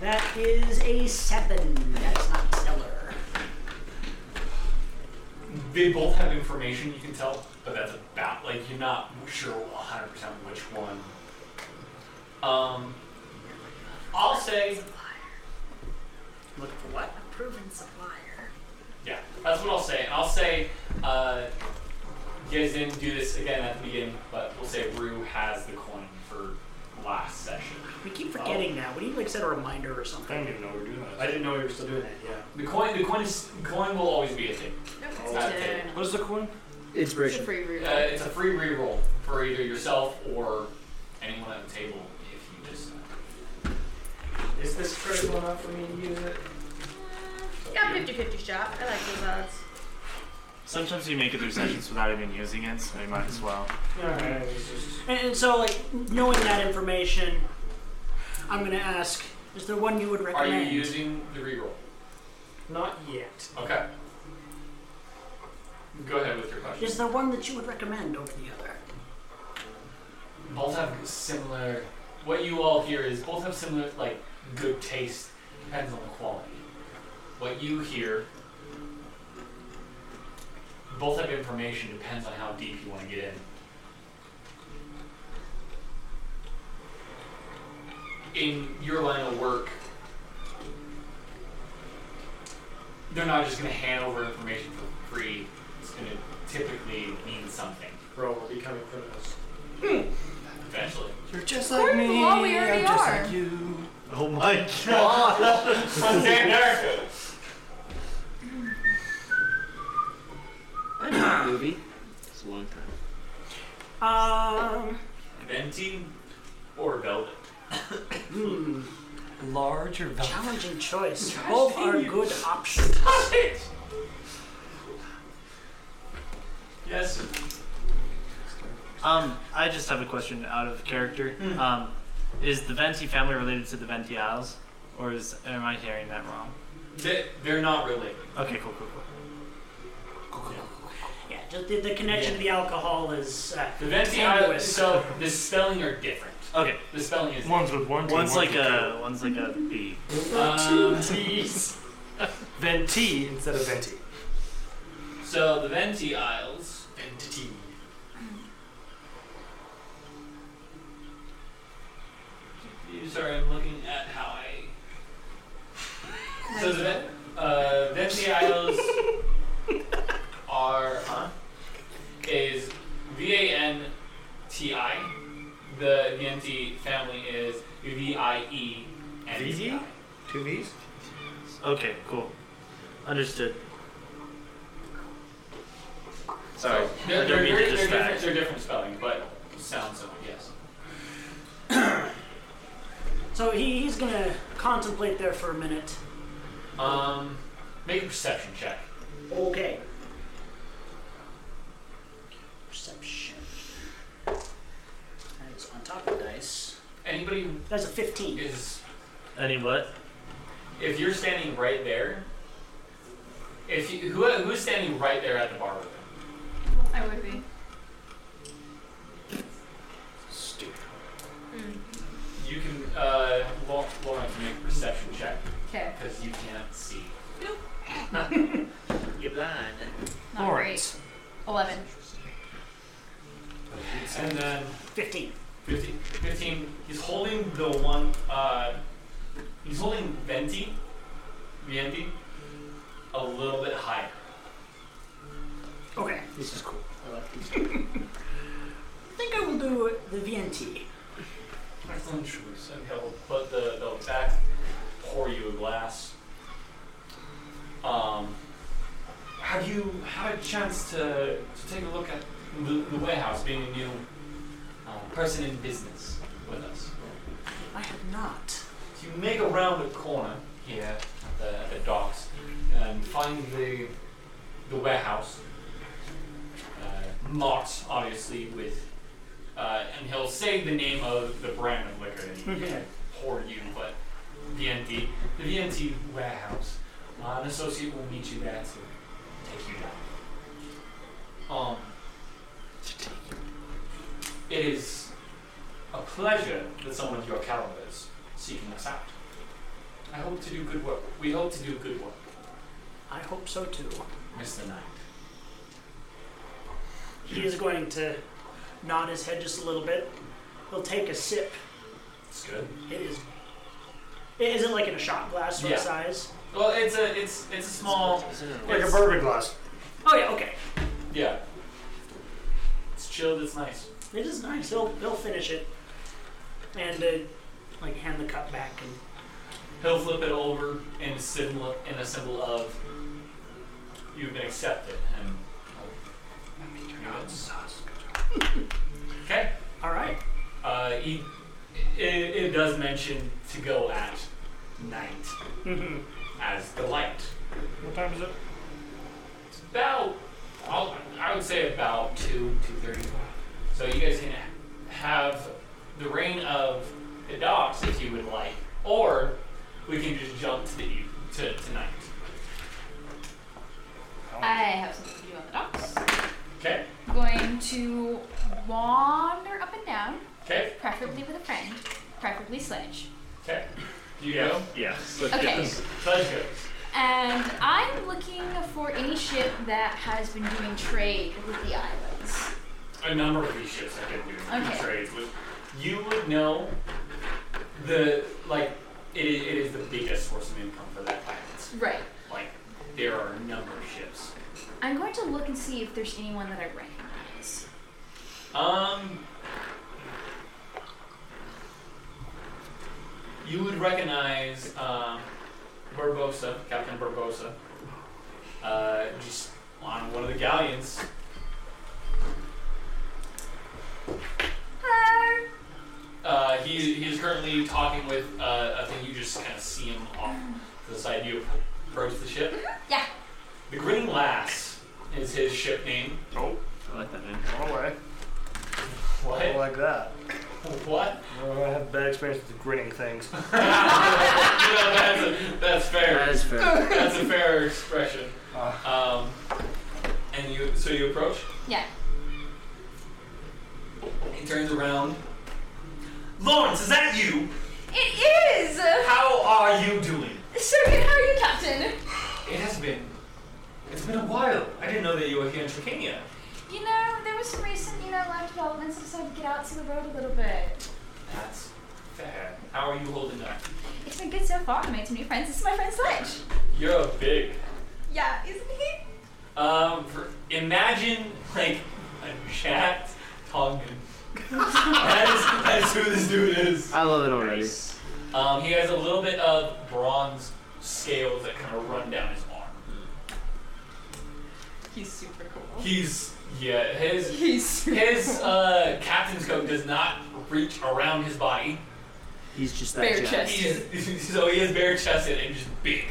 That is a 7. That's not stellar.
They both have information you can tell, but that's about like you're not sure 100 percent which one. Um, I'll say
Looking for what? A proven supplier.
yeah, that's what I'll say. And I'll say uh, you guys didn't do this again at the beginning, but we'll say Rue has the coin for last session.
We keep forgetting that. We need to like set a reminder or something.
I didn't even know we were doing
I didn't
know we were
still
doing that, yeah.
The coin, the coin is, coin will always be a thing.
it's
Not a
a-
thing.
What is the coin?
Inspiration.
Free reroll.
Uh, it's a free reroll for either yourself or anyone at the table if you just.
Is this critical enough for me to use it?
Yeah, 50 50 shot. I like those odds.
Sometimes you make it through sessions without even using it, so you might as well.
Alright, And, and so, like, knowing that information, I'm going to ask is there one you would
Are
recommend?
you using the reroll?
Not yet.
Okay. Go ahead with your question.
Is there one that you would recommend over the other?
both have similar. What you all hear is both have similar, like good taste. Depends on the quality. What you hear. Both have information. Depends on how deep you want to get in. In your line of work, they're not just going to hand over information for free. It's going to typically mean something.
Bro, we're becoming criminals.
Eventually.
You're just
like According to me, law, we already I'm just are. like
you.
Oh my
God. Xander.
movie. It's a long time.
Um,
Venting or velvet?
hmm.
Large or velvet?
Challenging choice. Both are good options.
Yes.
Um, I just have a question out of character.
Hmm.
Um, is the Venti family related to the Venti Isles, or is am I hearing that wrong?
They, they're not related.
Okay, cool, cool, cool.
Yeah, just the, the connection to the alcohol is uh,
The Venti
tenuous.
Islands, so the spelling are different.
Okay.
The spelling is
One's with one T,
One's
one's
like
with
a one's like a B.
Um,
Venti instead of venti.
So the Venti Isles. Venti. Sorry, I'm looking at how I. So the Ven- uh, Venti Isles are huh? is V A N T I. The Venti family is V I E N T I.
Two V's. Okay, cool. Understood. Sorry,
They're,
I
they're
don't mean
very-
to
they're different,
distract.
they're different spelling, but sound similar, yes.
So he, he's gonna contemplate there for a minute.
Um, make a perception check.
Okay. Perception. That is on top of the dice.
Anybody
That's a 15.
is
Any what?
if you're standing right there. If you, who who's standing right there at the bar with him?
I would be.
Stupid. You can uh, Lau- Lawrence make a perception check.
'Kay.
Because you can't see.
You're blind.
Not great. Eleven.
And then
15.
15, 15. He's holding the one. Uh, he's holding Venti, Venti, a little bit higher.
Okay.
This is cool.
I like these. I think I will do the VNT.
Excellent choice. And he'll put the they'll back pour you a glass. Um, have you had a chance to, to take a look at the, the warehouse being a new um, person in business with us?
I have not.
So you make around the corner here at the, at the docks and find the the warehouse uh, marked obviously with uh, and he'll say the name of the brand of liquor that he
Okay.
poured you, but VNT the VNT warehouse. Uh, an associate will meet you there to take you down. Um, it is a pleasure that someone of your caliber is seeking us out. I hope to do good work. We hope to do good work,
I hope so too.
Mr. Knight.
He is going to nod his head just a little bit. He'll take a sip.
It's good.
It is. It isn't like in a shot glass sort
Yeah.
of size.
Well, it's a it's it's a small
Like a
it's-
bourbon glass.
Oh yeah, okay.
Yeah. It's chilled. It's nice.
It is nice. He'll he'll finish it, and uh, like hand the cup back and
He'll flip it over in a symbol in a symbol of you've been accepted and. Okay.
All right.
Uh, he, it, it does mention to go at night
Mm-hmm.
as the light.
What time is it?
It's about I'll, I would say about two two thirty. So you guys can have the reign of the dogs if you would like, or we can just jump to the eve- to tonight.
I have something to do on the docks.
Okay.
I'm going to wander up and down,
Okay.
preferably with a friend, preferably Sledge.
Okay. You go.
Yeah.
Okay.
Sledge goes.
And I'm looking for any ship that has been doing trade with the islands.
a number of these ships have been doing
Okay.
these trades with. You would know the like it is, it is the biggest source of income for that island.
Right.
Like there are a number of ships
I'm going to look and see if there's anyone that I recognize.
Um, you would recognize um, Barbosa, Captain Barbosa, uh, just on one of the galleons. Uh, he, he is currently talking with uh, I think you just kind of see him off to the side. You approach the ship.
Yeah.
The Grinning Lass is his ship name. Oh, I like that name.
All right.
What?
I don't like that.
What?
I have bad experience with grinning things.
that's, a, that's fair. That is
fair.
That's a fair expression. Um, and you, so you approach.
Yeah.
He turns around. Lawrence, is that you?
It is!
How are you doing?
So good, how are you, Captain?
It has been. It's been a while. I didn't know that you were here in Tricania.
You know, there was some recent, you know, life developments, so I decided to get out to the road a little bit.
That's fair. How are you holding up?
It's been good so far. I made some new friends. This is my friend Sledge.
You're a big.
Yeah, isn't he?
Um, for, imagine like a Jack Tongan. that, is, that is who this dude is.
I love it already.
Um, he has a little bit of bronze scales that kind of run down his arm.
He's super cool.
He's yeah, his his uh, captain's coat does not reach around his body.
He's just that
Bare
jacked.
chest.
He is, so he is bare chested and just big.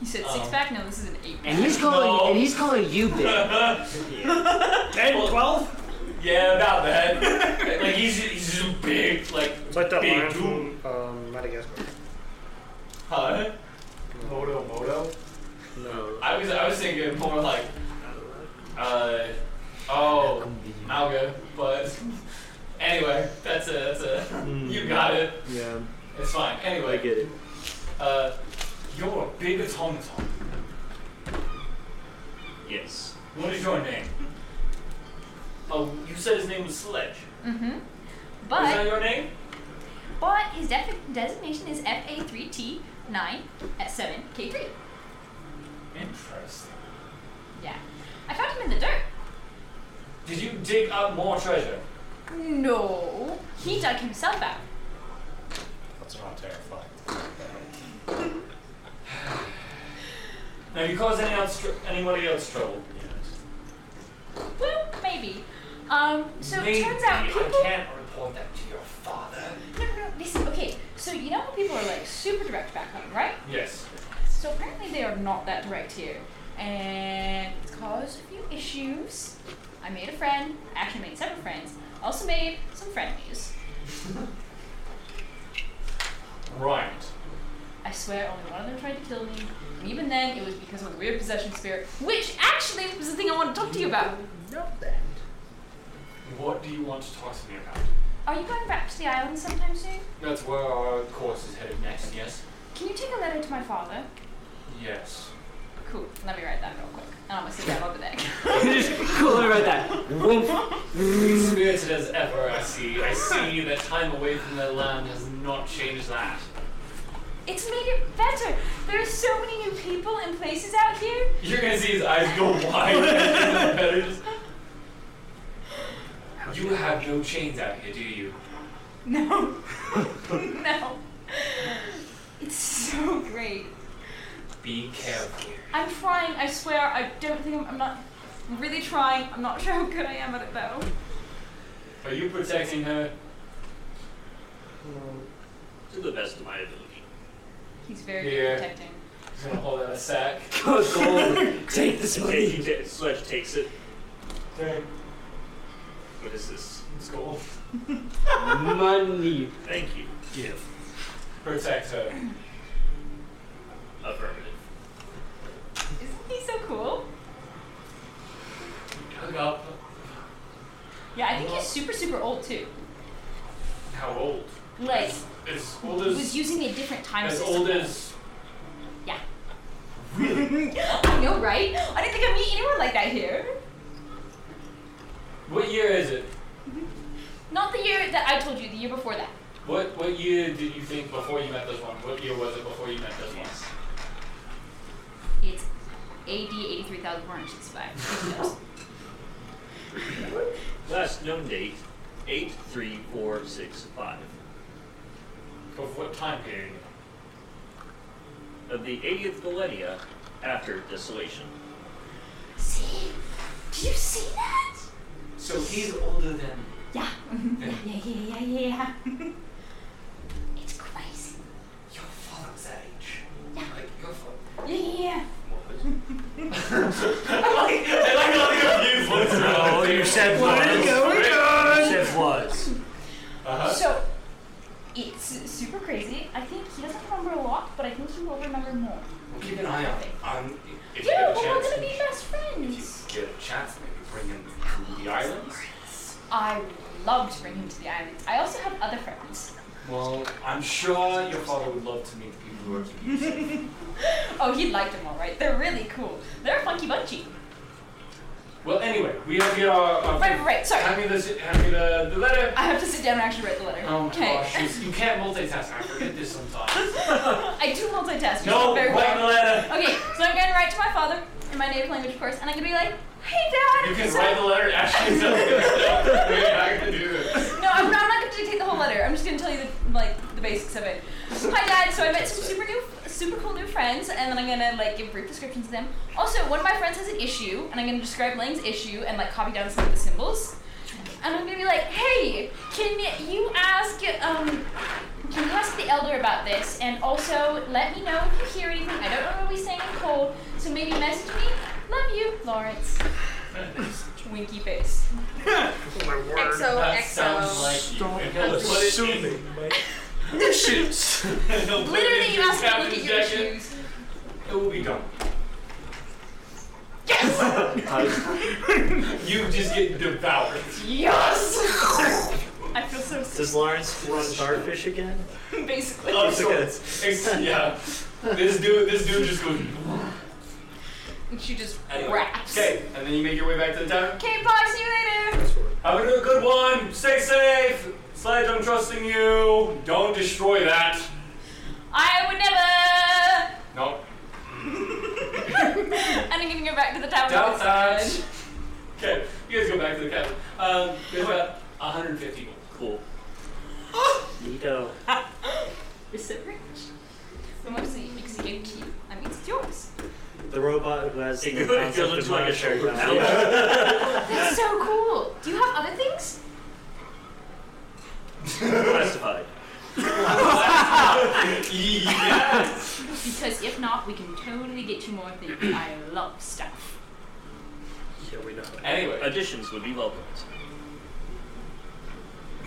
You said
Um,
six pack? No, this is an eight pack.
And he's calling and he's calling you big.
Mm-hmm.
Ten, twelve? Yeah, about that. like he's he's just big, like
It's like that
big
lion
dude.
from um, Madagascar.
Huh?
Moto Moto?
No. I was I was thinking more like uh oh Malga, but anyway, that's a that's a you got it.
Yeah.
It's fine. Anyway. Hmm. I get it. Uh you're a big automaton. Yes. What is your name? Oh, you said his name was Sledge.
Mm-hmm.
is that
But,
your name?
but his defi- designation is FA3T9S7K3.
Interesting.
Yeah. I found him in the dirt.
Did you dig up more treasure?
No. He dug himself out.
That's not terrifying.
Now, you caused any else tr- anybody else trouble?
Well, maybe. Um, so
Maybe
it turns out people.
I can't report that to your father.
No, no, no. Listen, okay. So you know how people are like super direct back home, right?
Yes.
So apparently they are not that direct here, and it's caused a few issues. I made a friend. Actually, made several friends. Also made some frenemies.
Right.
I swear, only one of them tried to kill me, and even then, it was because of a weird possession spirit, which actually was the thing I want to talk to you about.
What do you want to talk to me about?
Are you going back to the island sometime soon?
That's where our course is headed next, yes?
Can you take a letter to my father?
Yes.
Cool. Let me write that real quick, and I'm gonna sit down on the deck.
cool, let me write that. Whoop.
Spirited as ever, I see. I see that time away from their land has not changed that.
It's made it better. There are so many new people and places out here.
You're gonna see his eyes go wide. you have no chains out here, do you?
No. no. It's so great.
Be careful.
I'm trying, I swear, I don't think I'm, I'm not I'm really trying. I'm not sure how good I am at it though.
Are you protecting her?
To the best of my ability.
He's very
Yeah.
good at protecting.
He's gonna hold out a sack.
Good gold. Take this money.
He ta- Sledge takes it.
Okay.
What is this?
It's gold.
Money.
Thank you. Give.
Protect her.
Affirmative.
Isn't he so cool?
Hug up.
Yeah, I think he's super, super old too.
How old?
Like,
As
he
old as.
was using a different time
as
system.
old as.
Yeah. I know, right? I didn't think I'd meet anyone like that here.
What year is it?
Not the year that I told you, the year before that.
What what year did you think before you met this one? What year was it before you met this one?
It's AD 83,465.
Last known date, 83465.
Of what time period?
Of the 80th millennia after desolation.
See? Do you see that?
So he's older than.
Yeah. yeah, yeah, yeah, yeah. it's crazy.
Your father was that age.
Yeah.
Like, your father.
Yeah, yeah,
I like how the confused looks
No, Oh, you said
What
was.
is going
You said was.
Uh-huh.
yeah. So it's super crazy. I think he doesn't remember a lot, but I think he will remember more.
Well, keep an eye on him. Um, if you
yeah,
get a
but we're
chance,
gonna be best friends.
get a chance, maybe bring him to the islands.
I would love to bring him to the island. I also have other friends.
Well, I'm sure your father would love to meet the people who are keeping you safe.
oh, he liked them all right. They're really cool. They're a funky bunchy.
Well, anyway, we have your. Uh,
Right, right, sorry.
Hand me the, hand me the, the letter.
I have to sit down and actually write the letter.
Oh
okay.
gosh, you- you can't multitask. I forget this sometimes.
I do multitask. you
No,
know very
write
well.
the letter.
Okay, so I'm going to write to my father in my native language, of course, and I'm going to be like, "Hey, Dad."
You can
so-
write the letter. Actually, so we're not gonna do this.
No, I'm not, I'm not going to dictate the whole letter. I'm just going to tell you the, like the basics of it. Hi, Dad. So I met some super new, super cool new friends, and then I'm going to like give brief descriptions of them. Also, one of my friends has an issue, and I'm going to describe Lang's issue and like copy down some of the symbols. And I'm gonna be like, hey, can you ask um can you ask the elder about this? And also let me know if you hear anything. I don't remember we saying in cold, so maybe message me. Love you, Lawrence. Winky face.
XO,
That sounds
XO.
like
Stop
you. Put it in. Issues.
Literally, you asked me to look at your
issues. It will be done. Yes. you just get devoured.
Yes! I feel so sick.
Does Lawrence run starfish again?
Basically.
Oh, so
It's, yeah. This dude. This dude just goes.
And she just
Anyway.
raps.
Okay, and then you make your way back to the town.
Okay, bye, see you later.
Have a good one. Stay safe. Sledge, I'm trusting you. Don't destroy that.
I would never
No.
and I'm gonna go back to the tower.
Don't touch. Okay, you guys go back to the cabin. Um, there's about 150 people.
Cool.
Neato.
You're so rich. So much so you because you gave key. I mean, it's yours.
The robot who has
It
the
goes- it
concept
looks
of
like a
martial
shirt.
value.
That's so cool. Do you have other things?
Classified.
yes.
Because if not, we can totally get you more things. I love stuff.
Yeah, we know.
Anyway.
Additions would be welcome.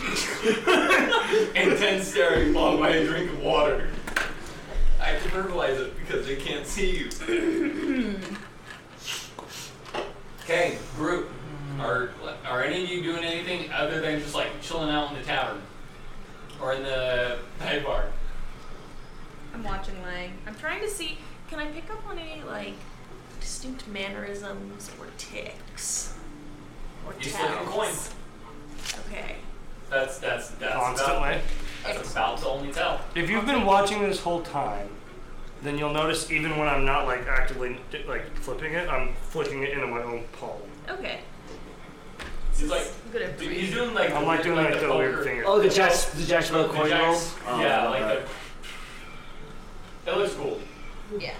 Intense staring followed by a drink of water. I have to verbalize it because they can't see you. okay, group. Are are any of you doing anything other than just like chilling out in the tavern or in the dive bar?
I'm watching Lang. I'm trying to see. Can I pick up on any like distinct mannerisms or ticks or
You still have a coin.
tells? Okay.
That's that's that's
Constantly.
about, that's about the only tell.
If you've been watching this whole time, then you'll notice even when I'm not like actively like flipping it, I'm flicking it into my own palm.
Okay.
He's like
I'm good at
dude, he's doing like
I'm
the
like
weird-
doing
like,
like
the
the weird
poker-
finger.
Oh, the Jacks, the Jacks about
the
coin roll.
jacks-
Oh,
yeah,
I love
like
that.
the. It looks cool.
Yeah.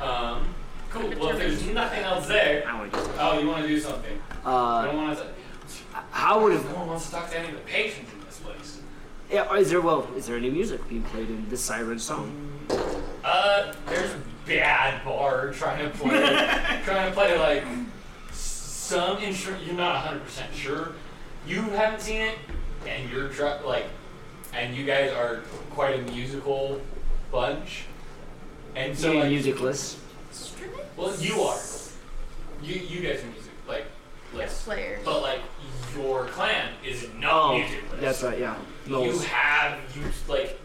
Um, cool. Well, if there's nothing else there.
I want to.
Oh, you want to do something? I don't
Uh,
want to.
how would have?
No one wants to talk to any of the patients in this place.
Yeah, is there well? Is there any music being played in this siren song?
Uh, there's a bad bar trying to play, trying to play like some instrument. You're not 100 percent sure. You haven't seen it, and you're try- like, and you guys are quite a musical bunch, and so
Any
like,
musicless.
well, you are. You you guys are music like, less
players.
But like your clan is not
Oh,
music.
that's right. Yeah,
You
Knowles.
have you like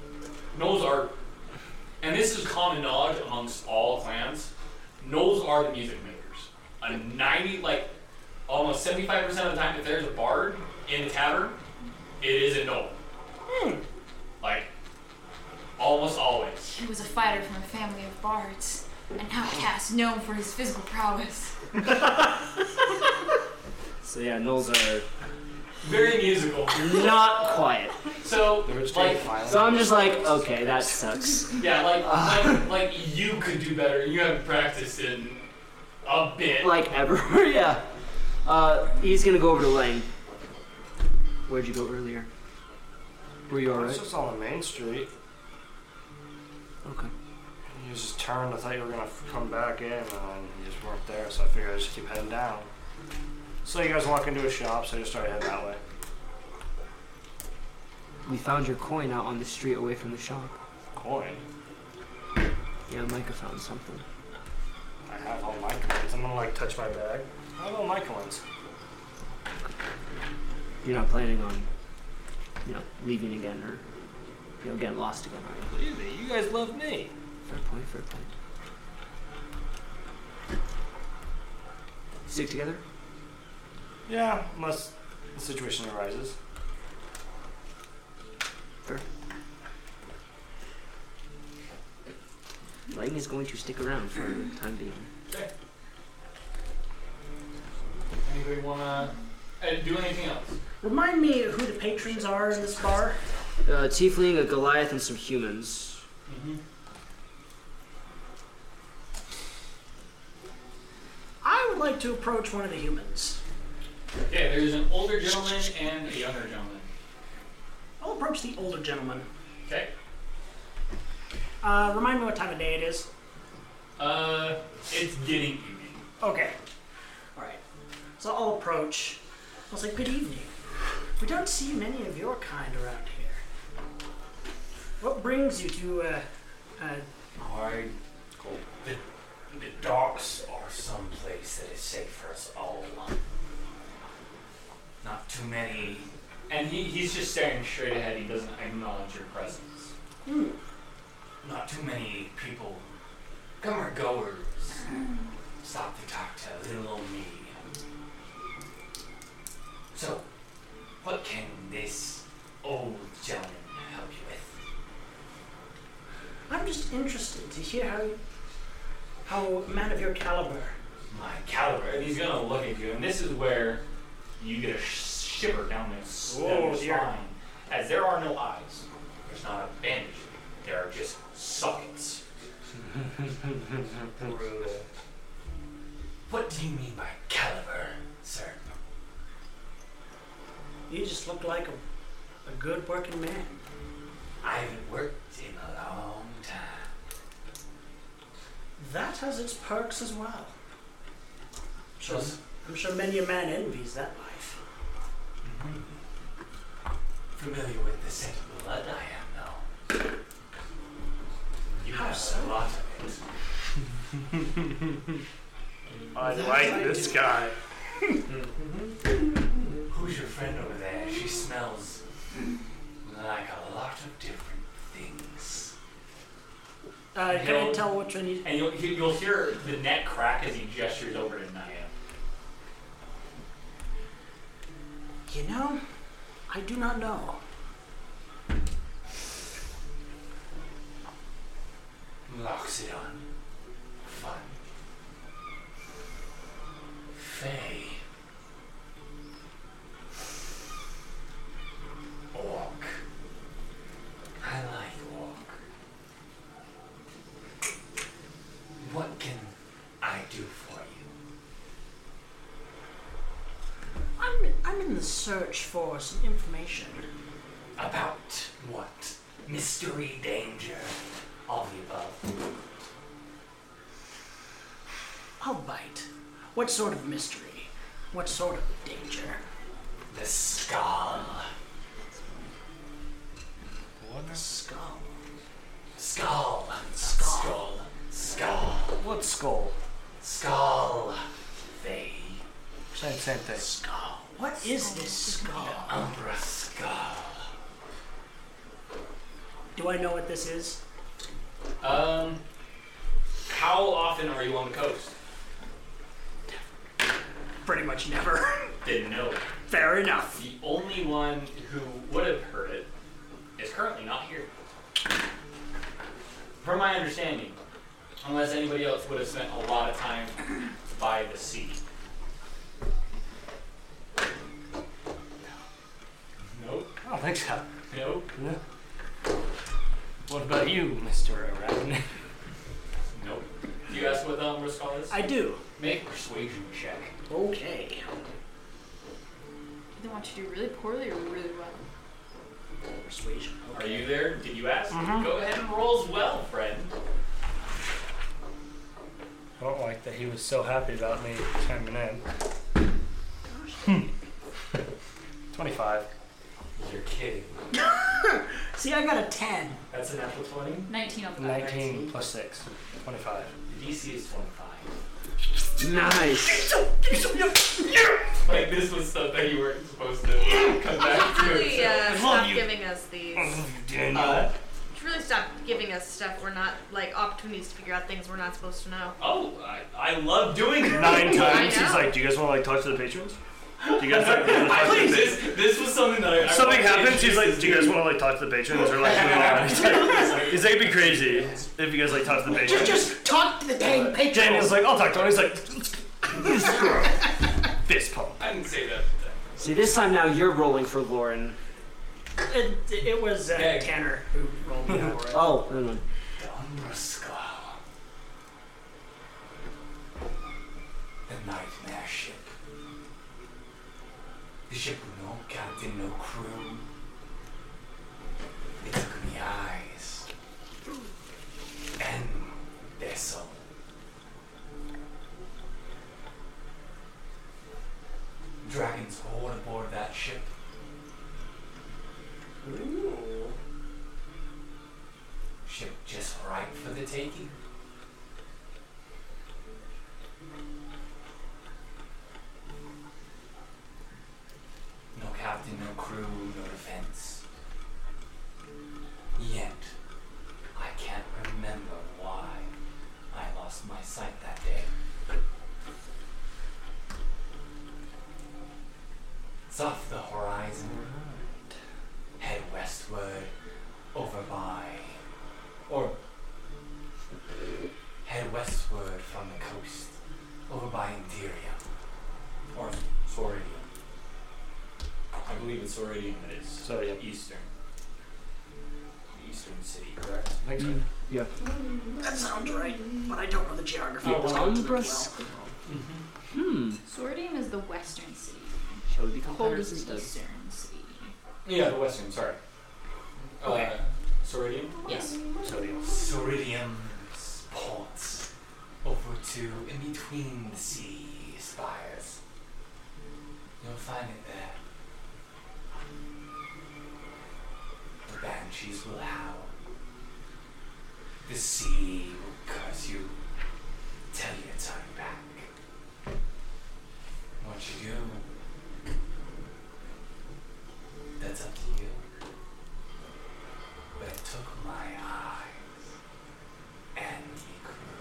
gnolls are, and this is common knowledge amongst all clans. Gnolls are the music makers. A ninety like almost seventy five percent of the time, if there's a bard in a tavern, it is a gnoll.
Hmm.
Like almost always.
He was a fighter from a family of bards. and now cast known for his physical prowess.
So yeah, gnolls are
very musical.
Not quiet.
So like,
So I'm just like, okay, that sucks.
yeah, like,
Ah.
like like you could do better. You haven't practiced in a bit.
Like everywhere, yeah. Uh, he's gonna go over to Lang. Where'd you go earlier? Were you alright?
It's just on the main street.
Okay.
You just turned. I thought you were gonna f- come back in, and you just weren't there. So I figured I'd just keep heading down. So you guys walk into a shop, so I just started heading that way.
We found your coin out on the street away from the shop.
Coin.
Yeah, Micah found something.
I have all my coins. I'm gonna like touch my bag. I have all my coins.
You're not planning on, you know, leaving again or, you know, getting lost again, are you?
Believe me, you guys love me.
Fair point, fair point. Stick together?
Yeah, unless the situation arises.
Fair. Lang is going to stick around for the time being.
Anybody wanna uh, do anything else?
Remind me who the patrons are in this bar.
Uh, tiefling, a Goliath, and some humans.
Mm-hmm.
I would like to approach one of the humans.
Okay, there's an older gentleman and a younger gentleman.
I'll approach the older gentleman.
Okay.
Uh, remind me what time of day it is.
Uh, it's getting evening.
Okay. All right. So I'll approach. I'll say, "Good evening. We don't see many of your kind around here. What brings you to uh, uh,
I. The, the docks are someplace that is safe for us all. Not too many.
And he, he's just staring straight ahead. He doesn't acknowledge your presence.
Hmm.
Not too many people. Come or goers. Stop to talk to little old me. So, what can this old gentleman help you with?
I'm just interested to hear how how a man of your caliber.
My caliber. And he's gonna look at you, and this is where you get a sh- shiver down their s- down
Oh,
your
dear.
spine, as there are no eyes. There's not a bandage. There are just sockets.
What do you mean by caliber, sir?
You just look like a, a good working man.
I haven't worked in a long time.
That has its perks as well. Sure.
Those-
I'm sure many a man envies that life.
Familiar with the scent of blood I am, though. You have a lot of
I like this guy.
it. Who's your friend over there? She smells like a lot of different things.
Uh,
And
can I
he'll-
tell which one you?
And you'll, he- you'll hear the net crack as he gestures over to Naya.
You know, I do not know.
Loxodon. Fun. Fey. Orc. I like orc. What can I do for you?
I'm I'm in the search for some information.
About what? Mystery, danger, all the above.
I'll bite. What sort of mystery? What sort of danger?
The skull.
What
the skull?
Skull. Skull. Skull.
What skull?
Skull. They.
Same, same thing.
Skull. What is this skull?
Umbra skull.
Do I know what this is?
Um, how often are you on the coast?
Pretty much never.
Didn't know.
Fair enough.
The only one who would have heard it is currently not here. From my understanding, Unless anybody else would have spent a lot of time by the sea. Nope.
I don't think so.
Nope.
No. What about you, Mr. Arachnid?
Nope. Do you ask what um, risk all is?
I do.
Make a persuasion check.
Okay.
They want you to do really poorly or really well.
Persuasion.
Are you there? Did you ask?
Mhm.
Go ahead and roll as well, friend.
I don't like that he was so happy about me chiming in. Hmm. 25.
You're kidding.
See, I got a 10.
That's an apple 20?
19 over
19 plus 6. 25.
The DC is 25.
Nice.
Like, this was stuff that you weren't supposed to come back to.
Really,
so-
uh, stop giving us these.
Daniel.
Should really stop giving us stuff we're not like opportunities to figure out things we're not supposed to know.
Oh, I, I love doing it.
Nine
I
times. He's
know.
like, do you guys want to like talk to the patrons? Do you guys like, wanna talk to the
Please. This,
patrons?"
this was something that I. I wanted
Something
to
happens. He's like, do you guys want to like talk to the patrons or like move on? He's like, he's like, it'd be crazy if you guys like talk to the patrons.
Just, just talk to the dang patrons.
Uh, Daniel's like, I'll talk to him. He's like, fist pump.
I didn't say that.
See, this time now you're rolling for Lauren.
It, it was uh, Tanner who rolled the for it.
Oh, never mind.
The nightmare ship. The ship with no captain, no crew. It took me eyes and their soul. Dragons horde aboard that ship. Ship just ripe for the taking. No captain, no crew, no defense. Yet, I can't remember why I lost my sight that day. It's off the horizon. Head westward, over by, or head westward from the coast, over by Indiria, or Floridian.
I believe it's already in it is. So yeah. Eastern. Eastern city, correct?
Thanks.
Yeah.
That sounds right, but I don't know the geography.
The
Oh,
of this continent well.
Umbrus. Hmm.
Sordium is the western city.
Shall we be
Cold
competitors
is the
instead?
eastern city.
Yeah, the Western, sorry.
Okay.
Uh, Soridium?
Yes.
Soridium.
Ceridium's ports over to in between the sea spires. You'll find it there. The banshees will howl. The sea will curse you. Tell you to turn back. What you do, that's up to you. But it took my eyes and the crew.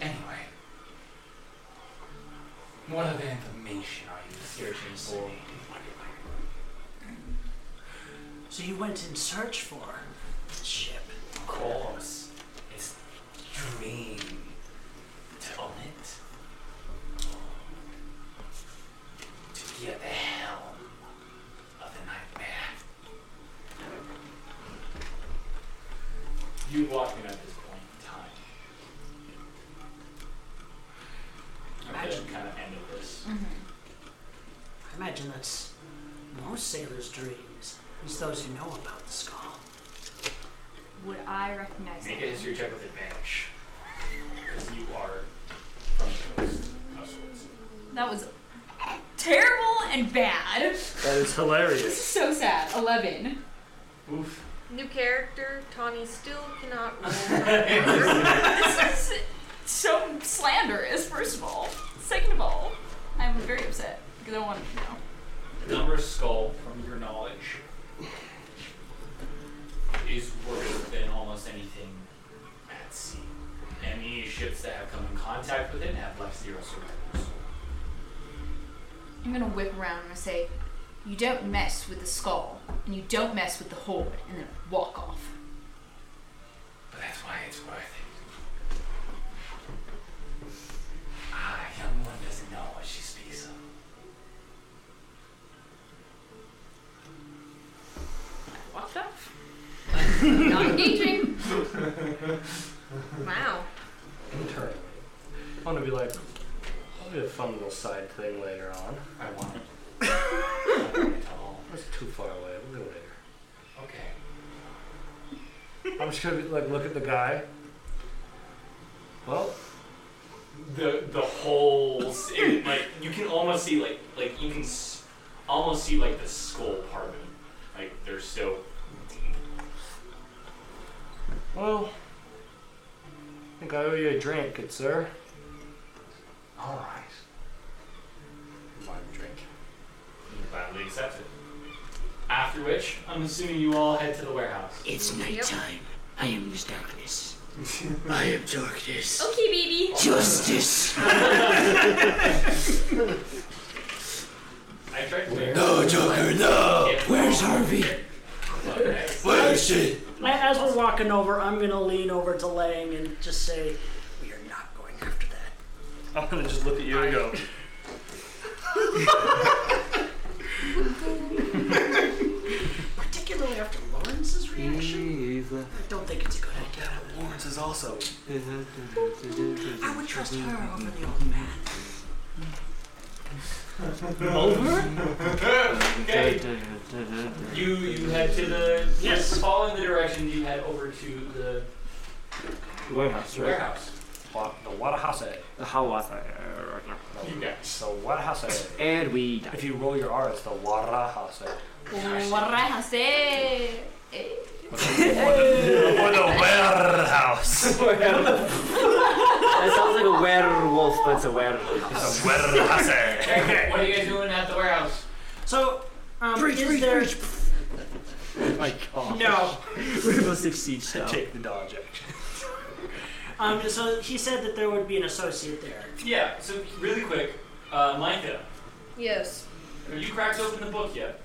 Anyway, what other information are you searching for?
So you went in search for the ship.
Of course, it's dream to own it. To get the hell of the nightmare.
You walk in at this point in time. I'm
Imagine.
kind of end of this.
Mm-hmm. I imagine that's most sailors' dreams. It's those who know about the skull.
Would I recognize
Make
that?
a history check with advantage. Because you are from the coast of sorts.
That was terrible and bad.
That is
This is
hilarious.
so sad. 11.
Oof.
New character, Tawny still cannot roll. her
This is so slanderous, first of all. Second of all, I'm very upset because I wanted to know.
Number skull, from your knowledge, is worse than almost anything at sea. Any ships that have come in contact with it have left zero survivors.
I'm gonna whip around and say, You don't mess with the skull, and you don't mess with the horde, and then walk off.
But that's why it's worth it. Ah, young one doesn't know what she speaks of.
Walked off.
Not engaging.
Wow.
Internally. I want to be like, I'll do a fun little side thing later on.
I want it.
That's too far away. We'll do it later.
Okay.
I'm just gonna be, like look at the guy. Well,
the the holes in like you can almost see like like you can s- almost see like the skull part of it. Like they're so deep.
well. I think I owe you a drink, good sir.
All right.
Mine drink.
You gladly accept it. After which, I'm assuming you all head to the warehouse.
It's nighttime. I am the darkness. I am darkness.
Okay, baby.
Justice.
I tried to
no, Joker, no. Where's Harvey? Where is she?
As we're walking over, I'm gonna lean over to Lang and just say, "We are not going after that."
I'm gonna just look at you and go.
Particularly after Lawrence's reaction, I don't think it's a good idea.
Lawrence is also.
I would trust her over the old man.
okay. You you head to the yes. Follow in the direction you head over to the
Warehouse, right?
warehouse.
Wa- The Waterhouse.
The Hawatha.
You guys.
The Waterhouse.
And we die.
If you roll your R, it's the Waterhouse.
Warehouse. eh. Eh.
Or the warehouse.
That sounds like a werewolf, but it's a warehouse.
It's a warehouse.
Okay. What are you guys doing at the warehouse?
So, um,
Breach,
is
breach,
there?
breach.
Oh
My God.
No.
We will succeed now.
Take the dodge action.
Um, so he said that there would be an associate there.
Yeah. So really quick, uh, Micah,
Yes.
have you cracked open the book yet?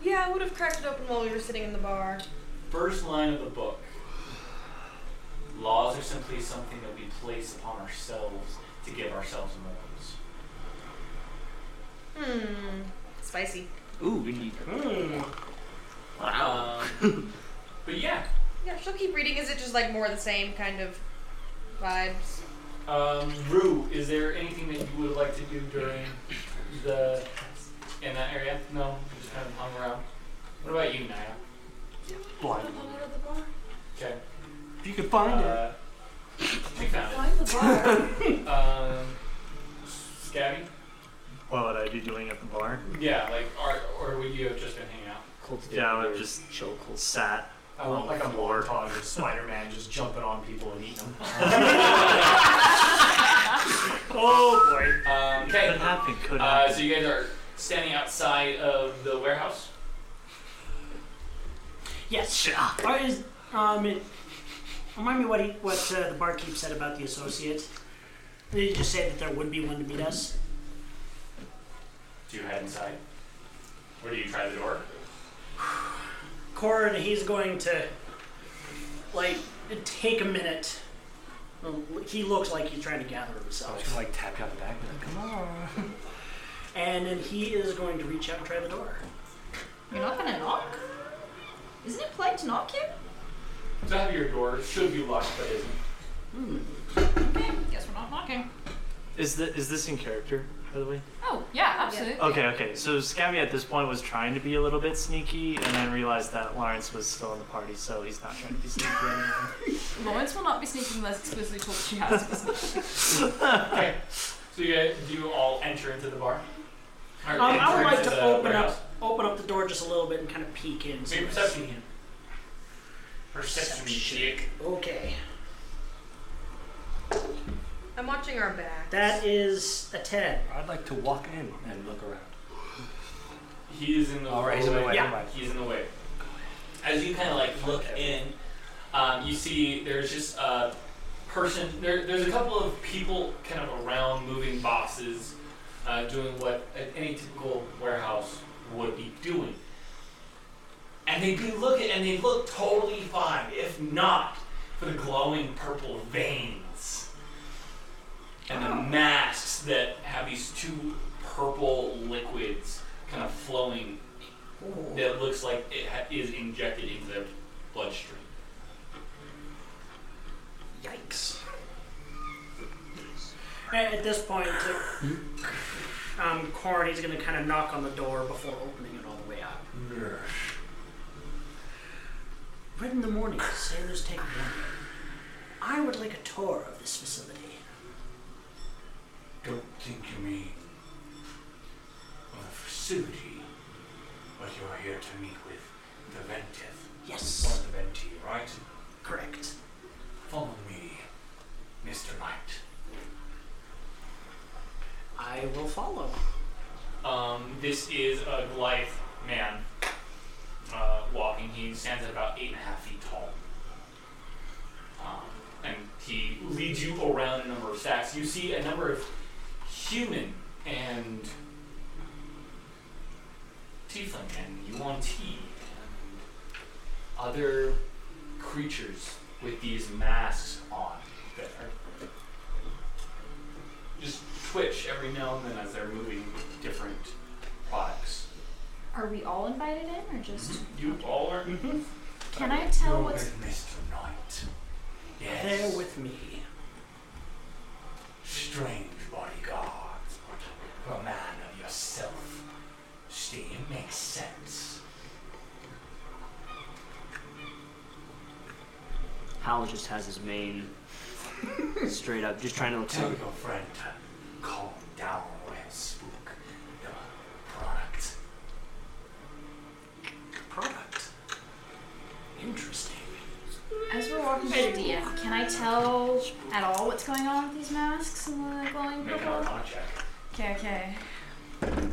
Yeah, I would have cracked it open while we were sitting in the bar.
First line of the book. Laws are simply something that we place upon ourselves to give ourselves morals.
Hmm. Spicy.
Ooh, we need.
Wow. Hmm. Um, but yeah,
Yeah, she'll keep reading. Is it just like more of the same kind of vibes?
um, Rue, is there anything that you would like to do during the in that area? No, just kind of hung around. What about you, Naya?
Blind.
Okay.
If you could find
Uh, we found
Find the bar.
it. Um, Scabby?
What would I be doing at the bar?
Yeah, like, or, or would you have just been hanging out?
Yeah, I would just sat
I want like a
on the
war
floor.
talk with Spider Man just jumping on people and eating them.
Oh boy.
Um, okay.
Could happen, could
Uh,
happen.
so you guys are standing outside of the warehouse.
Yes. Or is um, it, remind me what he, what uh, the barkeep said about the associate. Did he just say that there would be one to meet us?
Do you head inside? Or do you try the door?
Corin, he's going to like take a minute. Well, He looks like he's trying to gather
I was
himself,
gonna like tap you on the back and be like, come
Oh,
on.
and then he is going to reach out and try the door.
You're not gonna knock? Isn't it polite to knock here?
So have your door should be locked, but isn't.
Okay, guess we're not knocking.
Is the is this in character, by the way?
Oh, yeah, absolutely.
Okay, okay. So Scabby at this point was trying to be a little bit sneaky, and then realized that Lawrence was still in the party, so he's not trying to be sneaky anymore.
Lawrence will not be sneaking unless explicitly told she has to be sneaking.
Okay. So you guys, do you all enter into the bar? Or
Um, I would
enter
like
into
to
the uh,
open
warehouse?
up open up the door just a little bit and kind of peek in.
Make a
see what's-
perception again. Perception check.
Okay.
I'm watching our back.
That is a 10.
I'd like to walk in and look around.
He is in the
All Oh, right, he's in the way, never mind.
He's in the way. As you kind of like look in, um, you see there's just a person. There, there's a couple of people kind of around moving boxes, uh, doing what a- any typical warehouse would be doing. And they'd be looking, and they'd look totally fine, if not for the glowing purple veins and the masks that have these two purple liquids kind of flowing that looks like it ha- is injected into their bloodstream.
Yikes. At, at this point, uh, um, Corny's gonna kind of knock on the door before opening it all the way up. Right in the morning, sailors take warning. I would like a tour of this facility.
Don't think you mean the facility, but you're here to meet with the Ventith.
Yes.
One of the Venti, right?
Correct.
Follow me, Mr. Light.
I will follow.
Um, this is a Glythe man uh, walking. He stands at about eight and a half feet tall. Um, and he leads you around a number of stacks. You see a number of human and tiefling and yuan ti and other creatures with these masks on that are just twitch every now and then as they're moving different products.
Are we all invited in, or just?
You all are.
Can I tell
You're
what's?
with Mr. Knight. Yes.
There with me.
Strange bodyguards, but for a man of your self, steam makes sense.
Hal just has his mane straight up, just trying to look
Tell
so
your friend to calm down or he'll spook the product.
Product. Interesting.
As we're walking through the DM, can I tell at all what's going on with these masks and the glowing
Make an
purple?
arcana check.
Okay, okay.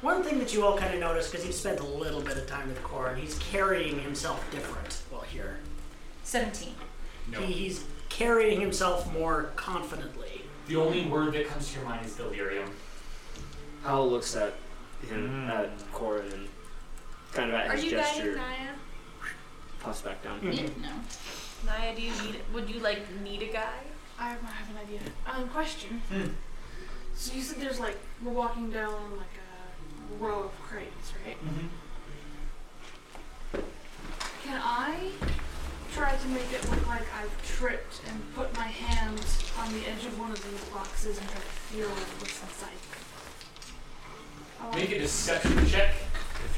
One thing that you all kind of noticed, because you've spent a little bit of time with Corn, he's carrying himself different. Well, here.
17.
No.
He, he's carrying himself more confidently.
The only word that comes to your mind is delirium.
Hal looks at him at Cora uh, and kind of at
Are
his
you
gesture
dying, Naya?
puffs back down.
Mm-hmm.
No. Naya, do you need? Would you like need a guy?
I have an idea. Um, question.
Hmm.
So you said there's like we're walking down like a row of crates, right? Can I try to make it look like I've tripped and put my hand on the edge of one of these boxes and try to feel what's inside? I want-
Make a deception check.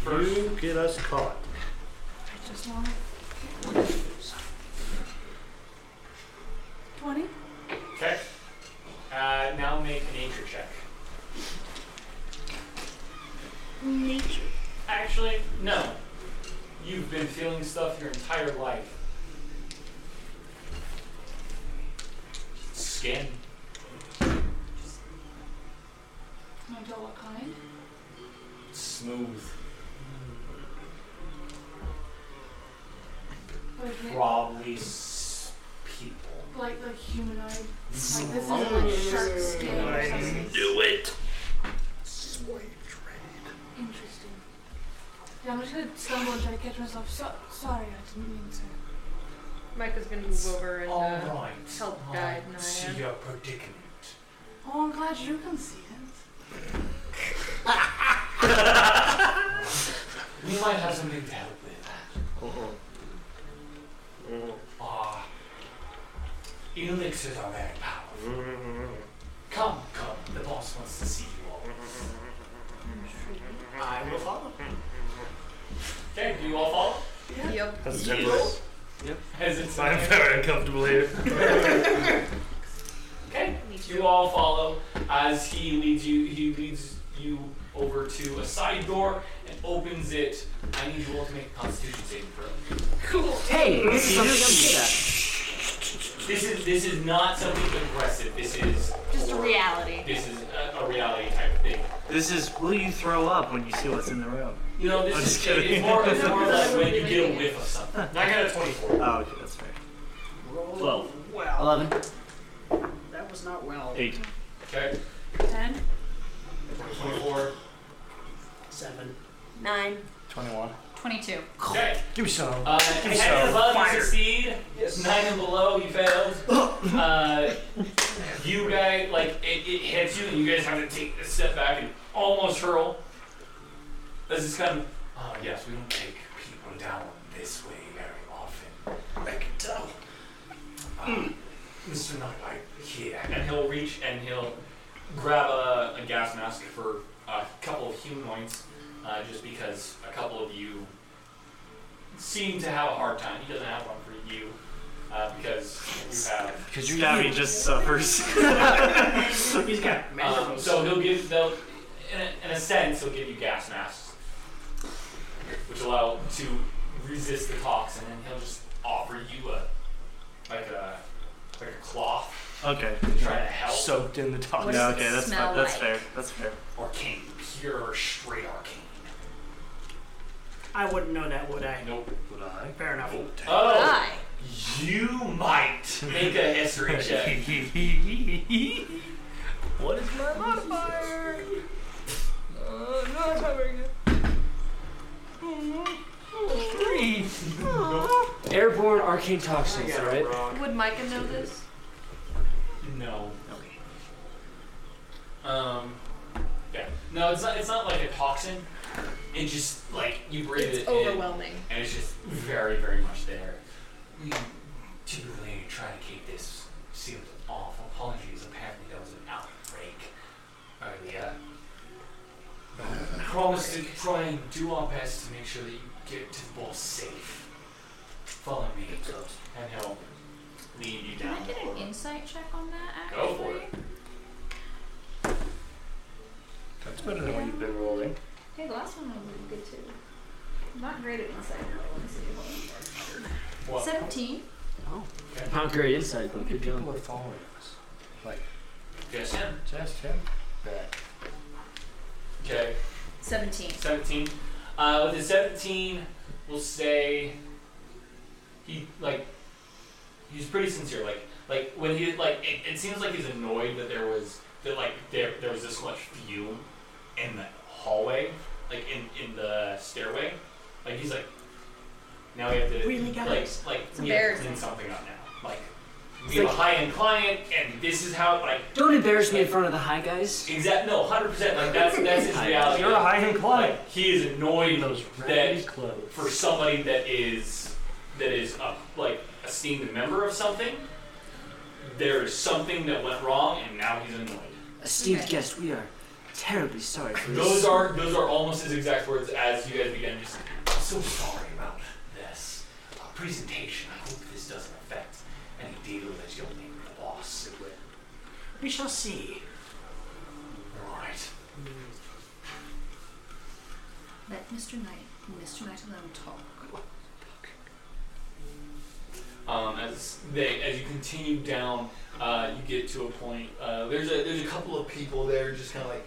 First.
You get us caught.
I just want twenty.
Okay. Uh, now make a nature check.
Nature.
Actually, no. You've been feeling stuff your entire life. Skin.
Can I tell what kind?
Smooth.
Like,
Probably s- people.
Like the humanoid. Like this is like shark skin or something.
Do it!
Interesting. Yeah, I'm just gonna stumble and try to catch myself. So- sorry, I didn't mean to.
Micah's gonna move over and
All
uh,
right.
help
I
guide
See
Naya.
your predicament.
Oh, I'm glad you can see it.
We might have something to help with that.
Uh-oh.
Our elixirs are very powerful. Come, come. The boss wants to see you all.
I will follow.
Okay, do you all follow?
Yep.
That's generous.
Yep.
As it's
I'm very uncomfortable here.
Okay. You all follow as he leads you. He leads you over to a side door and opens it. I need you all to make a Constitution saving throw.
Cool.
Hey, this is something
This is this is not something aggressive. This is
Just a reality.
This is a, a reality type of thing.
This is will you throw up when you see what's in the room?
You know, this
I'm
is
just kidding.
it's more it's more like when you get a whiff of something. I got a twenty-four.
Oh, okay, that's fair. Twelve.
Well,
Eleven.
that was not well.
Eight.
Okay.
10.
Twenty-four.
Seven.
Nine.
21.
22.
Okay.
Give me some.
Uh,
Give me
10
some.
and above,
Fire.
you succeed. Nine and below, you failed. uh, you guys, like, it, it hits you, and you guys have to take a step back and almost hurl. This is kind of, oh, yes, we don't take people down this way very often. Like, down. Uh, this is not like here. And he'll reach and he'll grab a, a gas mask for a couple of humanoids, uh, just because a couple of you seem to have a hard time. He doesn't have one for you uh, because you have.
Because Stabby just suffers.
He's got um, So he'll give they'll, in, a, in a sense he'll give you gas masks, which allow to resist the tox, and then he'll just offer you a like a like a cloth.
Okay.
To try to help.
Soaked in the toxin.
Yeah, okay, that's
smell
that's
like?
fair. That's fair.
Arcane, pure straight arcane.
I wouldn't know that, would I?
Nope.
Would I? Fair enough.
Oh, you might make a history check.
what is my modifier? Uh, not having it. Oh,
Oh,
Three. Airborne arcane toxins,
I got
right?
Would Micah know this?
No. Okay. Um. Yeah. No, it's not. It's not like a toxin. It just like you breathe
It's
it
overwhelming.
in, and it's just very, very much there. We typically try to keep this sealed off. Apologies. Apparently, there was an outbreak earlier. I promise to try and do our best to make sure that you get to the boss safe. Follow me, and he'll lead you
Can
down.
I get an insight check on that,
Go
actually?
for it.
That's better than what you've been rolling.
Hey, the last one was really good too. I'm not great at insight rolls.
What?
17.
Not great insight, but good job.
People are following us. Like,
Just him.
Just him. Back.
Okay.
17.
17. Uh, with his 17, we'll say he like he's pretty sincere. Like like when he like it, it seems like he's annoyed that there was that like there there was this much fume in the hallway, like in in the stairway. Like he's like now we have to
Really,
like
guys?
like
It's
we have to
embarrassing.
clean something up now. Like we
It's
have
like-
a high end client, and this is how like
Don't embarrass me in front of the high guys.
Exactly. No, hundred percent. Like that's that's his reality.
You're a high-end client.
Like, he is annoyed that
raggedy clothes.
for somebody that is that is a, like esteemed member of something, there is something that went wrong, and now he's annoyed.
Esteemed guest, we are terribly sorry for this.
Those are those are almost his exact words as you guys begin. Just so sorry about this Our presentation. I hope this doesn't affect any deal that you'll make with the boss.
We shall see.
All right.
Let Mr. Knight, Mr. Knight alone talk.
Um, as they as you continue down, uh, you get to a point. Uh, there's a there's a couple of people there just kind of like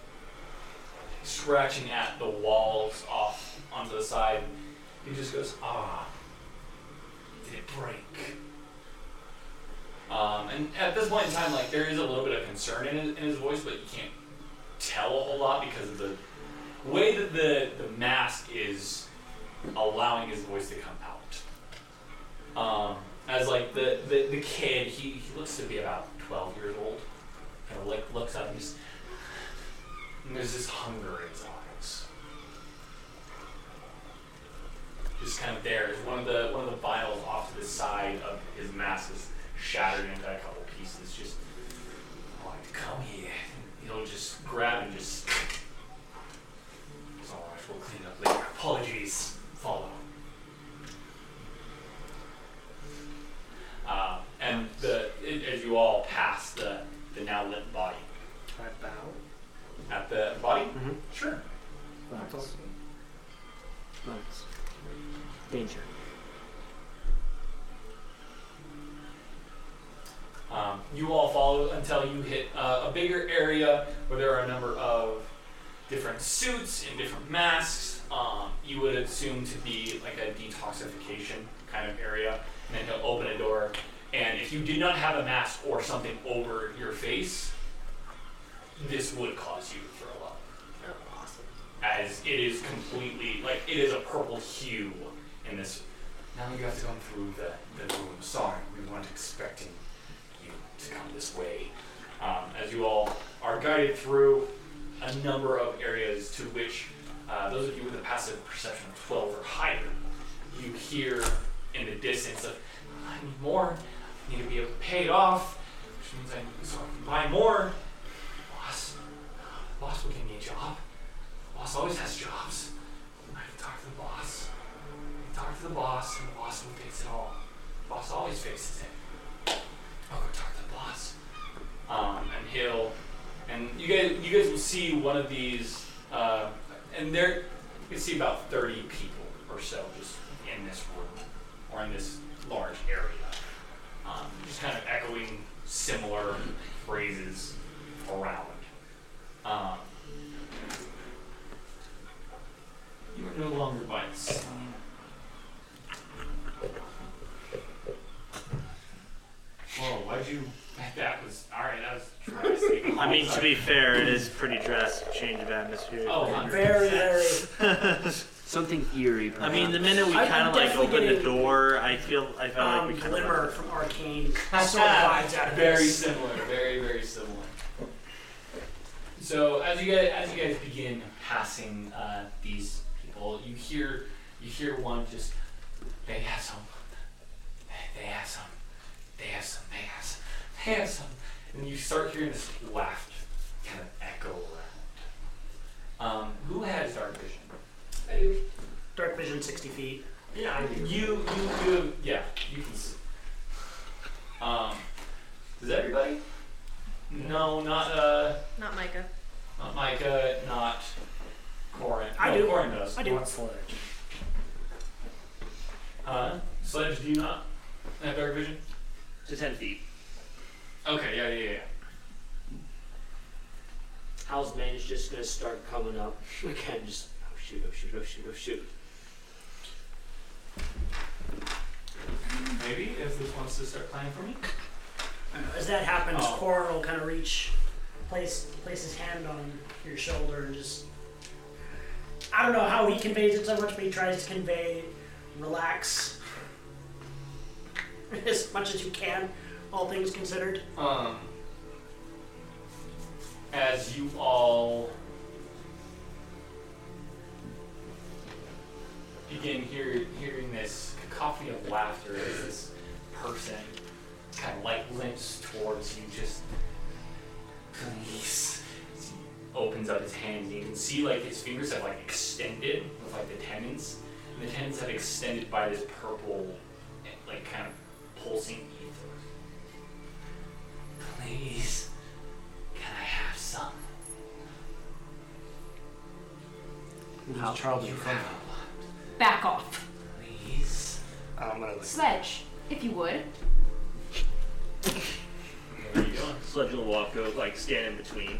scratching at the walls off onto the side. He just goes, ah, did it break? Um, and at this point in time, like there is a little bit of concern in his, in his voice, but you can't tell a whole lot because of the way that the the mask is allowing his voice to come out. Um, as like the, the, the kid, he, he looks to be about twelve years old. Kind of like looks up and just and there's this hunger in his eyes. Just kind of there. One of the one of the vials off to the side of his mask is shattered into a couple pieces. Just oh, I'd come here. He'll just grab and just. It's all right. We'll clean up later. Apologies. Follow. Uh, and the it, as you all pass the the now limp body.
Can I bow?
At the body?
Mhm.
Sure.
Bugs. Bugs. Danger.
Um, you all follow until you hit uh, a bigger area where there are a number of different suits and different masks. Um, you would assume to be like a detoxification kind of area. And then he'll open a door. And if you did not have a mask or something over your face, this would cause you to throw up. Awesome. as it is completely like it is a purple hue in this. Now you have to come through the, the room. Sorry, we weren't expecting you to come this way. Um, as you all are guided through a number of areas to which uh, those of you with a passive perception of 12 or higher, you hear in the distance of, I need more, I need to be able to pay it off, which means I need so I can buy more. Boss, boss will give me a job. Boss always has jobs. I can talk to the boss. I can talk to the boss, and the boss will fix it all. Boss always fixes it. I'll go talk to the boss. Um, and he'll, and you guys, you guys will see one of these, uh, and there, you can see about 30 people or so just in this room or in this large area, um, just kind of echoing similar phrases around. Um, you are no longer by the side. Whoa, Oh, why'd you? That was alright. That was drastic.
I mean, to be fair, it is pretty drastic change of atmosphere.
Oh,
Very, very.
Something eerie.
I mean, the minute we
I'm
kind of like
definitely
open the
getting-
door, I feel I felt
Um,
like we kind of
glimmer from Arcane sort of vibes out of
very
this.
similar, very very similar. So as you guys as you guys begin passing uh, these people, you hear you hear one just they have some, they have some, they have some, they have some, they have some, and you start hearing this laughter kind of echo around. Um, who has dark vision?
Dark vision, sixty feet.
Yeah, you you you have, yeah you can see. Um, does everybody? No, not uh,
Not Micah.
not Micah, not Corin.
I
no,
do.
Corin does.
I do.
Not Sledge. Uh, Sledge, do you not have dark vision?
To ten feet.
Okay, yeah, yeah, yeah.
Hal's man is just gonna start coming up again. Just oh shoot, oh shoot, oh shoot, oh shoot.
Maybe if this wants to start playing for me.
As that happens,
Oh.
Corin will kind of reach, place place his hand on your shoulder and just. I don't know how he conveys it so much, but he tries to convey, relax, as much as you can, all things considered.
Um, as you all begin hear, hearing this cacophony of laughter as this person kind of like limps towards you, just please. As he opens up his hand, and you can see like his fingers have like extended with like the tendons, and the tendons have extended by this purple, like kind of pulsing ether. Please, can I have some?
How Charles you from?
Back off.
Please.
I'm gonna look.
Sledge, if you would.
Where are you going? Sledge will walk over, like stand in between.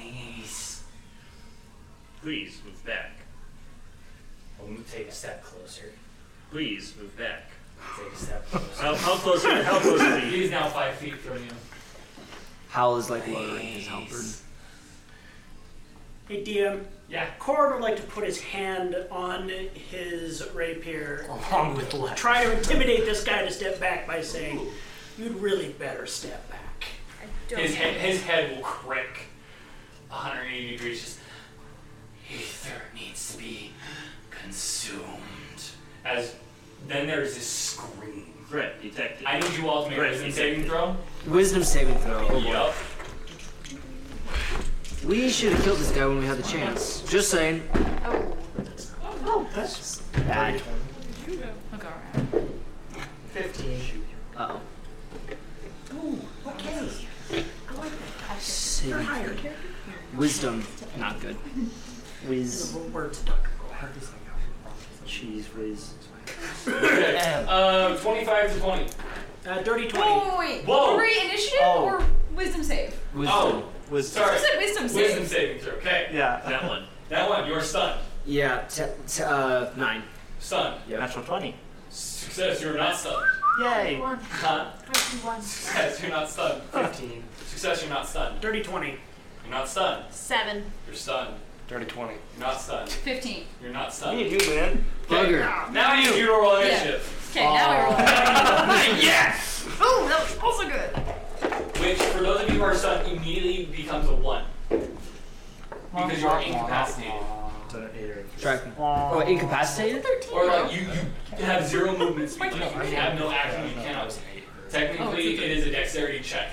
Please.
Please move back.
Oh,
We'll move- take a step closer.
Please move back.
Take a step closer.
How, how close? Are, how close are you?
He's now five feet from you.
Howl is like lowering his halberd.
Hey DM.
Yeah.
Corin would like to put his hand on his rapier.
Along with the left.
Try to intimidate this guy to step back by saying, "You'd really better step back."
His head, his head will crick 180 degrees. Just ether needs to be consumed. As then there's this scream.
Threat detected.
I need you all to make a
Threat
wisdom
detected.
saving throw.
Wisdom saving throw. Oh boy.
Yup.
We should have killed this guy when we had the chance. Just saying.
Oh, that's
Bad.
Okay.
15.
Uh oh.
Ooh, okay. I like that. You're hired.
Wisdom, not good. Whiz.
Words stuck.
Cheese whiz.
Okay. uh, 25 to 20.
Uh, dirty
Wait,
20.
wait, wait.
Whoa.
Were we initiative
Oh.
or wisdom save?
Oh,
wisdom.
sorry.
You said wisdom save.
Wisdom saving throw. Okay.
Yeah.
That one.
That one. You're stunned.
Yeah, t- t- uh, nine.
Stunned.
Natural twenty.
Success. You're not stunned.
Yay.
Huh? Success. You're not stunned.
15.
Success. You're not stunned.
Dirty 20.
You're not stunned.
Seven.
You're stunned.
Dirty 20.
You're not stunned.
15.
You're not stunned.
Me and you, man.
Bugger. Now you you roll initiative.
Okay, now we roll.
yes!
Oh, that was also good.
Which, for those of you who are stunned, immediately becomes a 1. Because you are incapacitated.
Tracking. Oh, incapacitated?
Or like you, you have zero movement speed. You have no action. You cannot take. Technically, it is a dexterity check.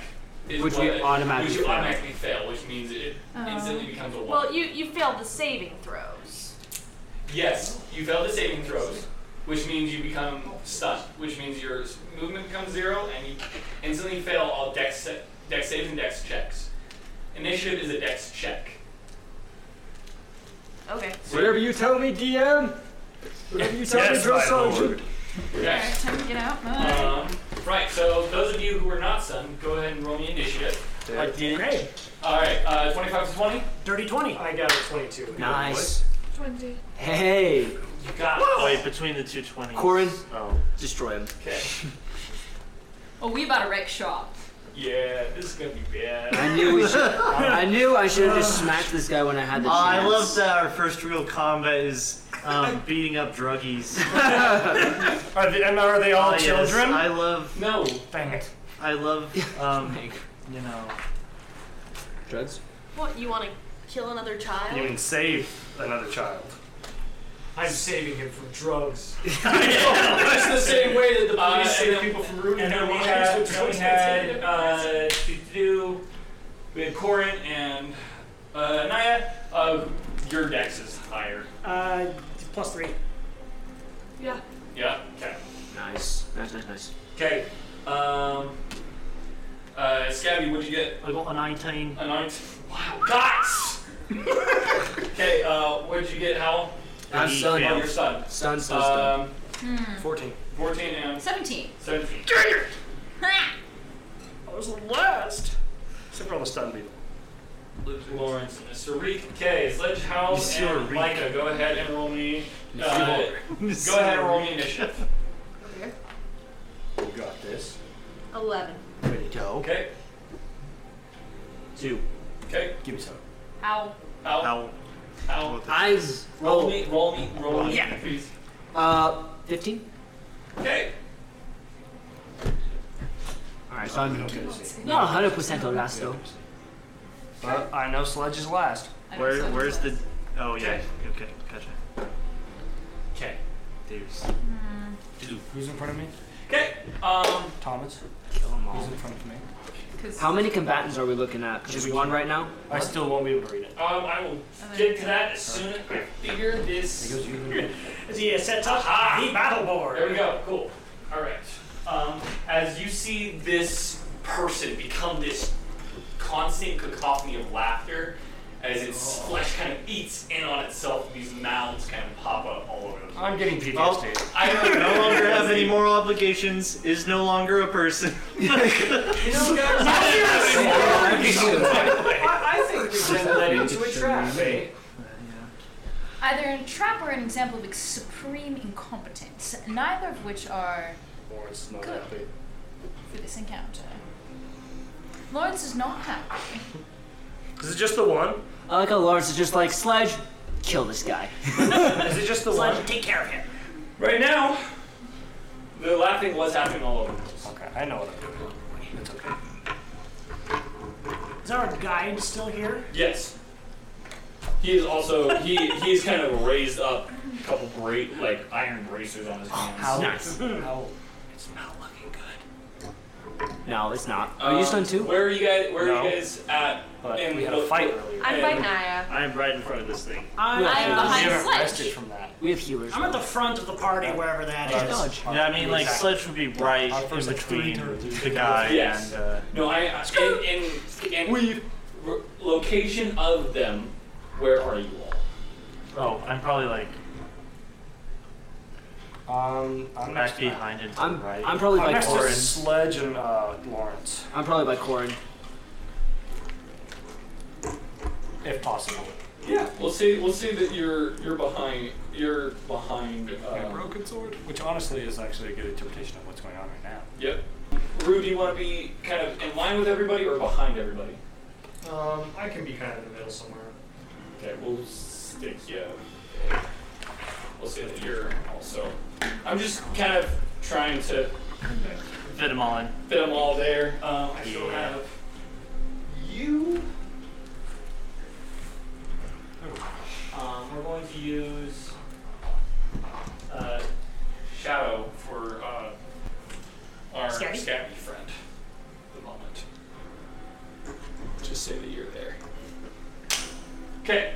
is
Which
what
we
it-
automatically
which you
fail.
automatically fail, which means it
Oh.
instantly becomes a one.
Oh. Well, you you failed the saving throws.
Yes, you fail the saving throws, which means you become stunned, which means your s- movement becomes zero, and you instantly fail all dex, sa- dex saves and dex checks. Initiative is a dex check.
Okay.
Whatever you tell me, DM. Whatever you tell
Yes,
me, drill
my
sergeant.
Okay.
Time to get out.
Um, right, so those of you who are not stunned, go ahead and roll me initiative.
I did. Okay.
All right, uh, 25 to 20?
Dirty 20. I got a 22.
Nice.
Twenty.
Hey. You
got
Wait, between the two 20s.
Corin,
Oh.
destroy him.
Okay.
Oh, we about to wreck shop.
Yeah, this is gonna be bad.
I knew we should. I knew I should have just smacked this guy when I had the
Oh,
chance.
I love that our first real combat is um, beating up druggies.
Are they, and are they all
Oh,
Ah, yes,
children?
I love.
No.
Dang it.
I love. Um, you know.
Drugs?
What you want to kill another child?
You can save another child.
I'm saving him from drugs.
That's the same way that the
Uh,
police
and
save
then-
people from rooting
and
their
then we
lives
had-
with
then we
drugs.
had,
uh, do- do- do. we had Corin and uh, Naya. Uh, your dex is higher.
Uh, plus three.
Yeah.
Yeah. Okay.
Nice. Nice, nice, nice.
Okay. Um. Uh, Scabby, what'd you get?
I got a 19.
A 19. Wow. Gots! okay. Uh, what'd you get, Howell?
I'm
He
stunned.
failed. Oh, you're stunned.
Stunned, stunned, stunned.
Um,
Hmm.
14. 14 and
17.
17.
Ha!
I was last. Except for all the stun people.
Luke Lawrence and Mr. Reek. Uh, Okay, Sledge Howell
Mr.
and
Reek.
Micah, go ahead and roll me.
Mr.
Uh,
Reek.
go ahead and roll me
Mr. Reek.
initiative.
Okay.
You got this.
Eleven.
Ready to go.
Okay.
Two.
Okay.
Give me some.
Ow.
Ow.
Ow.
Ow.
Eyes.
Roll me, roll me, roll me,
Yeah.
please.
Uh, 15?
Okay.
Alright, so I'm
Okay, let's see.
not 100% on last though.
But I know Sludge is last.
I know
Where,
Sludge is
where's the?
last.
Oh yeah. Okay. Gotcha.
Okay.
There's.
Hmm.
Who's in front of me?
Okay. Um.
Thomas.
Kill 'em all.
Who's in front of me?
How many combatants are we looking at? Just one right now?
I still won't be able to read it.
Um, I will get to that as soon as I figure this.
It goes you.
He sets up
Ah.
the battle board.
There we go. Cool. All right. Um, as you see this person become this constant cacophony of laughter, as its
Oh.
flesh kind of eats in on itself, these mouths kind of pop up all over the place.
I'm getting PTSD.
I
no longer have any moral obligations. Is no longer a person.
You know, guys, I,
I think we've been led into a trap, eh?
Either a trap or an example of supreme incompetence, neither of which are
Or it's not
Good.
happy.
for this encounter. Lawrence is not happy.
Is it just the one?
I like how Lawrence is just like, Sledge, kill this guy.
Is it just the
Sludge,
one?
take care of him.
Right now, the laughing was happening all over.
Okay, I know what I'm doing. It's okay.
Is our guide still here?
Yes. He is also he he's kind of raised up a couple bra- like iron bracers on his hands.
Oh, How?
Nice.
How? It's not looking good.
No, it's not. Are you
Um,
stunned too?
Where are you guys? Where are
No.
you guys at?
But
in
we had a
the-
fight earlier.
I'm
in-
by Naya.
I am right in front of this thing.
I'm,
Yeah,
I'm
We
behind
haven't
Sledge.
rested from that.
We have healers.
I'm at the front of the party, wherever that
Just
is.
dodge.
Yeah, I mean like Sledge would be right
Our
in
first, like, three
between
turns.
the guy
Yes.
and. Uh,
No, I I- in in, in r- location of them. Where are you all?
oh, I'm probably like
Um, I'm
back
next
behind and to the
I'm-
right.
I'm probably
I'm
by
next to
Corin.
Sledge and uh, Lawrence,
I'm probably by Corin.
if possible.
Yeah, we'll see. We'll see that you're you're behind. You're behind.
A
Um,
broken sword, which honestly is actually a good interpretation of what's going on right now.
yep. Rue, do you want to be kind of in line with everybody or behind everybody?
Um, I can be kind of in the middle somewhere.
Okay, we'll stick you. We'll say that you're also. I'm just kind of trying to
Fit them all in.
fit them all there. Um, I still
Yeah.
have you. Um, we're going to use uh, Shadow for uh, our
Scabby?
scabby friend at the moment. Just say that you're there. Okay.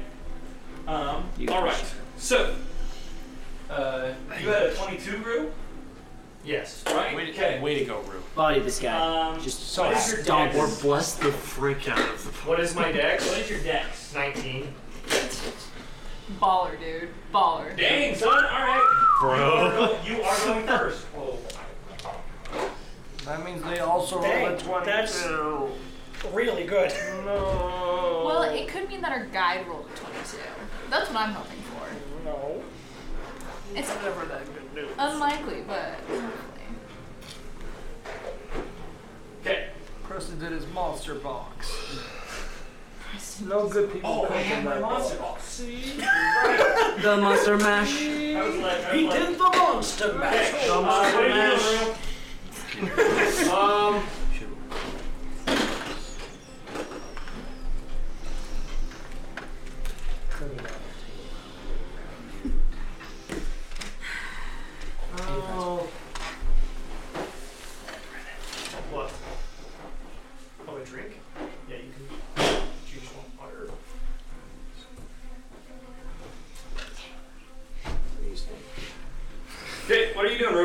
Um, all right. So, uh, you had a 22 brew?
Yes.
Right?
Way to,
Okay.
way to go, Rue.
Body this guy.
Um,
just
what
so
is your
stomp
dex?
or bless the freak out of the
What is my dex?
What is your dex?
19.
Baller, dude. Baller.
Dang, son. All right.
Bro.
You are going first. Oh.
That means they also roll a
Dang,
22.
that's really good.
No.
Well, it could mean that our guide rolled a 22. That's what I'm hoping for.
No.
It's
never that good news.
unlikely, but hopefully.
Okay.
Preston did his monster box. No good people.
Oh, I
open
have my
that
monster
box.
box. See?
The monster mash.
I was like, I was
He
like,
did the monster mash.
Okay. Uh, what are you doing, Rue? um.
Oh. What? Oh, a drink? Yeah, you can choose one water.
Okay, what are you doing,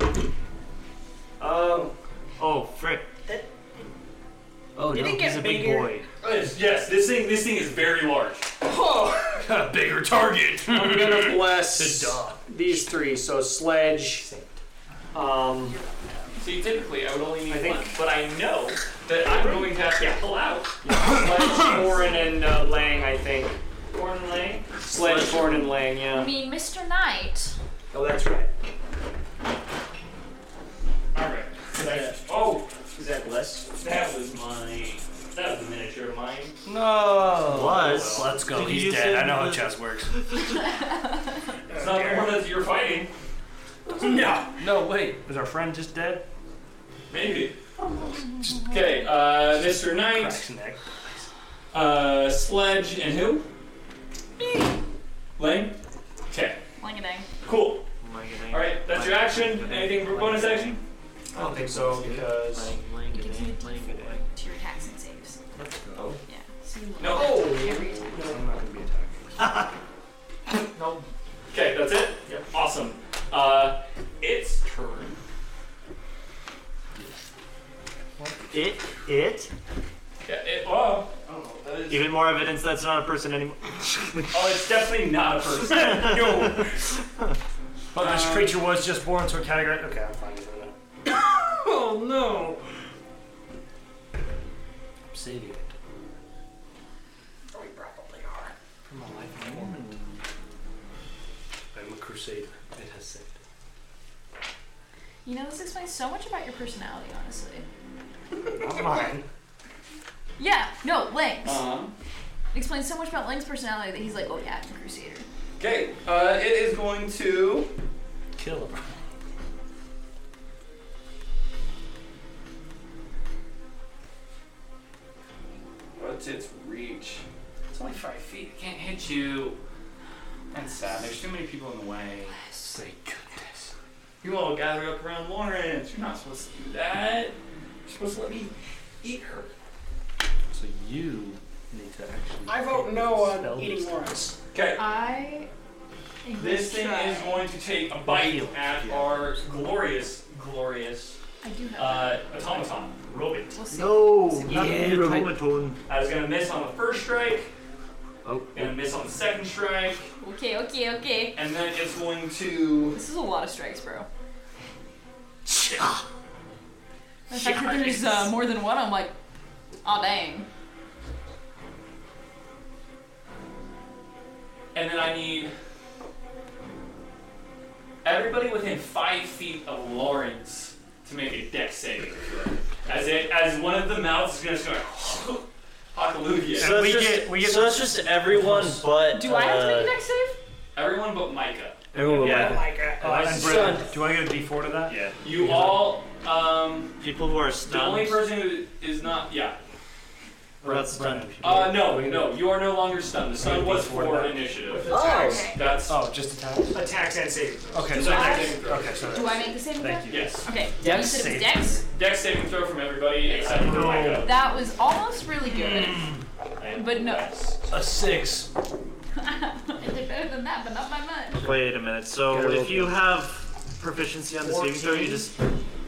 Rue? Um.
Oh, frick.
Oh,
Did
no.
it
He's
get
a big
bigger?
boy.
Yes, Uh, yes, this thing. This thing is very large.
Oh.
Got a bigger target.
I'm gonna bless
Duh.
these three. So sledge. Um,
See, typically I would only need
I think-
one, but I know that I'm going to have to pull out.
sledge, Orin, and uh, Lang. I think
Corn Lane.
sledge, Orin, and Lang.
I
Yeah.
mean, Mr. Knight.
Oh, that's right.
All right. That- oh,
Is that less?
that was my. That was a miniature of mine.
No.
Was.
Let's go.
Did you
He's
just
dead.
say
I know how
was-
chess works.
It's not the one that you're fighting.
no. No, wait. Is our friend just dead?
Maybe. Okay, uh, Mr. Knight,
Cracks neck.
uh, Sledge, and who? Lane. Okay.
Wang a dang.
Cool. All right, that's your action. Anything for bonus action?
I don't think so because
It gives you a d4 to your attacks and saves.
Oh.
Yeah. So you look
No. Ah.
every attack.
I'm not gonna be attacked.
no.
Okay, that's it.
Yep.
Awesome. Uh, its turn.
It? It?
Yeah, it, oh, I don't know what that is.
Even more evidence that's not a person anymore.
Oh, it's definitely not a person. Yo.
But this creature was just born, so category. Okay, I'm fine with that.
Oh no.
I'm saving it
We probably are.
for my life in torment. I'm a crusader. It has saved.
You know, this explains so much about your personality, honestly.
Not mine.
Yeah, no, Lang's.
Uh-huh.
It explains so much about Lang's personality that he's like, oh yeah, I'm a crusader.
Okay, uh, it is going to.
Kill him.
What's its reach? It's only five feet. It can't hit you. That's sad. There's too many people in the way.
Thank goodness.
You all gather up around Lawrence. You're not supposed to do that. You're supposed to let me eat her.
So you need to actually.
I vote no
Spell
on eating
this.
Lawrence.
Okay.
I.
This thing is going to take a bite at our glorious, glorious
I do have.
uh, automaton, Robin.
we'll see.
No.
Not
Yeah,
the
Ruben.
automaton.
I was gonna miss on the first strike,
Oh.
gonna miss on the second strike,
Okay, okay, okay.
and then it's going to.
This is a lot of strikes, bro. The fact that there's uh, more than one, I'm like, oh dang.
And then I need everybody within five feet of Lawrence to make a deck saving throw. As it, as one of the mouths is gonna start Hakalugia.
So that's just, so that's just everyone but.
Do I have to
uh,
make a dex save?
Everyone but Micah.
Everyone but
yeah.
Micah. Micah.
Oh,
I'm
and
stunned.
Brennan.
Do I get a D4 to that?
Yeah.
You all. Um,
People who are
the
stunned.
only person who is not. Yeah.
What about stunned people?
Uh, no, no, you are no longer stunned. The stun was for initiative.
With attacks.
That's.
Oh, just attacks?
Attacks and save.
Okay,
Do
so
I-
next. Okay, so
Do I make the saving
Thank
throw?
you.
Yes.
Okay.
Dex
you said it was
save.
Dex.
Dex saving throw from everybody except for Micah.
That was almost really good, but no.
A six.
I did better than that, but not by much.
Wait a minute.
Gotta
So
roll
if you have proficiency on the saving throw, you
14.
just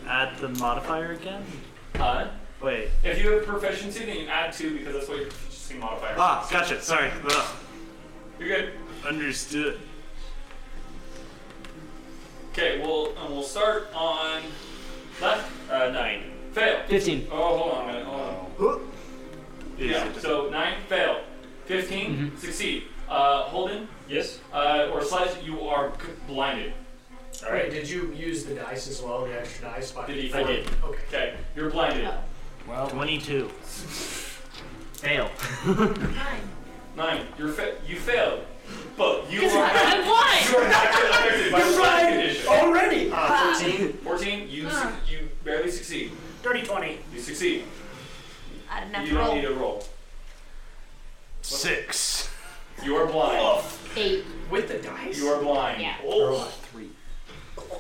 add the modifier again.
Huh?
Wait.
If you have proficiency, then you add two because that's what your proficiency modifier. is.
Ah, gotcha. Sorry. Ugh.
You're good.
Understood.
Okay, well, and we'll start on left. Uh, nine. Fail.
15.
Oh, hold on a minute. Hold on. Yeah. So nine fail. 15 succeed. Uh, Holden.
Yes.
Uh, or slash, you are c- blinded. All right.
Wait,
did you use the dice as well? The extra dice. Did he?
I did.
Okay. Okay. You're blinded.
Well, twenty-two. Fail.
Nine. You're fa- you failed. But you
'Cause
are.
I- I'm blind.
You are not gonna affected by
You're
the blind
blind
condition.
already.
Uh,
Ah.
14. 14. You su-
Ah.
you barely succeed.
Dirty 20.
You succeed.
I didn't have
you
to
don't
roll.
need a roll.
Six.
You are blind.
Eight.
With the dice? You are blind.
Yeah.
Oh.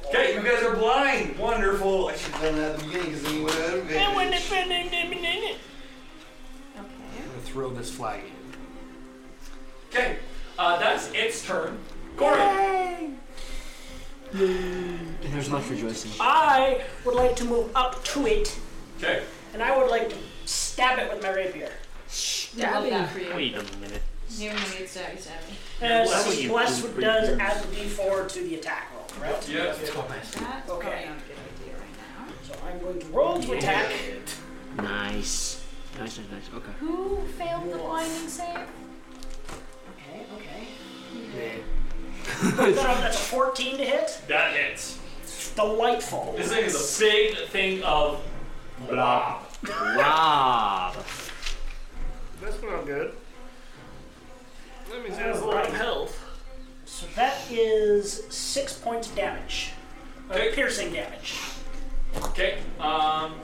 Okay, you guys are blind. Wonderful. I should have done that at the beginning because then you would have
Okay.
I'm gonna throw this flag in.
Okay, uh, that's its turn. Gory.
There's much rejoicing.
I would like to move up to it,
Okay.
and I would like to stab it with my rapier.
Love that for you.
Wait a minute.
You're gonna get stabby, stabby.
Uh,
Why would
see,
you
plus
do
does
rapiers?
add the d4 to the attack roll, correct?
Yeah.
That's probably
Okay.
not a good idea right now.
So I'm going to roll to attack.
Nice. Nice, nice, nice. Okay.
Who failed the blinding save?
Okay, okay. Put up- That's a 14 to hit.
That hits.
Delightful.
This thing is a big thing of blob.
Wow.
That's not good. That means it has a
All
lot of
right.
health.
So that is six points of damage. Of
Okay.
Piercing damage.
Okay. Um.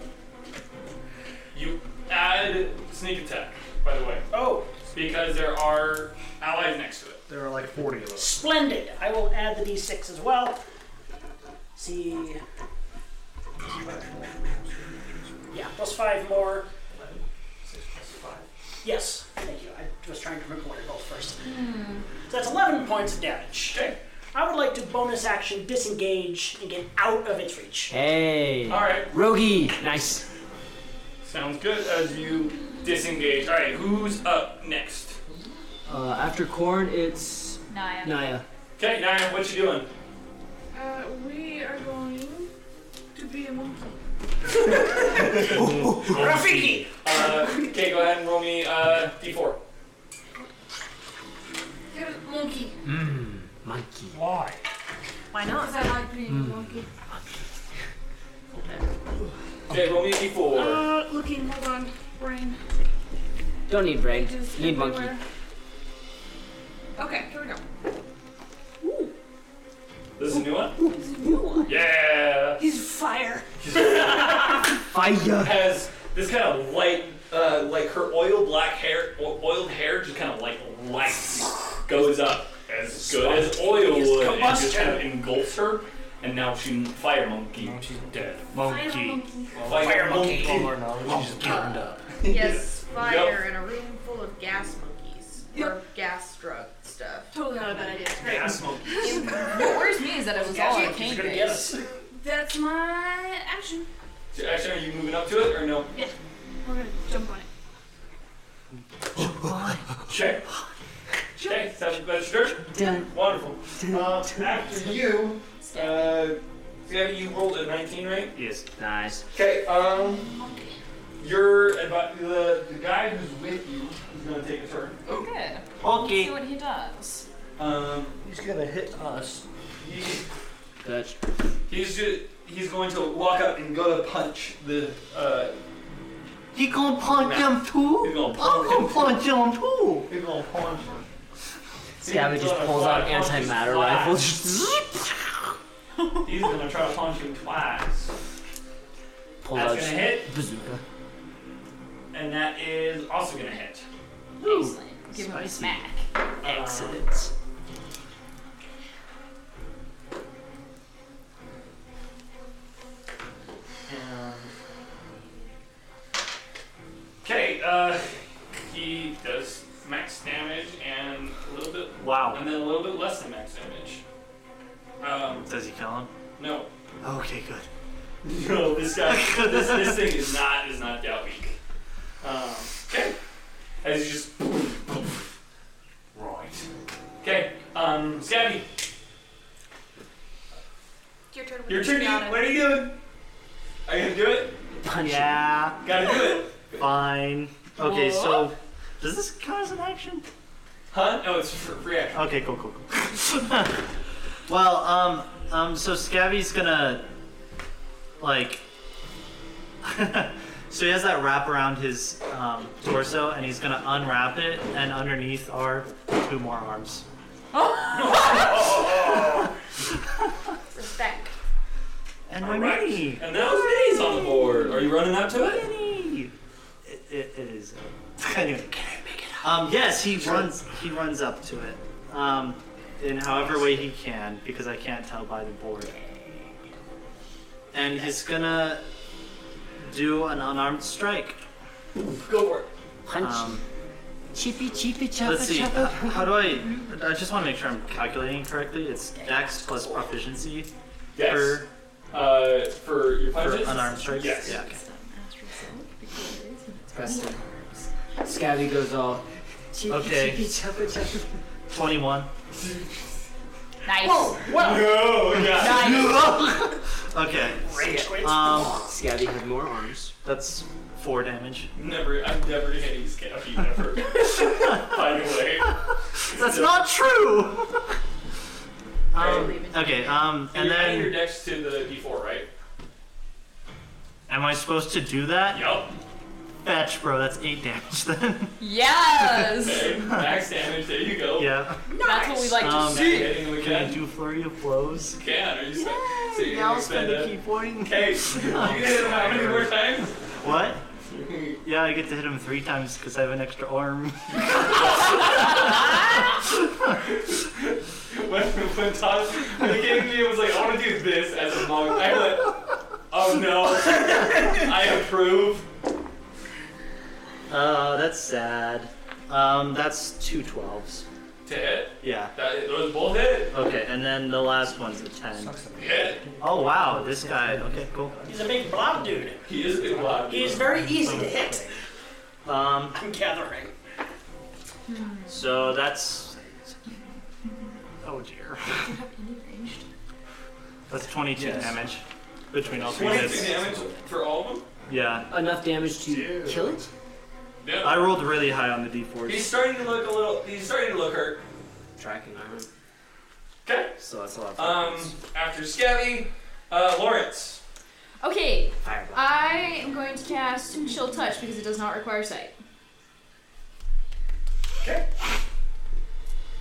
You add sneak attack, by the way.
Oh.
Because there are allies next to it.
There are like 40 of us.
Splendid. I will add the d6 as well. See. Yeah, plus five more. Yes, thank you. I was trying to remember what I rolled first. So that's 11 points of damage.
Okay.
I would like to bonus action disengage and get out of its reach.
Hey.
All right.
Rogi. Nice.
Sounds good as you disengage. All right, who's up next?
Uh, after corn, it's
Naya.
Naya.
Okay, Naya, what you doing?
Uh, we are going to be a monkey.
Rafiki!
Uh, okay, go ahead and roll me uh, d4.
Get a monkey.
Mmm. Monkey.
Why?
Why
Because
not?
I like being
Mm.
a monkey.
Okay, roll me a d4.
Uh, looking, hold on. Brain.
Don't need brain.
Just
Need monkey.
everywhere. Okay, here we go.
This is a new one? Yeah!
He's fire.
Fire.
Has this kind of light, uh, like her oil black hair, o- oiled hair just kind of like lights, goes up as good as oil would, and just kind of engulfs her, and now she fire monkey. Now she's dead.
Monkey.
Fire, monkey.
All our knowledge is just burned up.
Yes, fire
Yep.
in a room full of gas monkeys. Or gas drug stuff.
Totally not a bad idea. Great.
Gas monkey.
What worries me is that it was all
Yeah,
a cane
gonna get
base.
That's my action.
So, Actually, are you moving up to it or no?
Yeah. We're gonna jump on it.
Okay. Okay, seven that's your turn.
Dun.
Wonderful. Uh, after you, uh, yeah, you rolled a 19, right?
Yes.
Nice.
Okay, um, your advi- the, the guy who's with you is going to take a turn.
Good.
Okay.
see what he does.
Um,
He's gonna hit us.
he,
That's
he's ju- he's going to walk up and go to punch the uh,
He gonna punch
Nah.
him too?
He gonna
I'm
punch
gonna
Oh,
him.
punch him too. He gonna punch
Scabby just pulls out an antimatter rifle.
He's gonna try to punch him twice.
Pulls
That's gonna
out just
hit.
bazooka.
And that is also gonna hit. Uh,
Excellent. Give him a smack.
Excellent. Okay, uh, he does max damage and a little bit.
Wow.
And then a little bit less than max damage. Um,
Does he kill him?
no.
Okay, good.
No, this guy, this, this thing is not is not that weak. Um, okay, as you just right. Okay, um, Scabby,
Your turn.
your turn. You, what are you doing? Are you gonna do it?
yeah.
Gotta do
it. Fine. Okay, so does this count as an action?
Huh? No, it's for free action.
Okay, cool, cool, cool. well, um, um, so Scabby's gonna, like, so he has that wrap around his um, torso, and he's gonna unwrap it, and underneath are two more arms. Oh.
Respect.
And
All
my
right.
mini.
And that was minis on the board. Are you running up to it?
Mini. It, it, it is. anyway. Um, yes, he runs. He runs up to it, um, in however way he can, because I can't tell by the board. And he's gonna do an unarmed strike.
Go for it.
Punch.
Um,
Chippy, chippy, choppa,
Let's see. h-
choppa.
How do I? I just want to make sure I'm calculating correctly. It's dex plus proficiency
Yes.
for
Uh, for your
for
punches?
unarmed strikes.
Yes.
Yeah. Okay.
Preston. Scabby goes all.
Okay.
Chippy, choppa, choppa.
Twenty-one.
Nice.
No,
yeah.
okay. Um, Scabby had more arms. That's four damage.
Never. I'm never hitting Scabby ever. By the way.
That's not true. Um, okay. Um,
And
and
you're adding your
then
dex to the d4, right?
am I supposed to do that?
Yup.
Fetch, bro. That's eight damage then.
Okay, max damage. There you go.
yeah.
That's what we like to
Um,
see.
Hitting him
Can I
again.
do flurry of blows?
Can. Are you spend, so you're
Now
gonna
spend
spend
the
a
key point.
Okay. You can hit him how many more times?
What? Yeah, I get to hit him three times because I have an extra arm.
when when Todd when he came to me and was like, I want to do this as a monk, I went, oh no, I approve.
Uh, that's sad. Um, that's two 12s.
To hit.
Yeah.
That, those both hit.
Okay, and then the last one's a 10.
Hit.
Oh wow, this guy. Okay, cool.
He's a big blob dude.
He is a big blob.
He's very easy to hit.
Um,
I'm gathering. Hmm.
so that's. Oh dear. That's 22
Yes.
damage between all three
22
hits.
damage for all of them.
Yeah.
Uh,
Enough damage to kill it?
Yeah.
I rolled really high on the
He's
d4s.
starting to look a little. He's starting to look hurt.
Tracking iron.
Okay.
So that's a lot of
Um. After Scabby, uh, Lawrence.
Okay,
Fireball.
I am going to cast Chill Touch because it does not require sight.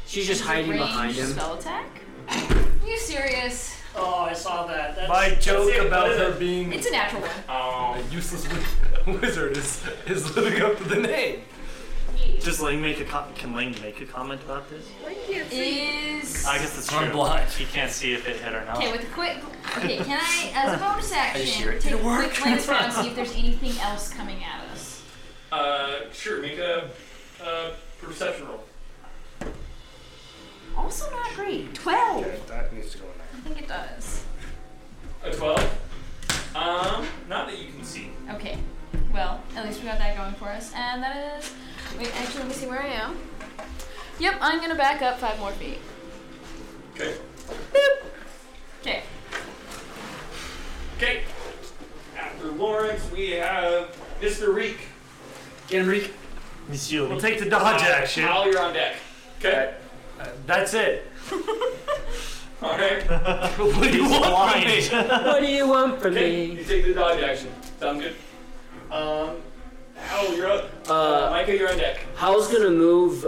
She's just hiding
Ranged
behind him.
Spell attack? Are you serious?
Oh, I saw that. That's,
My joke
that's it.
about
What is
her
it?
being
It's a natural one.
Um,
Oh, a useless wi- wizard is, is living up to the name.
Just Ling make a com- can Ling make a comment about this?
Is
I guess that's
I'm
true.
He
can't see if it hit or not.
okay with a quick. Okay, can I, as a bonus
I just
action,
hear it.
take a
It
quick
worked.
glance around and see if there's anything else coming at us?
Uh, sure. Make a, uh perception roll.
Also not great. Twelve.
that needs to go in
I think it does.
A twelve. Um, not that you can see.
Okay. Well, at least we got that going for us. And that is. Wait, actually, let me see where I am. Yep, I'm gonna back up five more feet.
Okay.
Okay.
Okay. After Lawrence, we have Mr. Reek.
Enrique.
Monsieur.
We'll take the dodge
Al-
action.
Al, you're on deck. Okay.
Uh, that's it.
All right.
What do you want from me?
what do you want from
Okay,
me?
you take the dodge action. Sound good? Um, Uh, Micah, you're on deck.
Howl's Uh, gonna move uh,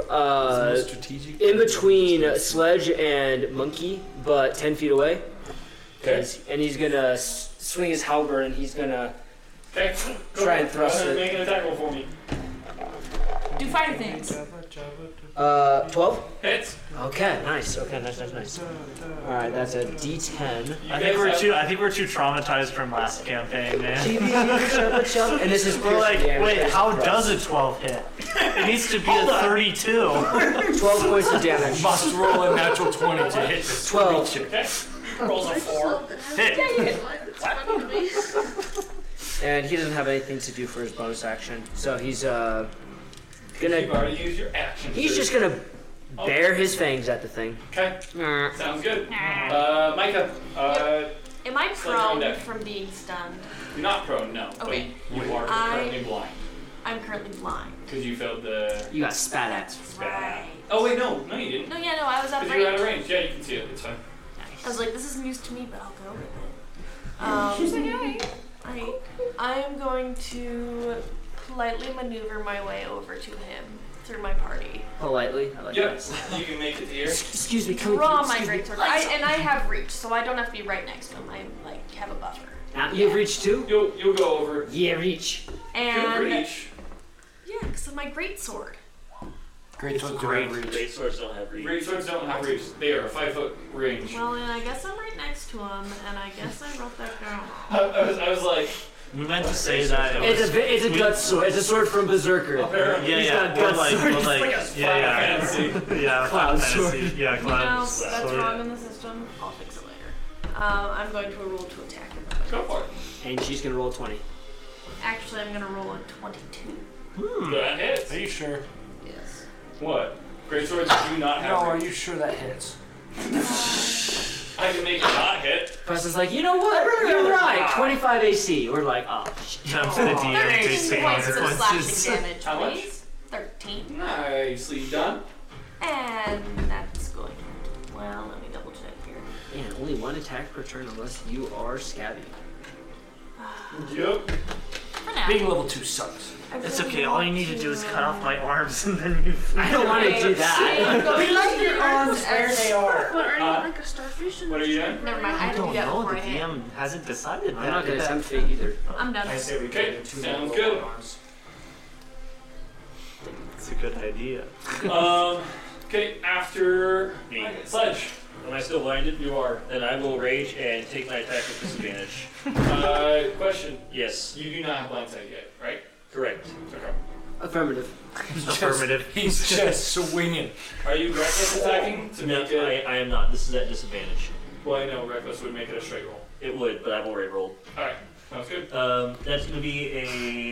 It's the most strategic-
in between Sledge and Monkey, but ten feet away. 'Cause- And he's gonna s- swing his halberd, and he's gonna
Okay. go
Try
ahead.
and thrust
Go ahead,
it.
Make an attack roll for me.
Do fire things.
uh twelve.
Hits.
Okay, nice. Okay, nice, nice, nice. All right, that's a D10.
I think we're too. I think we're too traumatized from last campaign, man.
and this is
we're like,
piercing
wait,
damage.
how does a 12 hit? It needs to be
Hold
a
on.
32.
12 points of damage.
Must roll a natural 20 to hit
this 12.
Rolls a four.
Hit.
And he doesn't have anything to do for his bonus action, so he's uh gonna.
You've already used your action.
He's
surge.
just gonna
Oh.
bare his fangs at the thing.
Okay.
Mm.
Nah.
Sounds good. Uh, Micah, uh,
Am I
Sledge, you're on
prone
deck.
from being stunned?
you're not prone, no.
Okay.
But you are
I-
currently blind
I'm currently blind.
because you failed the.
You got spat at.
Right.
Oh wait, no, no, you didn't.
No, yeah, no, I was out of
Because you were out
range.
of range. Yeah, you can see it. It's fine.
I was like, this is news to me, but I'll go with it. Um,
She's like, "Hey."
I, I am going to politely maneuver my way over to him through my party.
Politely. I like
Yep.
that.
You can make it here.
Excuse me, come
Draw my
excuse me.
greatsword. I, and I have reach, so I don't have to be right next to him. I like have a buffer.
Ah, You've reached two?
You'll, you'll go over.
Yeah, reach.
And
reach.
yeah, because of my greatsword.
Great swords do
Great.
have reach.
Great swords don't have reach.
Great swords don't have reach. They are five foot range.
Well, and I guess I'm right next to him, and I guess I wrote that down.
I, I was, I was like.
We meant to say that. it
It's
was-
a vi- it's a
we-
gut sword. It's a sword from Berserker.
Yeah,
He's
yeah.
got a
We're
gut
like,
sword.
we're like, yeah, yeah, yeah. Cloud fantasy. Yeah,
You know,
cloud
that's
sword.
wrong in the system. I'll fix it later. Um, I'm going to roll to attack him.
Go for it.
And she's gonna roll twenty.
Actually, I'm going to roll a 22.
That hits.
Are you sure?
Yes.
What? Great swords do not have
No, are
reach.
you sure that hits?
I can make it not hit.
Preston's like, you know what?
Really?
You're right. Twenty-five AC. We're like, oh. shit.
Times
points of slashing damage,
How much?
please. 13.
Nicely done.
And that's going to. Well, let me double check here.
Man, only one attack per turn unless you are scabby.
Yep.
For now.
Being level two sucks.
I
It's
really
okay. All you need to do is cut off my arms and then you.
I don't wanna do that.
We like
your arms where they are.
What, are you
Huh?
like a starfish? in
What
the
are you
shark
doing?
Never mind. I
I
had to
don't
do that
know.
before
The
I hit.
DM hasn't decided.
I'm
that.
not gonna
That-
tempt fate either.
I'm done.
I say we
Okay, sounds good.
It's a good idea.
um, okay, after
Me.
Sledge.
Am I still blinded? You are. Then I will rage and take my attack with disadvantage.
Uh, question.
Yes.
You do not have blindsight yet, right?
Correct.
Okay.
Affirmative.
Affirmative.
He's just swinging.
Are you reckless attacking to
No,
make it?
I, I am not. This is at disadvantage.
Well, I know reckless would make it a straight roll.
It would, but I've already rolled.
All right, sounds good.
Um, that's going to be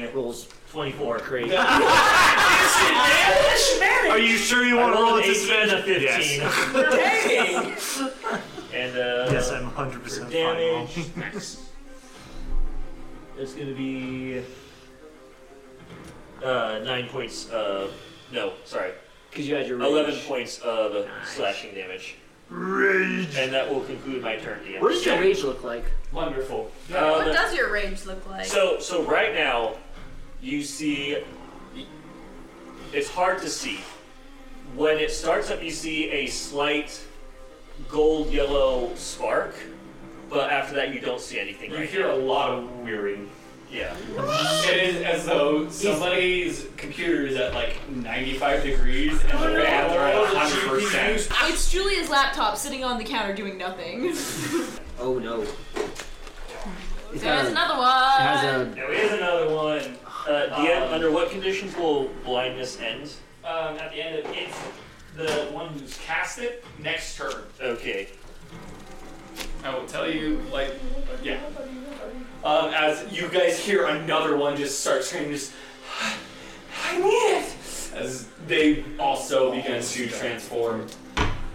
a
rolls
24. Great.
Are you sure you
I
want to
rolled an
roll
18 and a
at disadvantage?
15.
Yes.
And uh,
yes, I'm 100 percent
for
final.
damage. It's going to be uh, nine points. Uh, no, sorry.
Because you had your rage.
Eleven points of slashing damage.
Rage.
And that will conclude my turn. DM.
What does your rage look like?
Wonderful.
Uh,
What does your range look like?
So, so right now, you see, it's hard to see. When it starts up, you see a slight gold yellow spark, but after that, you don't see anything.
You
right
hear
now.
a lot of whirring.
Yeah.
It is as though somebody's computer is at like 95 degrees
Oh,
and the fans are at 100%.
It's Julia's laptop sitting on the counter doing nothing.
Oh no. It's got
There's
a-
another
It
one.
has a.
There is another one. Uh, DM, under what conditions will blindness end?
Um, at the end of it's the one who's cast it next turn.
Okay.
I will tell you, like, yeah. Um, as you guys hear another one just start screaming, just, I need it! As they also begin to transform.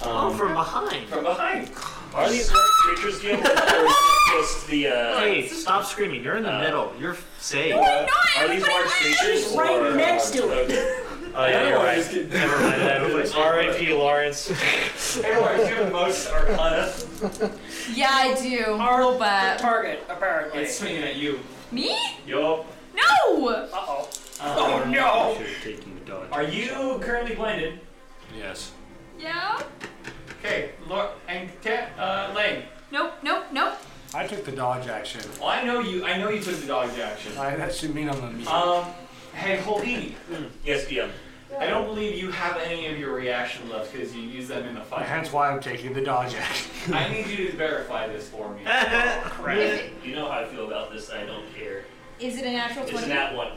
Oh,
um,
from behind.
From behind.
Are these white creatures guild or is it just the? Uh,
Hey, stop screaming. You're in the
Uh,
middle. You're safe.
are these large creatures?
right
or-
next
um,
to
Okay.
Oh, yeah, you're right. Never mind that. R.I.P. Lawrence.
Everyone, do the most arcana.
Yeah, I do. Arl, but target apparently.
It's swinging at you.
Me?
Yup.
No.
Uh oh. Oh no!
Taking
Are you currently blinded?
Yes.
Yeah.
Okay, Lord and Cat, uh, Lane.
Nope, nope, nope.
I took the dodge action.
Well, I know you. I know you took the dodge action.
I, that should mean I'm immune.
Um, hey, Holdini.
Hmm. Yes, DM.
I don't believe you have any of your reaction left because you used them in the fight.
Hence why I'm taking the dodge action.
I need you to verify this for me.
Oh,
You know how I feel about this. I don't care.
Is it a natural
It's
20?
not one.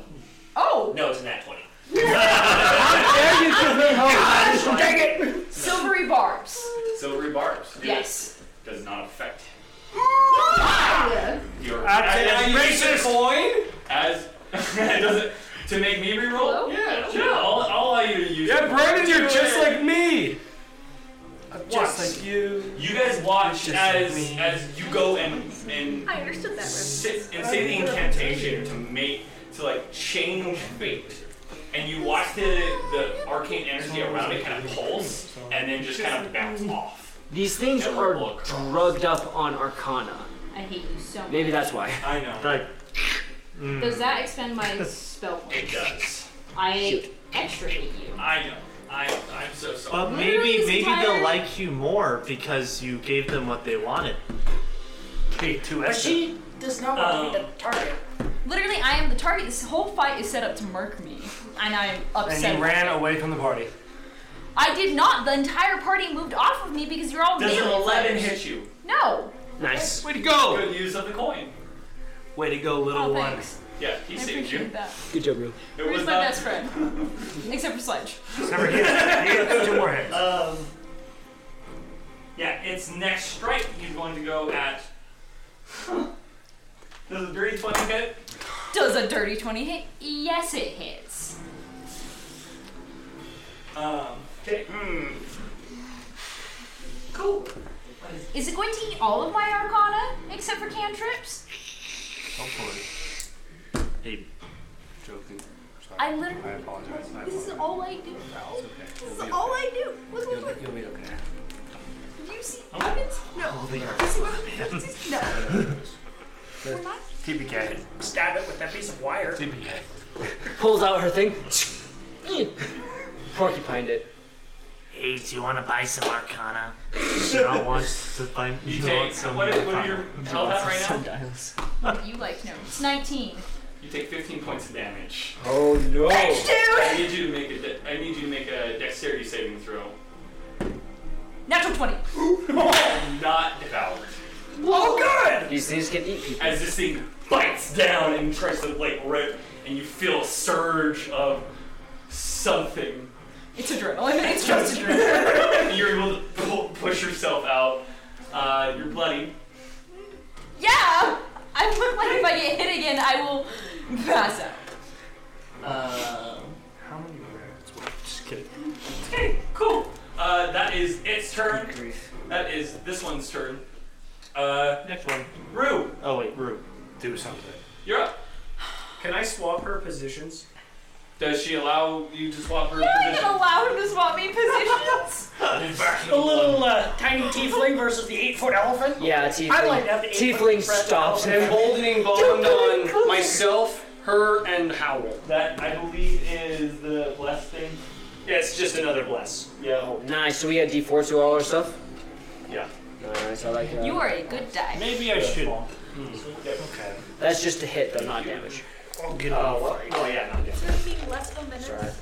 Oh!
No, it's a nat 20.
How
dare you give me hope?
God,
Dang
it! Oh, Silvery barbs.
Silvery barbs.
Yes. Ah!
Does not affect
Yeah.
your.
I
as-
take
as you use
racist.
the coin as does it to make me reroll? Yeah, sure. I'll, I'll allow you to use.
Yeah,
it.
Brandon, you're
Do
just
it.
like me.
Watch.
you.
You guys watch as as you go and and
I understood that.
sit and say the incantation to make to like change fate. And you watch the the arcane energy around it kind of pulse and then just kind of bounce off.
These things are drugged up on Arcana.
I hate you so much.
Maybe that's why.
I know.
Like,
Hmm.
Does that expend my spell point?
It does.
I extra hate you.
I know. I I'm so sorry.
But
Literally
maybe
this
maybe
entire-
they'll like you more because you gave them what they wanted. K two
But she does not want to be the target.
Literally, I am the target. This whole fight is set up to murk me, and I'm upset.
And you
about
ran
it.
away from the party.
I did not. The entire party moved off of me because you're all
Does an
melee
eleven
fighters.
hit you?
No.
Nice.
Way to go! Good use of the coin.
Way to go, little
Oh,
one.
thanks.
Yeah, he
I
saved you.
appreciate that.
Good job, Rue.
It
Where's
was
my
not.
best friend? Except for Sledge.
Two more hits.
Um,
yeah, it's next strike. He's going to go at. Does a dirty twenty hit?
Does a dirty 20 hit? Yes, it hits.
Um. Okay. Hmm. Cool.
Is it going to eat all of my arcana except for cantrips?
Hopefully.
Hey.
Joking. Sorry.
I literally.
I apologize. I
This is
apologize.
all I do. This is all I do. Look, look, look.
You'll be okay.
Do you see weapons? No.
Oh, they are.
Do you see weapons? No.
TPK.
Stab it with that piece of wire.
TPK.
Pulls out her thing. Porcupined it.
Hey, do you want to buy some Arcana? I want to buy.
You
I want
take-
some
what is- what are
Arcana.
your
I
health
want
at
some
right now?
sundials.
What do you like? No. It's 19.
You take fifteen points of damage.
Oh no!
Thanks, dude.
I need you to make a. De- I need you to make a dexterity saving throw.
Natural 20.
Not devoured.
Oh,
good!
These things can eat people.
As this thing bites down and tries to like rip, and you feel a surge of something.
It's adrenaline. It's just adrenaline.
You're able to pull, push yourself out. Uh, you're bloody.
Yeah! I look like if I get hit again, I will pass out. Um,
Uh,
How many rounds? were- Just kidding.
okay, cool. Uh, that is its turn. That is this one's turn. Uh,
Next one.
Rue,
Oh wait, Rue.
Do something.
you're up.
Can I swap her positions?
Does she allow you to swap her
You don't even
position?
allow him to swap me positions.
The little uh, tiny tiefling versus the eight foot elephant?
Yeah, tiefling.
I'd like to have the eight foot
tiefling
friend
stops
elephant.
him.
I'm holding bond on myself, her, and Howl.
That I believe is the blessed thing.
yeah, it's just another bless.
Yeah.
Oh, Nice. So we got D4 to all our stuff.
Yeah.
Nice. I like that.
You are a good die.
Maybe I should.
Okay.
That's just a hit, though, not damage.
I'll get out of the
Oh, yeah, not good.
It's gonna be less of a minute.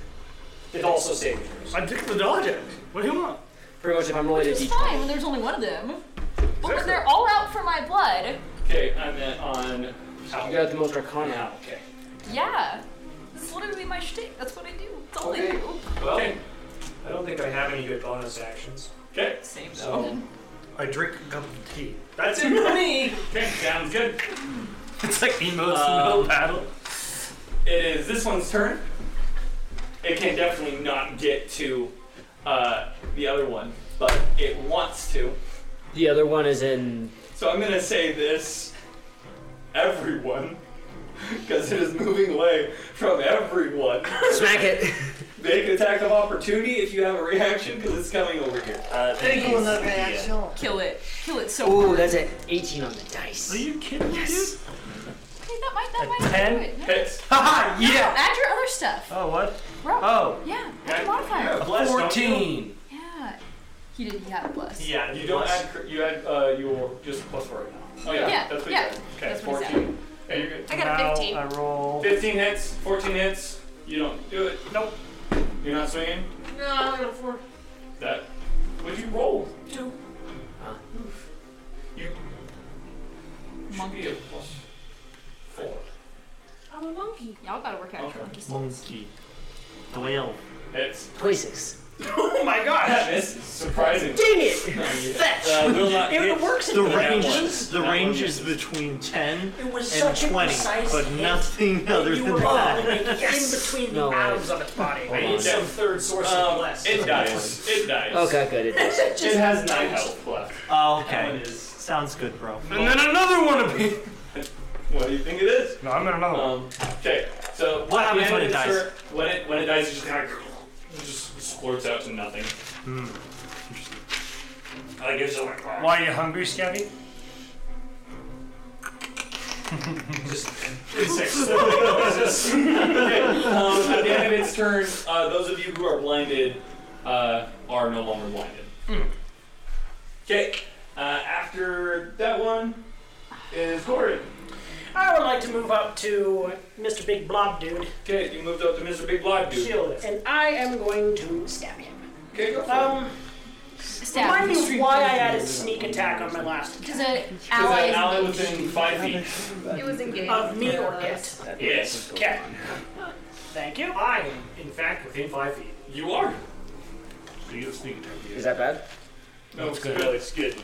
It also saved
fight. I took the dodge action. What do you want?
Pretty much, if I'm rolling a
It's
D20.
fine when there's only one of them. But when they're all out for my blood,
Okay, I meant on. Ah,
You got the most arcana out.
Okay.
yeah. This is literally my shtick. That's what I do. It's all I
Okay.
do.
Well, okay.
I don't think I have any good bonus actions.
Same
So-
though.
I drink a cup of tea.
That's it for me.
Okay, sounds good.
It's like emo's uh, middle battle.
It is this one's turn. It can definitely not get to uh, the other one, but it wants to.
The other one is in.
So I'm gonna say this, everyone, because it is moving away from everyone.
Smack it.
Make an attack of opportunity if you have a reaction, because it's coming over here.
Uh,
Kill it. Kill it so
Ooh,
hard.
that's an 18 on the dice. Are you kidding? Yes.
Okay, that might, that might do it.
Hits.
No, add your other stuff.
Oh, what?
Roll.
Oh.
Yeah.
14.
Yeah. He did. He had a plus.
Yeah, you don't add. cr- You add. Uh, you will just plus four right now. Oh yeah,
Yeah,
that's what
yeah,
you said. Okay,
that's what he said.
fourteen. Yeah, you're good.
I got a Now 15. I
roll. Fifteen hits. Fourteen hits. You don't do it. Nope. You're not swinging.
No, I got a four.
That. What'd you roll?
Two.
Huh. You. Should be a plus four.
I'm a monkey. Y'all gotta work out your monkey stuff.
Monkey. Dwell.
It's
26.
Oh my gosh! That misses. Surprising. Uh, Dang it!
Fetch!
it works.
The range, the range is between 10
It was
and
such a
20,
precise
but
hit
nothing other
you
than
were
that.
like in between
No
the
way.
atoms of its body.
Hold on.
some third source
Um,
of bless.
It dies. It dies.
Okay, good, it does.
it has nine health left.
Oh, okay. Sounds good, bro.
And then
another one of me.
What do you think it is?
No, I'm in another
one. Okay, so
What
at the
happens
end of
when it
its
dies?
turn- When it when it dies, it just kind of just squirts out to nothing.
Hmm.
I guess it's like.
Why are you hungry, Scabby?
Insects. okay, um, at the end of its turn, uh, those of you who are blinded uh, are no longer blinded.
Hmm.
Okay, uh, after that one is Corey.
I would like to move up to Mr. Big Blob Dude.
Okay, you moved up to Mr. Big Blob Dude.
And I am going to stab him.
Okay, go for
um,
Stab.
Remind me
Extreme
why I
punch.
added sneak attack on my last attack.
Because an ally is
ally
engaged.
within five feet.
It was engaged.
Of me or it.
Yes.
Okay. Thank you.
I am, in fact, within five feet.
You are.
So you get a sneak attack.
Is that bad?
No,
That's
it's
good.
good. It's good.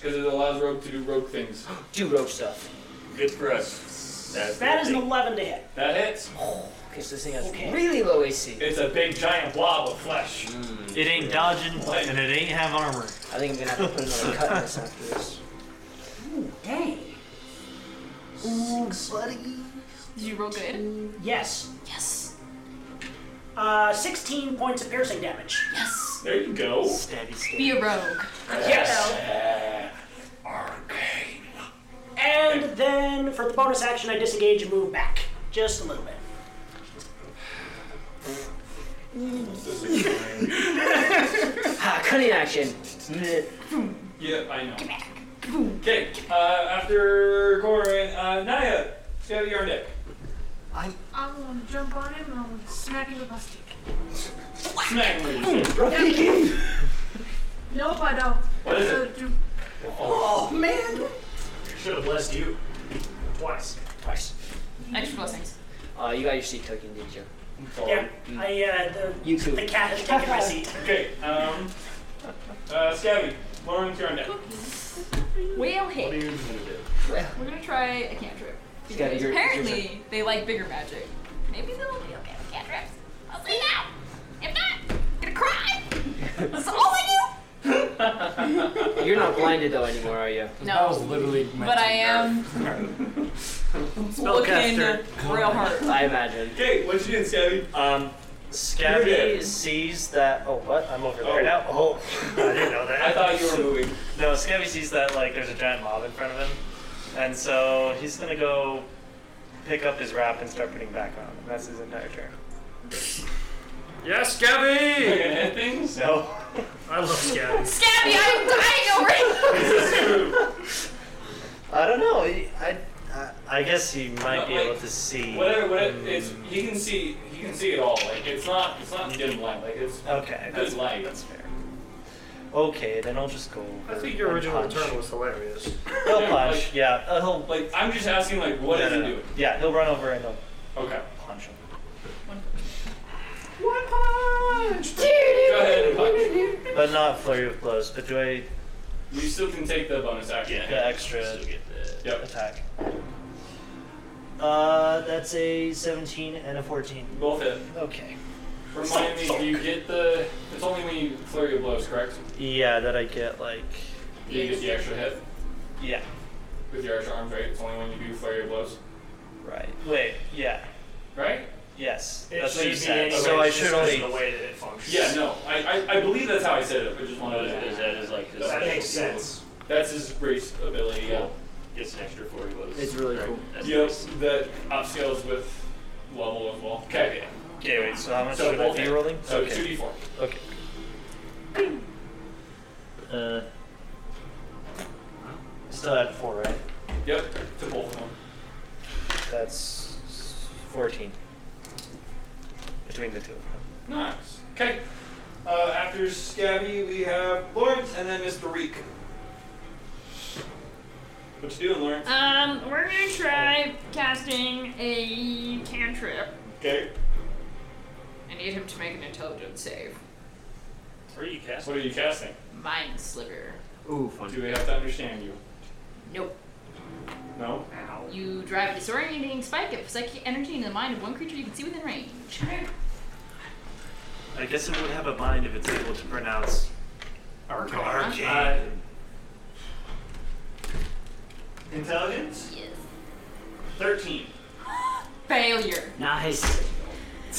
Because it allows Rogue to do Rogue things.
Do rogue stuff.
Good for us. That's
That is an
the thing.
11 to hit.
That hits.
Okay, so this thing has
Okay.
really low Hmm. AC.
It's a big giant blob of flesh.
It ain't dodging, and it ain't have armor.
I think I'm gonna have to put another cut in this after this.
Hey. Ooh, buddy.
Did you roll good?
Yes.
Yes.
Uh, 16 points of piercing damage.
Yes.
There you go.
Stabby, stabby.
Be a rogue.
Yes.
uh,
And then for the bonus action, I disengage and move back just a little bit.
Ha, cunning action.
Yeah, I know. Okay, uh, after Corin, uh, Naya, you have your deck.
I'm gonna jump on him and I'm gonna smack him with my stick.
Smack
Nope, I don't.
What is
So do-
Oh, man.
Should have blessed you.
Twice.
Twice.
Extra blessings.
Oh,
Uh, you got your seat taken, did you?
Oh.
Yeah. I, uh, the,
You too.
the cat has taken my seat.
Okay, um, uh, Scabby, Lauren's your deck.
Whale
What are
hit.
you gonna do?
We're gonna try a cantrip.
It's gotta be
Because
your- your
apparently they like bigger magic. Maybe they'll be okay with cantrips. I'll say now. If not, I'm gonna cry. That's all I
You're not blinded though anymore, are you?
No. That was
literally
do. But I am looking uh, real hard.
I imagine.
Okay, what you doing, Scabby?
Um, Scabby sees that. Oh, what? I'm over there now. Oh, I didn't know that.
I thought you were moving.
No, Scabby sees that like there's a giant mob in front of him, and so he's gonna go pick up his wrap and start putting back on. And that's his entire turn.
Yes, Scabby!
You're gonna hit things?
No.
I love Scabby.
Scabby, I'm dying already.
I don't know. he- I I, uh, I guess he might
No,
be
like,
able to see.
Whatever, whatever. It's he can see. He can see it all. Like it's not. It's not dim light. Like it's
Okay,
good
that's
light.
That's fair. Mm, Okay, then I'll just go.
I
over
think your
and
original
punch.
turn was hilarious.
He'll punch. yeah, uh, he'll.
Like I'm just asking. Like what
no,
is
no,
he
no.
doing?
Yeah, he'll run over and he'll
Okay.
punch him.
One punch. Go
ahead and punch.
But not flurry of blows. But do I
You still can take the bonus action.
get the extra
Yep.
attack? Uh, that's a 17 and a 14.
Both hit.
Okay.
Remind me, do you get the? It's only when you flurry of blows, correct?
Yeah, that I get like.
Do you get the extra hit
Yeah.
with your extra arms, right? It's only when you do flurry of blows,
Right. Wait. Yeah.
right?
Yes.
It
that's what
should
you
be
said.
anyway,
So I
it's
should
just
only.
the way that it Yeah, no, I, I, I believe that's how I said it. I just wanted to.
Is that his, like, his
That
special
makes
skill?
sense. That's his grace ability. Yeah.
Gets an extra 40 blows.
It's really
Right.
cool.
That's
Yep,
nice.
that upscales with level as well. Okay.
Okay, wait, so how much should I
both
be
hit.
rolling?
So
Okay.
2d4.
Okay. Uh, still at four, right?
Yep, to both of them.
That's fourteen between the two of them.
Nice. Okay. Uh, after Scabby, we have Lawrence and then Mr. Reek. What you doing, Lawrence?
Um, we're gonna try casting a cantrip.
Okay.
I need him to make an intelligence save.
What are you casting? What are you casting?
Mind sliver.
Ooh, fun. Do we have to understand you?
Nope.
No?
You drive a disorienting spike of psychic energy into the mind of one creature you can see within range.
I guess it would have a mind if it's able to pronounce arcane.
Arcane. Intelligence?
Yes.
13.
Failure.
Nice.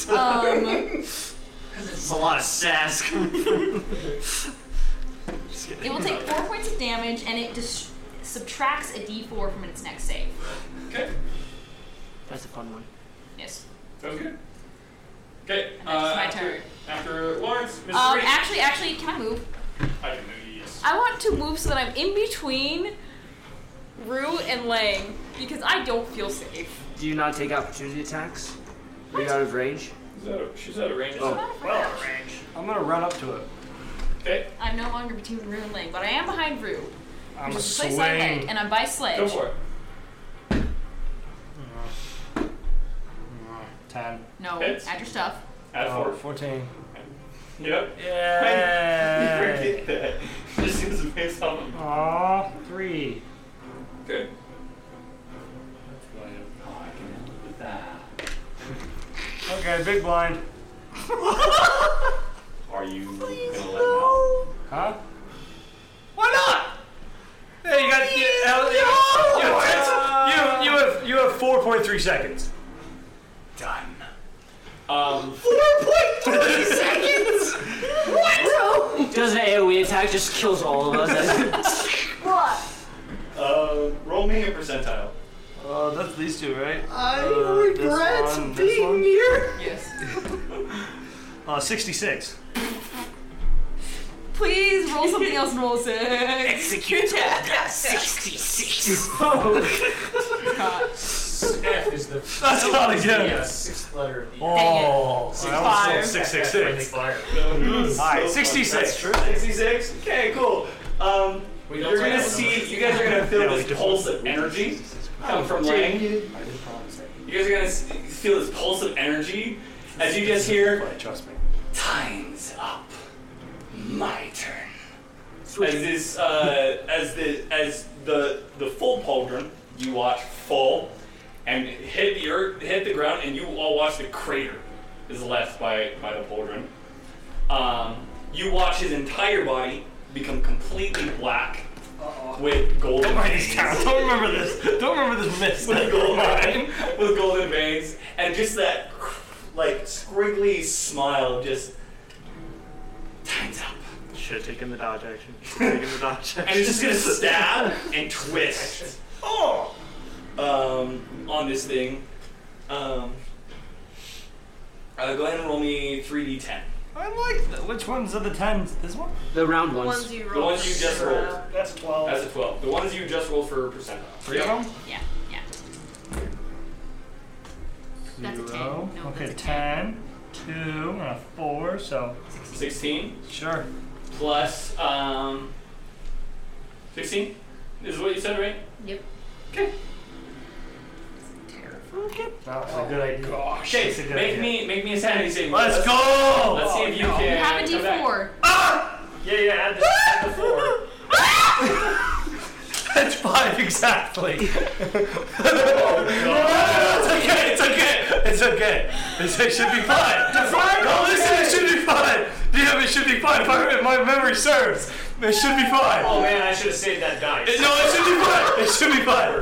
Um,
It's a lot of sass coming from. Just kidding.
it will take four points of damage, and it dis- subtracts a d4 from its next save.
Okay.
That's a fun one.
Yes.
Sounds good. Okay.
And
Uh,
that's my
after,
turn.
After Lawrence, Mr.
Um,
Reek.
actually, actually, can I move?
I can move you, yes.
I want to move so that I'm in between Rue and Lang because I don't feel safe.
Do you not take opportunity attacks? Are you out of range?
She's out of, she's out of range.
Oh.
Well, out of range.
I'm gonna run up to it.
Okay.
I'm no longer between Rue and Lang, but I am behind Rue.
I'm
which is the place I like,
swaying.
and I'm by Sledge.
Go for it. Hmm. Ten.
No,
Hits.
add your stuff.
Add
Oh,
four.
14.
Yep.
Yeah.
I forget that. Just seems to face on them.
Aw, three.
Okay.
Okay, big blind.
Are you gonna let him out?
Huh?
Why
not? Hey, you got you, Al- you, you, have, you, have, you have 4.3 seconds.
Done. Um.
seconds?
What? Does an AoE attack just kills all of us?
Uh, roll me a percentile.
Uh, that's these two, right?
I
Uh, this one, this one.
Yes.
Uh, 66.
Please roll something else and roll six. Execute
Order
66.
F is the
That's not a
is
given.
the, uh, sixth letter of the
Oh, I almost rolled six, six, Mm-hmm. six.
Alright,
Alright, 66.
66? Okay, cool. Um,
We don't
you're
play
gonna
that
see,
number.
you guys are gonna feel
Yeah, we
this
just-
pulse of energy come from Lang. You guys are gonna s- feel this pulse of energy as you guys hear,
Trust me.
time's up. My turn. As this, uh, as the, as the, the full pauldron, you watch fall and hit the earth, hit the ground, and you all watch the crater is left by by the pauldron. Um, you watch his entire body become completely black with golden.
Don't write these down. Don't remember this. Don't remember this mess.
with golden, with golden veins, and just that like squiggly smile, just time's up.
Should have taken the dodge action. Should have taken the dodge action.
and he's just gonna stab and twist. Oh, um, on this thing. Um, uh, go ahead and roll me three d ten.
I like the, Which ones are the tens? This one?
The round
The ones. ones you The ones you just rolled. rolled.
That's 12.
That's a twelve. The ones you just rolled for percentile.
Three of them?
Yeah, yeah.
That's Zero. okay, 10, 2, and a 4, so.
Sixteen
Sure.
plus um. Sixteen. This is what you said, right?
Yep.
That was a good idea. Gosh.
Okay, make me make me a sanity saving. throw.
Let's go!
Let's see if you
Oh, no.
can.
You have a
come back. Ah!
d4.
Yeah, yeah. Add the, add the four.
That's five exactly.
Oh,
it's okay. It's okay. It's okay. It's, it should be fine.
five
No, listen. It
okay.
should be fine. Yeah, it should be fine. If, I, if my memory serves, it should be fine.
Oh man, I should have saved that dice.
It- no, it should be fine. It should be fine.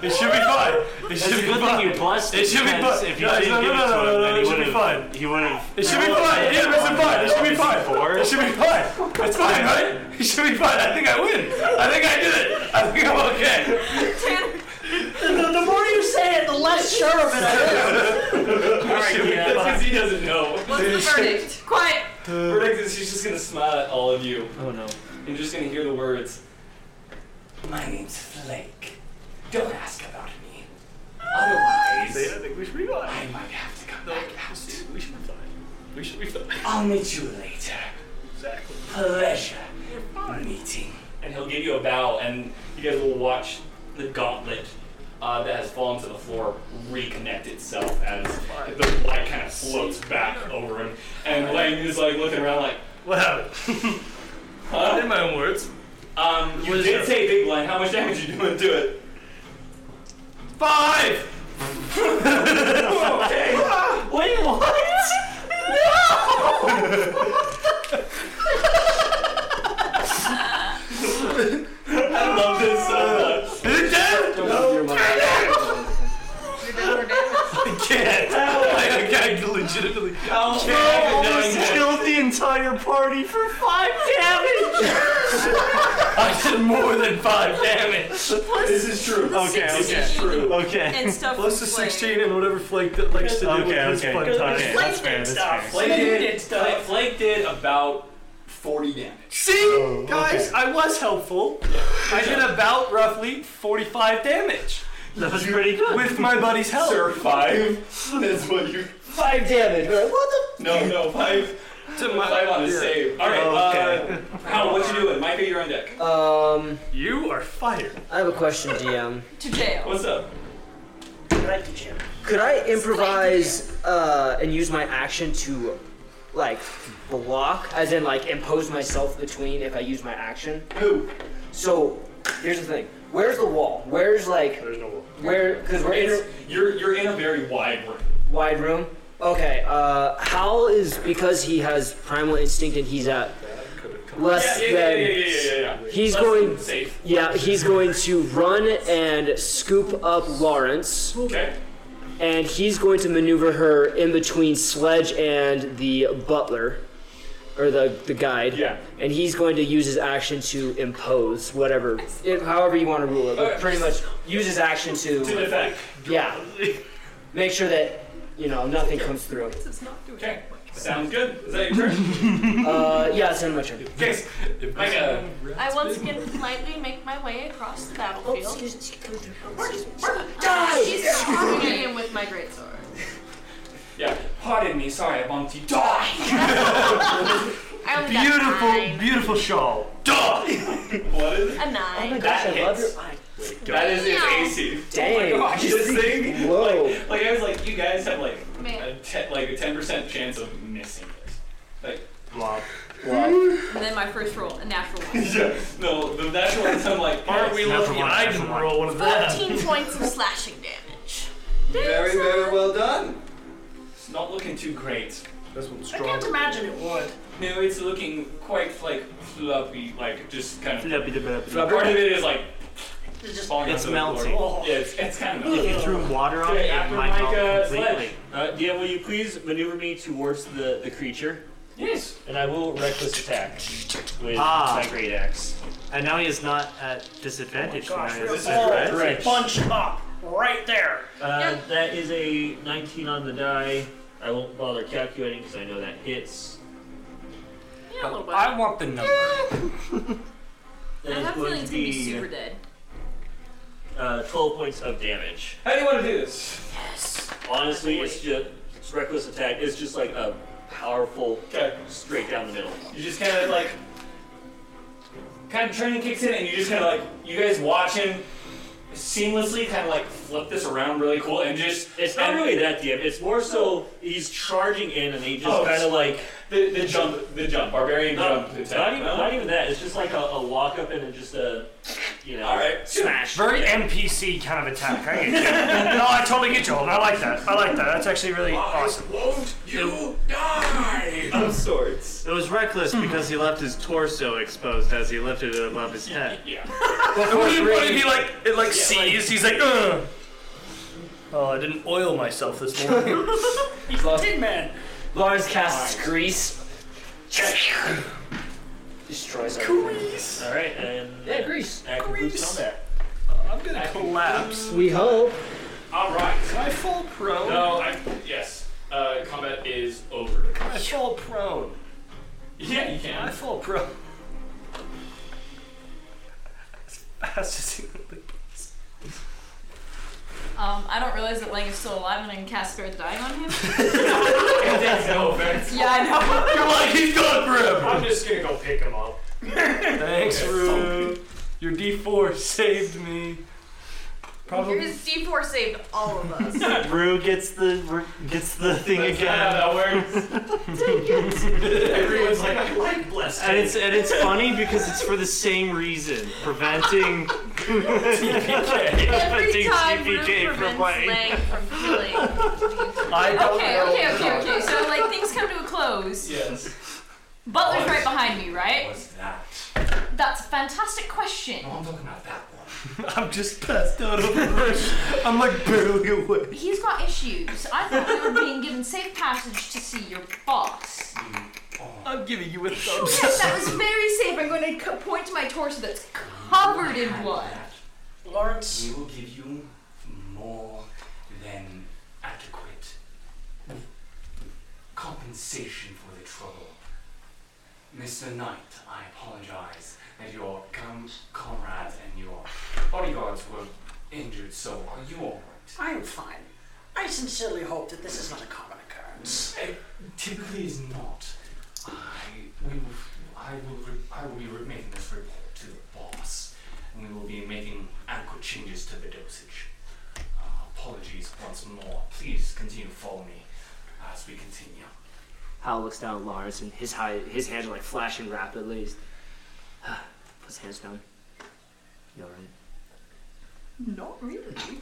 It should be fine. It
That's
should
a
be
good thing
fine.
you busted,
It should be
because
fine.
if you
no, no,
didn't give
no,
it to
no, no,
him,
no, no,
then
It
he
should be
would've-
fine.
He wouldn't.
It should be fine. Yeah, it's fine. It should be fine. It should be fine. It's fine, right? It should be fine. I think I win. I think I did it. I think I'm okay.
The, the more you say it, the less sure of it I am.
Alright, yeah, because he doesn't know.
What's the verdict? Quiet.
Verdictus, he's just gonna smile at all of you.
Oh no.
You're just gonna hear the words.
My name's Flake. Don't ask about me. Otherwise,
They don't think we should be fine.
I might have to come back out.
We should be fine. We should be fine.
I'll meet you later.
Exactly.
Pleasure
You're fine.
meeting.
And he'll give you a bow, and you guys will watch the gauntlet uh, that has fallen to the floor reconnect itself as the light kind of floats back over him. And Lang is like looking around, like,
What happened?
huh?
In my own words.
Um, you
What is
did
it?
say big blind. How much damage you doing to it? Five. okay.
Wait, what? No!
I love this so much. Is it dead?
I can't. I, I, I legitimately
Oh,
can't. have it knowing
almost
that.
killed the entire party for five damage.
I did more than five damage.
This is true.
Okay, okay.
This is true.
Okay.
And stuff
Plus the
with flake.
16 and whatever flake that likes to do with
Okay,
his
okay.
fun
Because
time.
Flake did stuff.
Flake did, Flake, Flake did about 40 damage.
See, guys, I was helpful. I did about roughly 45 damage. That was pretty good. With my buddy's help.
Sir, five. That's what you.
Five damage. What the?
No, no, five.
To my, Oh,
five on his save. All right.
Okay.
Uh, Hal, what you doing? Micah, you're on deck.
Um,
you are fired.
I have a question, DM.
To jail.
What's up?
Right to jail.
Could I improvise uh, and use my action to, like, block, as in, like, impose myself between if I use my action?
Who?
So, here's the thing. Where's the wall? Where's, like,
There's no wall.
where, because we're in.
It's- you're you're in a very wide room.
Wide room. Okay. Uh, Howl is because he has primal instinct and he's at less
Yeah, yeah, yeah,
than.
yeah, yeah, yeah, yeah, yeah.
He's
Less
going.
than safe.
Yeah, he's going to run and scoop up Lawrence.
Okay.
And he's going to maneuver her in between Sledge and the butler, or the the guide.
Yeah.
And he's going to use his action to impose whatever, if, however you want to rule it, but
Okay.
pretty much use his action to.
To defect.
Yeah. Make sure that you know nothing comes through.
Okay. Sounds good. Is that your turn?
Uh, yeah, it's in my turn.
Yes. Micah.
I once again politely make my way across the battlefield.
Die!
She's charging him with my greatsword.
Yeah. Pardon me. Sorry, I bumped you. Die.
I only got
Beautiful,
nine.
beautiful shawl.
What is it?
A nine.
Oh my gosh, I love your
eye.
That is its AC.
Dang.
Oh my gosh, this thing.
Whoa.
Like, like I was like, you guys have like
Man.
a te- like a ten percent chance of missing this. Like. Blob.
And then my first roll, a natural one.
yeah. No, the natural ones. I'm like,
Aren't we
yes.
lucky I didn't roll one of them?
14 points of slashing damage.
Very, very well done. It's not looking too great. This one's
I can't imagine it would.
No, it's looking quite like floppy, like just kind of.
Flippy the bit.
Part of it is like.
It's just
falling
It's
onto the floor.
melting.
Yeah, it's, it's kind of.
If you threw water on
Okay,
it, it
after
might melt
Micah,
completely.
Sledge.
Uh, yeah, will you please maneuver me towards the, the creature?
Yes.
And I will reckless attack with
Ah.
my great axe.
And now he is not at disadvantage.
Oh my gosh,
when I
we're
said
all
red.
bunch up right there.
Uh, that is a 19 on the die. I won't bother calculating because I know that hits.
Yeah, a little bit.
I want the number.
That
I
is
have a
going
feeling
to
it's gonna be
be,
super dead.
uh, 12 points of damage.
How do you want to do this?
Honestly, it's just reckless attack. It's just like a powerful straight down the middle.
You just kind of like. Kind of training kicks in, and you just kind of like. You guys watch him seamlessly kind of like flip this around really cool, and just.
It's not
and-
really that DM. It's more so he's charging in and he just
Oh,
kind of like
the, the jump, the jump, barbarian
not,
jump attack.
not even
no?
not even that. It's just like a, a walk up and then just a you know
All right.
smash.
Very NPC kind of attack. I get you. no, I totally get you, Holden. I like that. I like that. That's actually really awesome.
Won't you die? Of sorts.
It was reckless because he left his torso exposed as he lifted it above his head.
Yeah.
What do you want to be like? It like seized. He's like, Ugh. oh, I didn't oil myself this morning.
Tin Man.
Lawrence casts grease. Destroys everything.
All right, and uh,
Yeah, grease.
That concludes
Grease.
combat.
I'm gonna collapse.
We hope.
All right.
Can I fall prone?
No, I, yes. Uh, combat is over.
Can I fall prone?
Yeah, you can.
I fall, bro. As fast as humanly
Um, I don't realize that Lang is still alive and I can cast Spare the Dying on him.
That's no offense.
Yeah, I know. You're like,
he's gone forever. I'm just gonna go pick him up.
Thanks, Rue. Your D4 saved me.
His D4 saved all of us.
Rue gets the gets the thing
That's
again.
not
Everyone's like, I like blessed.
And it's and it's funny because it's for the same reason, preventing TPK,
Every
preventing
time Rue
TPK from
prevents
playing.
Lang from killing.
I don't
okay,
know.
okay, okay, okay. So like things come to a close.
Yes.
Butler's
What
right behind me, right?
was that?
That's a fantastic question.
I'm talking about that one.
I'm just passed out of the I'm like barely awake.
He's got issues. I thought we were being given safe passage to see your boss.
I'm giving you a thumbs
Yes, that was very safe. I'm going to co- point to my torso that's covered in blood.
Lawrence.
We will give you more than adequate compensation for the trouble. Mr. Knight, I apologize that your com- comrades and your bodyguards were injured, so are you all
I'm fine. I sincerely hope that this is not a common occurrence.
right? Typically is not. I, we will, I, will re- I will be re- making this report to the boss, and we will be making adequate changes to the dosage. Uh, apologies once more. Please continue to follow me as we continue.
Hal looks down at Lars, and his high, his hands are like flashing rapidly. He's, puts his hands down. You alright?
Not really.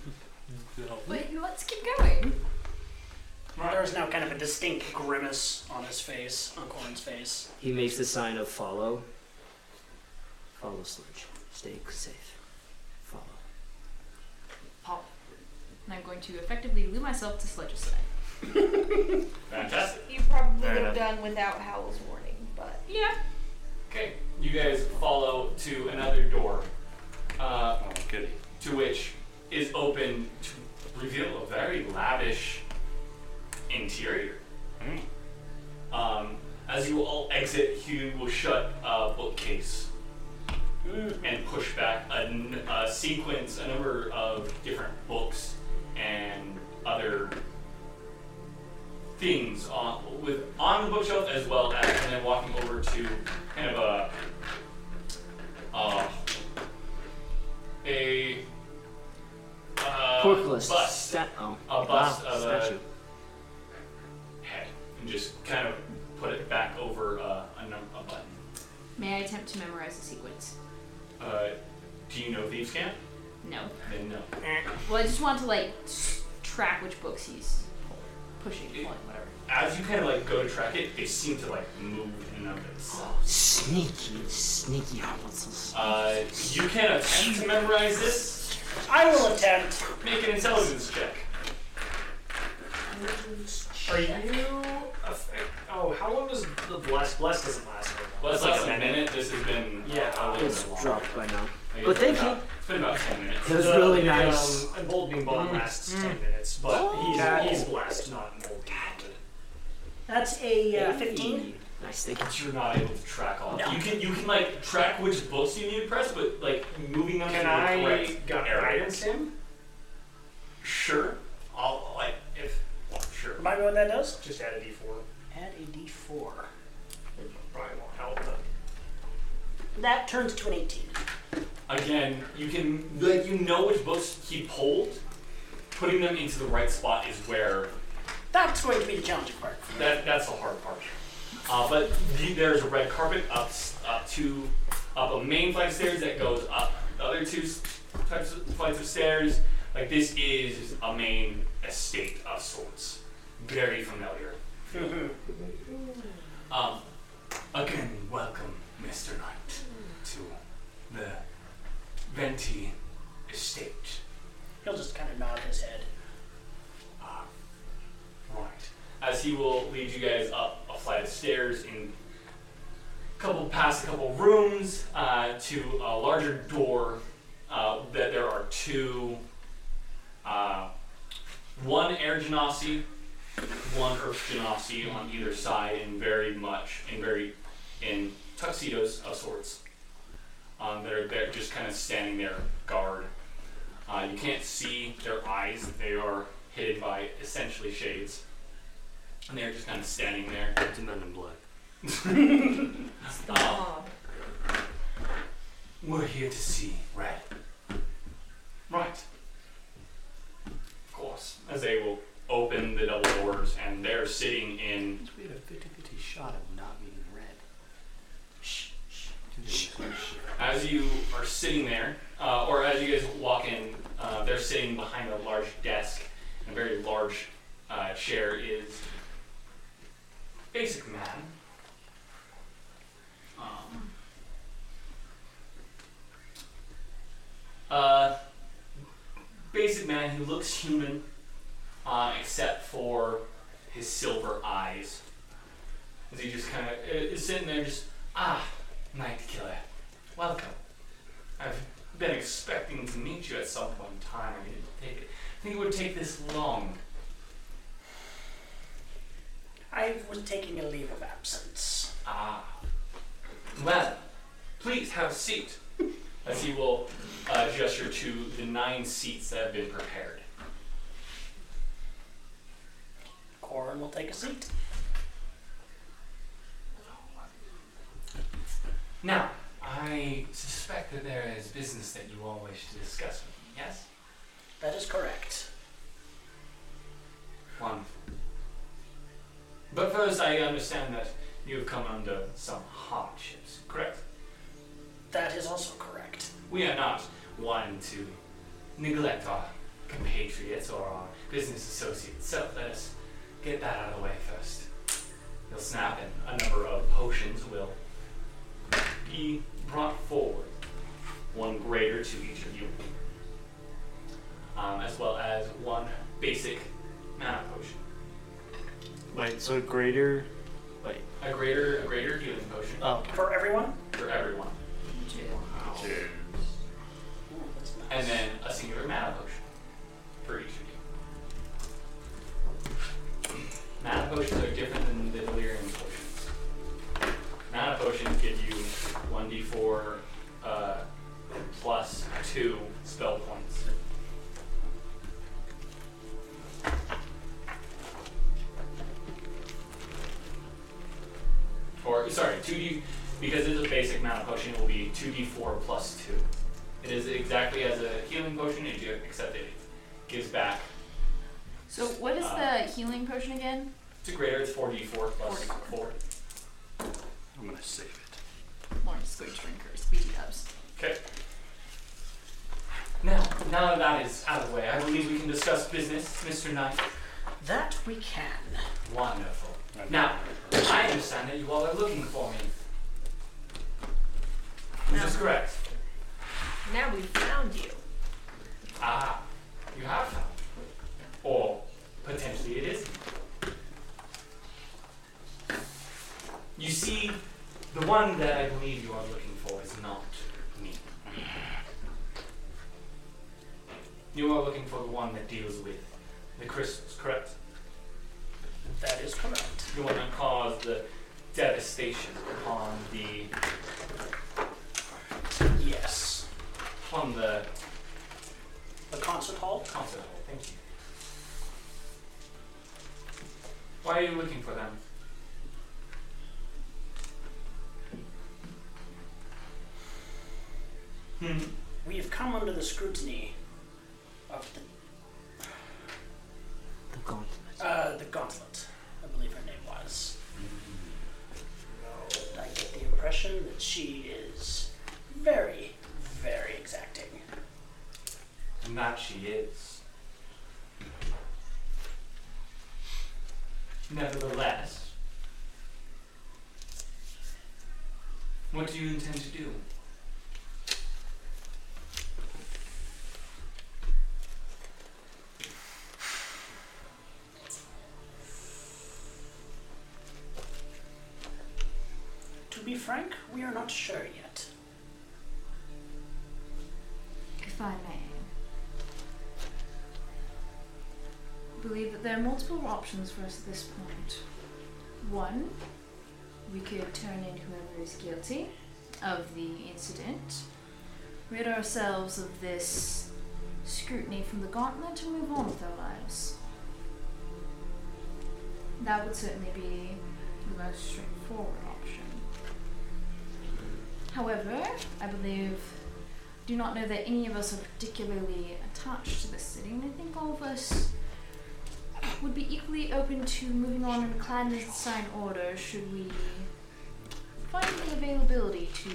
But let's keep going.
There is now kind of a distinct grimace on his face, on Corin's face.
He makes the sign of follow. Follow Sludge. Stay safe. Follow.
Pop. And I'm going to effectively loo myself to Sledge's side.
Fantastic.
You probably
Fair
would have
enough.
done without Howl's warning, but
yeah.
Okay, you guys follow to another door. Uh, To which is open to reveal a very lavish interior. Um, as you all exit, Hugh will shut a bookcase and push back a, n- a sequence, a number of different books and other things on with on the bookshelf as well as and then walking over to kind of a uh, a uh,
Porkless
bust,
sta- oh.
a bust
Wow,
of
statue.
a head, and just kind of put it back over uh, a, num- a button.
May I attempt to memorize the sequence?
Uh, do you know thieves camp?
No.
Then no.
Well, I just want to like s- track which books he's pushing, pulling, whatever.
As you kind of like go to track it, they seem to like move in and of themselves.
Sneaky, sneaky hobbits.
Oh.
Uh, you can attempt to memorize this.
I will attempt.
Make an intelligence check.
Are you. a f- oh, how long does the Bless? Bless doesn't last very long.
Well, it's
It's
like a minute. This has been
Yeah,
a little
it's
bit long.
dropped by now.
Like,
But
it's been
thank you.
about- It's been about ten minutes. Uh,
It was
The-
really
the,
nice. Mm. Oh.
Um, Emboldening
Mm.
Bond lasts 10 minutes, but he's, he's blessed, not Emboldening. That's a uh, 15.
Nice, thank
you. You're not able to track all. You can you can like track which books you need to press, but like moving them
Can
to
I
the correct
gu-
area.
guidance him?
Sure. I'll like if well, sure.
Am I know what that does? Just add a d4. Add a d4. It probably won't help, but. That turns to an 18.
Again, you can like you know which books he pulled. Putting them into the right spot is where
That's going to be the challenging part.
That, that's the hard part. Uh, but the, there's a red carpet up s- up to up a main flight of stairs that goes up the other two s- types of flights of stairs. Like this is a main estate of sorts, very familiar.
Um, again, welcome, Mr. Knight, to the Venti Estate.
He'll just kind of nod his head.
Ah, Right. As he will lead you guys up a flight of stairs in a couple past a couple rooms uh, to a larger door uh, that there are two. Uh, one air genasi, one earth genasi on either side, and very much and very in tuxedos of sorts um, that are they're just kind of standing there guard. Uh, you can't see their eyes; they are hidden by essentially shades, and they're just kind of standing there. It's men in black.
We're here to see Red.
Right. Of course. As they will open the double doors, and they're sitting in.
We had a 50 50 shot of not being red.
As you are sitting there, uh, or as you guys walk in, uh, they're sitting behind a large desk, and a very large uh, chair is basic man. Um, uh, basic man who looks human, uh, except for his silver eyes. As he just kind of is sitting there, just ah, night killer, welcome. I've been expecting to meet you at some point in time. I didn't take it. I think it would take this long.
I was taking a leave of absence.
Ah. Well, please have a seat. As he will uh, gesture to the nine seats that have been prepared.
Corin will take a seat.
Now, I suspect that there is business that you all wish to discuss with me, yes?
That is correct.
Wonderful. But first, I understand that you have come under some hardships, correct?
That is also correct.
We are not one to neglect our compatriots or our business associates, so let us get that out of the way first. You'll snap, and a number of potions will be brought forward, one greater to each of you, um, as well as one basic mana potion.
Wait, so greater. Wait.
A greater, a greater healing potion.
Oh.
For everyone?
For everyone. Wow. And then a singular mana potion for each of you. Mana potions are different than the delirium potions. Mana potions give you 1d4 uh, plus 2 spell points. Or, sorry, 2d, because it's a basic mana potion, it will be 2d4 plus 2. It is exactly as a healing potion, except it gives back.
So what is
Uh,
the healing potion again?
It's a greater, it's 4d4 plus 4.
I'm gonna save it.
Lawrence Squidge drinkers, BT dubs.
Okay. Now, now that that is out of the way, I believe we can discuss business, Mr. Knight.
That we can.
Wonderful. Now, I understand that you all are looking for me. This is correct.
Now we found you.
Ah, you have found. Or potentially it is. You see, the one that I believe you are looking for is not me. You are looking for the one that deals with the crystals, correct?
That is correct.
You want to cause the devastation upon the.
Yes.
On the.
The concert hall?
Concert hall, thank you. Why are you looking for them? Hmm.
We have come under the scrutiny of the,
The gauntlet.
uh, the gauntlet, I believe her name was. I get the impression that she is very, very exacting.
And that she is. Nevertheless, what do you intend to do?
To be frank, we are not sure yet.
If I may. I believe that there are multiple options for us at this point. One
we could turn in whoever is guilty of the incident, rid ourselves of this scrutiny from the gauntlet, and move on with our lives. That would certainly be the most straightforward option. However, I believe, do not know that any of us are particularly attached to this city, and I think all of us would be equally open to moving on in a clandestine order should we find the availability to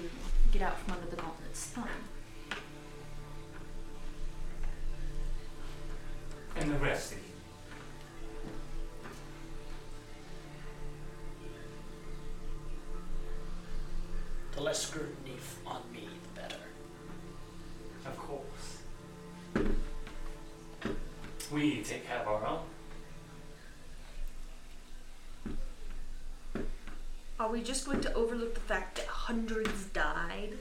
get out from under the gauntlet's thumb.
And the rest of you.
The less scrutiny f- on me, the better.
Of course. We take care of our own.
Are we just going to overlook the fact that hundreds died?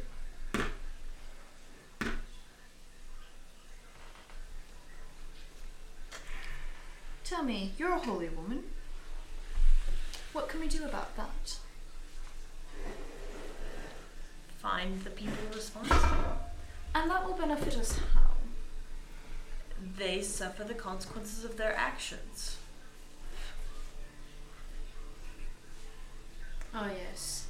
Tell me, you're a holy woman. What can we do about that?
Find the people responsible.
And that will benefit us how?
They suffer the consequences of their actions.
Oh, yes.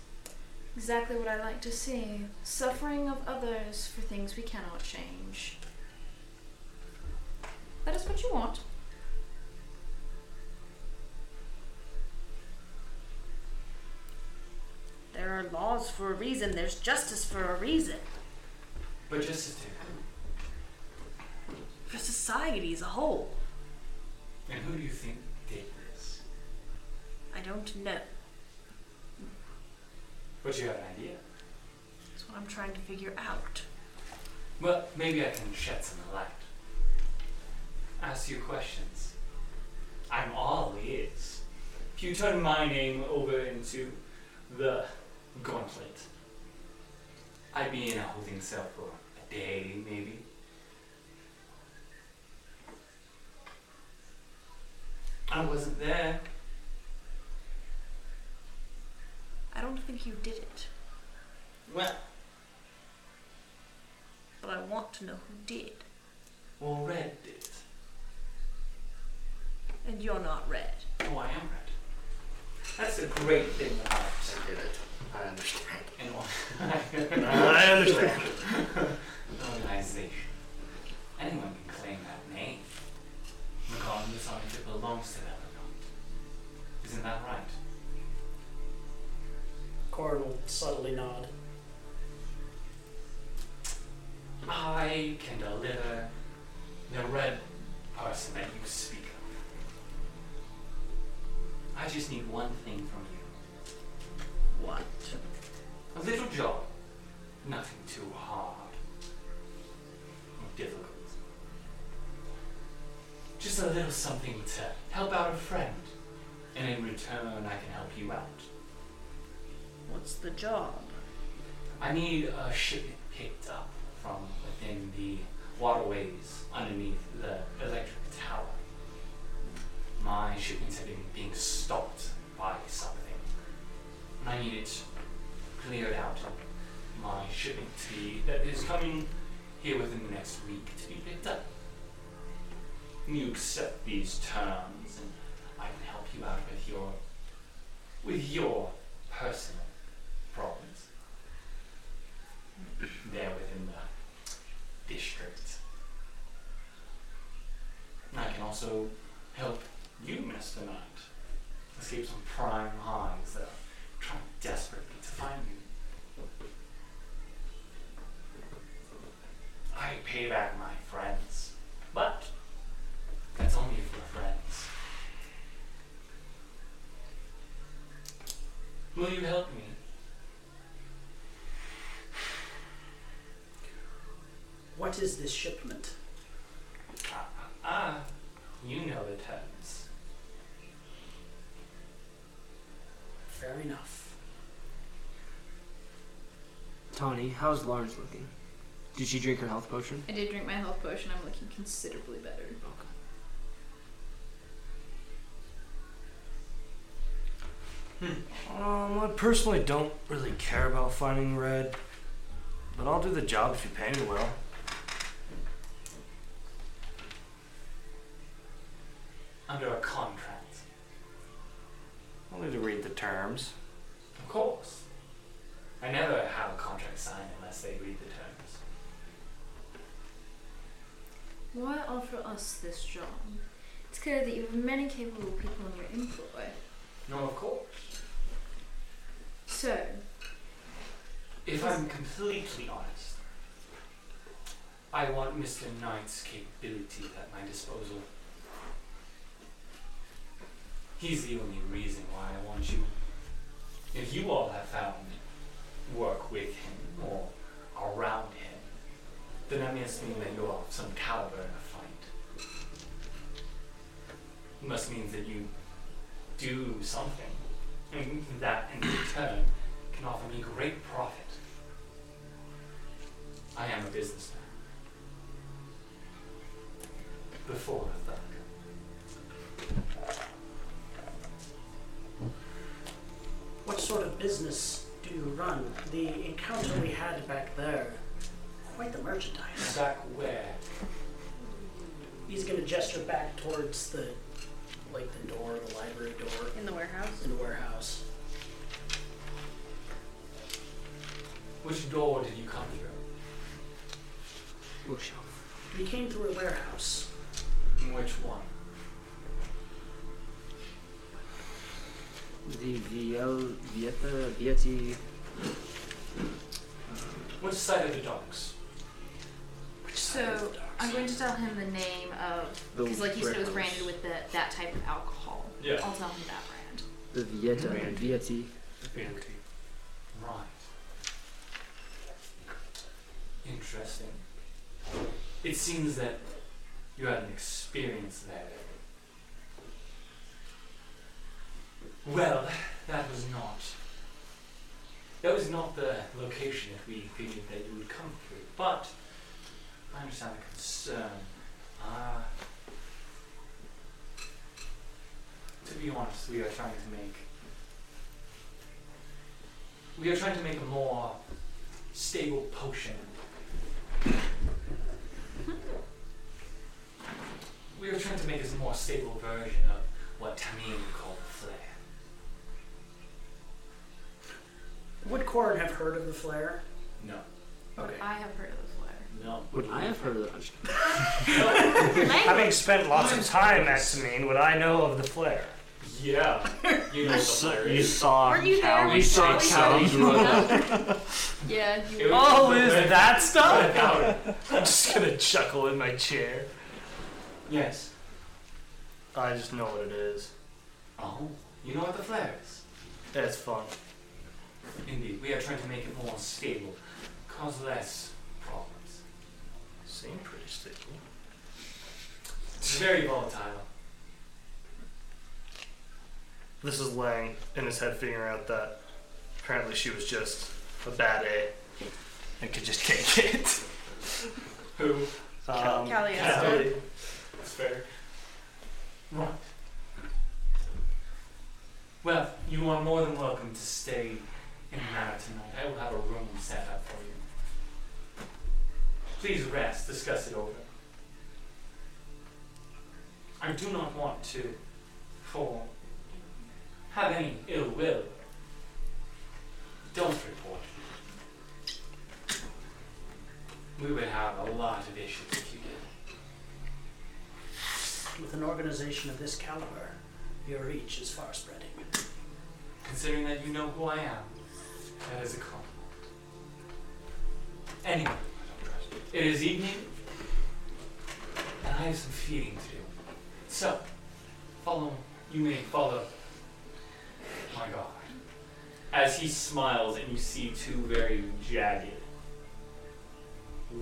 Exactly what I like to see. Suffering of others for things we cannot change. That is what you want.
There are laws for a reason, there's justice for a reason.
But just to
For society as a whole.
And who do you think did this?
I don't know.
But you have an idea.
That's what I'm trying to figure out.
Well, maybe I can shed some light. Ask you questions. I'm all ears.
If you turn my name over into the gauntlet,
I'd be in a holding cell for a day, maybe. I wasn't there.
I don't think you did it,
Well,
but I want to know who did.
well, Red did it.
And you're not red.
Oh, I am Red. That's the great thing about
I get it. I understand.
And all-
I understand.
Organization. Anyone can claim that name, regardless on if it belongs to them or not. Isn't that right?
Corin will subtly nod.
I can deliver the red person that you speak of. I just need one thing from you.
What?
A little job. Nothing too hard or difficult. Just a little something to help out a friend. And in return, I can help you out.
What's the job?
I need a shipment picked up from within the waterways underneath the electric tower. My shipments have been being stopped by something. And I need it cleared out. My shipment to be, that is coming here within the next week to be picked up. You accept these terms, and I can help you out with your with your personal problems there within the district. And I can also help you, Mr. Knight, escape some prime highs that are trying desperately to find you. I pay back my friends, but that's only if we're friends. Will you help me?
What is this shipment?
Ah, ah, ah, you know the terms.
Fair enough.
Tawny, how's Lawrence looking? Did she drink her health potion?
I did drink my health potion. I'm looking considerably better.
Um, I personally don't really care about finding red, but I'll do the job if you pay me well.
Under a contract.
I'll need to read the terms.
Of course. I never have a contract signed unless they read the terms.
Why offer us this job? It's clear that you have many capable people in your employ.
No, of course.
So,
If I'm completely honest, I want Mr. Knight's capability at my disposal. He's the only reason why I want you. If you all have found work with him or around him, then that must mean that you're of some caliber in a fight. Must mean that you do something, and that in return can offer me great profit. I am a businessman. Before a thug.
What sort of business do you run? The encounter we had back there, quite the merchandise.
Back where?
He's gonna gesture back towards the, like the door, the library door.
In the warehouse?
In the warehouse.
Which door did you come through?
We came through a warehouse.
Which one?
The Viel, Vieta, Vieti.
Which side of the docks?
So I'm going to tell him the name of
The
because, like you said, it was
warehouse.
branded with the, that type of alcohol.
Yeah.
I'll tell him that brand.
The Vieta, and Vieti.
Right. Interesting. It seems that you had an experience there. Well, that was not. That was not the location that we figured that you would come through, but I understand the concern. Uh, to be honest, we are trying to make we are trying to make a more stable potion. We are trying to make this a more stable version of what Tamin called the flare.
Would Corin have heard of the flare?
No.
Okay.
I have heard of the flare.
No.
Would I have heard of that? I'm just kidding.
Having spent lots of time at Samin, would I know of the flare?
Yeah. You know
you,
what the
saw,
flare
you
is.
saw
Were you there
Calvin
when
take
Sally
some.
said it? Yeah. You
Oh, is that
Red powder.
stuff? I'm just gonna chuckle in my chair.
Yes.
I just know what it is.
Oh, you know what the flare is?
That's fun.
Indeed, we are trying to make it more stable, cause less problems.
Seem pretty stable.
It's very volatile.
This is Lang in his head figuring out that apparently she was just a bad A and could just take it.
Who?
Um,
Callie
Callie.
That's fair. Right. Well, you are more than welcome to stay in Mara tonight. I will have a room set up for you. Please rest, discuss it over. I do not want to for have any ill will. Don't report. We would have a lot of issues if you did.
With an organization of this caliber, your reach is far spreading.
Considering that you know who I am, that is a compliment. Anyway, it is evening, and I have some feeding to do. So, follow, you may follow. My god. As he smiles, and you see two very jagged,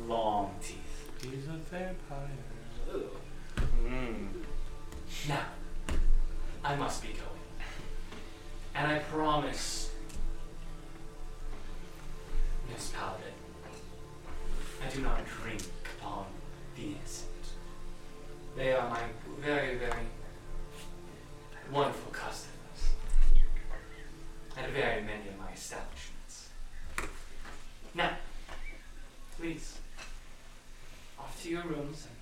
long teeth.
He's a vampire.
Mm. Now, I must be going. And I promise, Miss Paladin, I do not drink upon the innocent. They are my very, very wonderful customers.
very many of my establishments. Now, please, off to your rooms and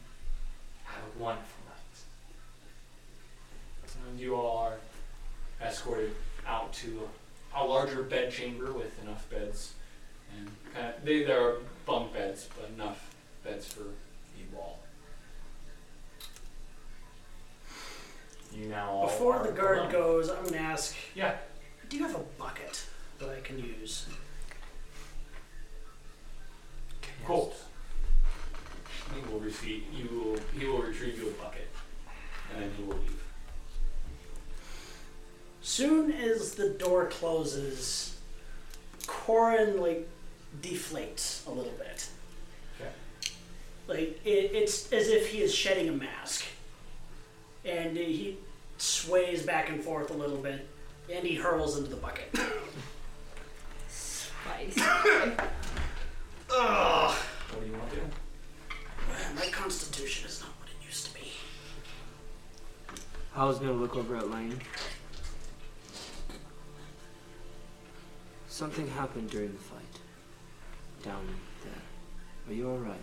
have a wonderful night.
And you all are escorted out to a, a larger bed chamber with enough beds, and kind of, they there are bunk beds, but enough beds for you all. You now all
Before
are
the guard
alone.
goes, I'm gonna ask.
Yeah.
Do you have a bucket that I can use?
Cool. He will receive. You will. He will retrieve you a bucket, and then he will leave.
Soon as the door closes, Corin like deflates a little bit.
Okay.
Like it, it's as if he is shedding a mask, and he sways back and forth a little bit, and he hurls into the bucket.
Spice.
Ugh.
What do you want to do?
My constitution is not what it used to be.
I was gonna look over at Lane. Something happened during the fight. Down there. Are you alright?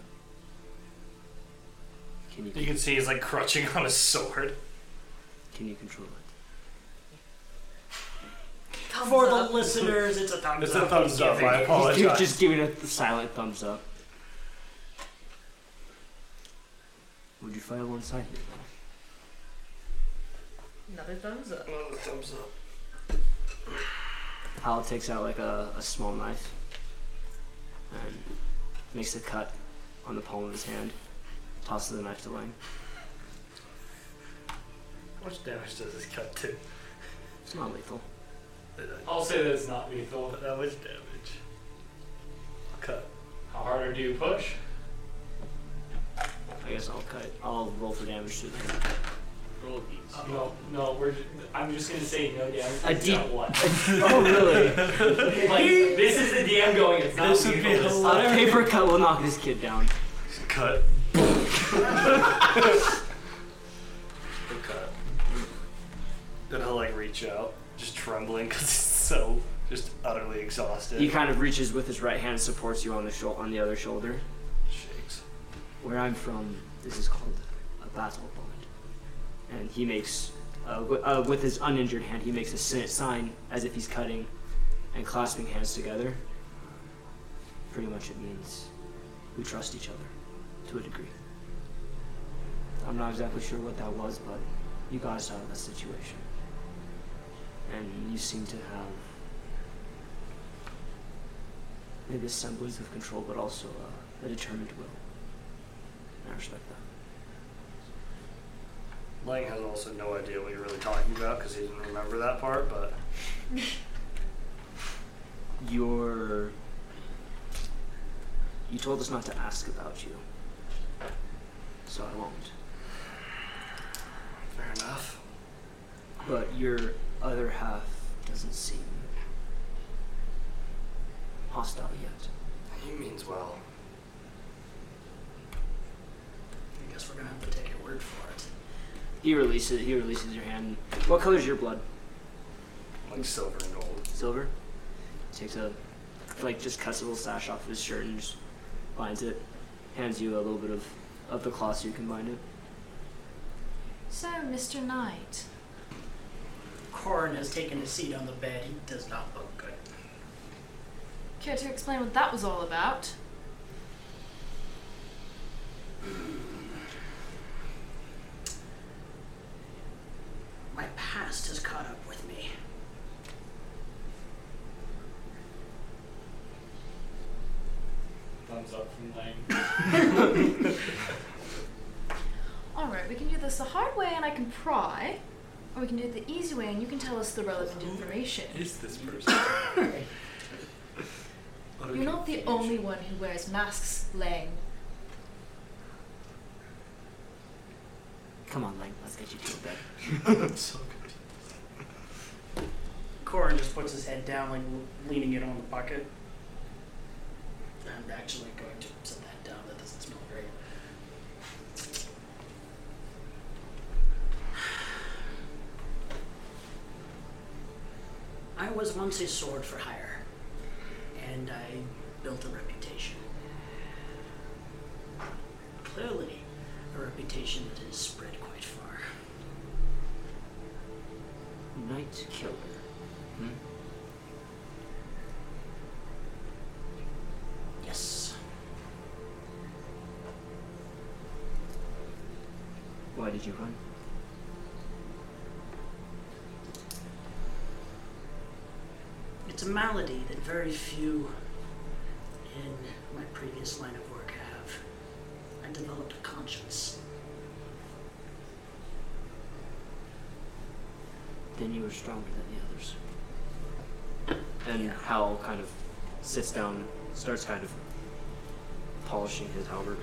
Can you
You can see he's like crutching on a sword.
Can you control it?
For the listeners, it's a thumbs
It's
up.
a thumbs up. I
He's
apologize.
Just giving it the silent thumbs up. Would you fight alongside me?
Another thumbs up.
Another thumbs up.
Hal takes out like a, a small knife and makes a cut on the palm of his hand, tosses the knife to Lang.
How much damage does this cut to?
It's not lethal.
I'll say that it's not lethal.
That much damage. Cut.
How harder do you push?
I guess I'll cut. I'll roll for damage to them.
Roll Uh, no, no, we're. Just, I'm just gonna say no damage.
A
It's
D-
not one.
Oh, really?
like this is the DM going. It's not
This would be
lethal.
a paper cut will knock this kid down.
Cut. cut. Then he'll like reach out, just trembling because he's so just utterly exhausted.
He kind of reaches with his right hand and supports you on the shou- on the other shoulder.
shakes.
Where I'm from, this is called a battle bond. And he makes, uh, w- uh, with his uninjured hand, he makes a si- sign as if he's cutting and clasping hands together. Pretty much it means we trust each other to a degree. I'm not exactly sure what that was, but you got us out of that situation. And you seem to have maybe a semblance of control, but also uh, a determined will. And I respect that.
Lang has also no idea what you're really talking about because he didn't remember that part, but
Your. You told us not to ask about you. So I won't.
fair enough.
But your other half doesn't seem hostile yet.
He means well.
I guess we're gonna have to take your word for it.
He releases he releases your hand. What color is your blood?
Like silver and gold.
Silver? Takes a like just cuts a little sash off his shirt and just binds it. Hands you a little bit of, of the cloth so you can bind it.
So, Mr. Knight,
Corin has taken his seat on the bed. He does not look good.
care to explain what that was all about?
My past has caught up with me.
Thumbs up from Lang.
Alright, we can do this the hard way and I can pry, or we can do it the easy way and you can tell us the relevant information.
Is this person?
You're not the only one who wears masks, Lang.
Come on, Lang, let's get you to a bed.
so confused.
Corin just puts his head down, like leaning it on the bucket. I'm actually going to set that down. That doesn't smell great. I I was once a sword for hire, and I built a reputation. Clearly, a reputation that has spread quite far.
Night killer. Hmm?
Yes.
Why did you run?
It's a malady that very few in my previous line of work have. I developed a conscience.
Then you were stronger than the others. And Hal kind of sits down, starts kind of polishing his halberd.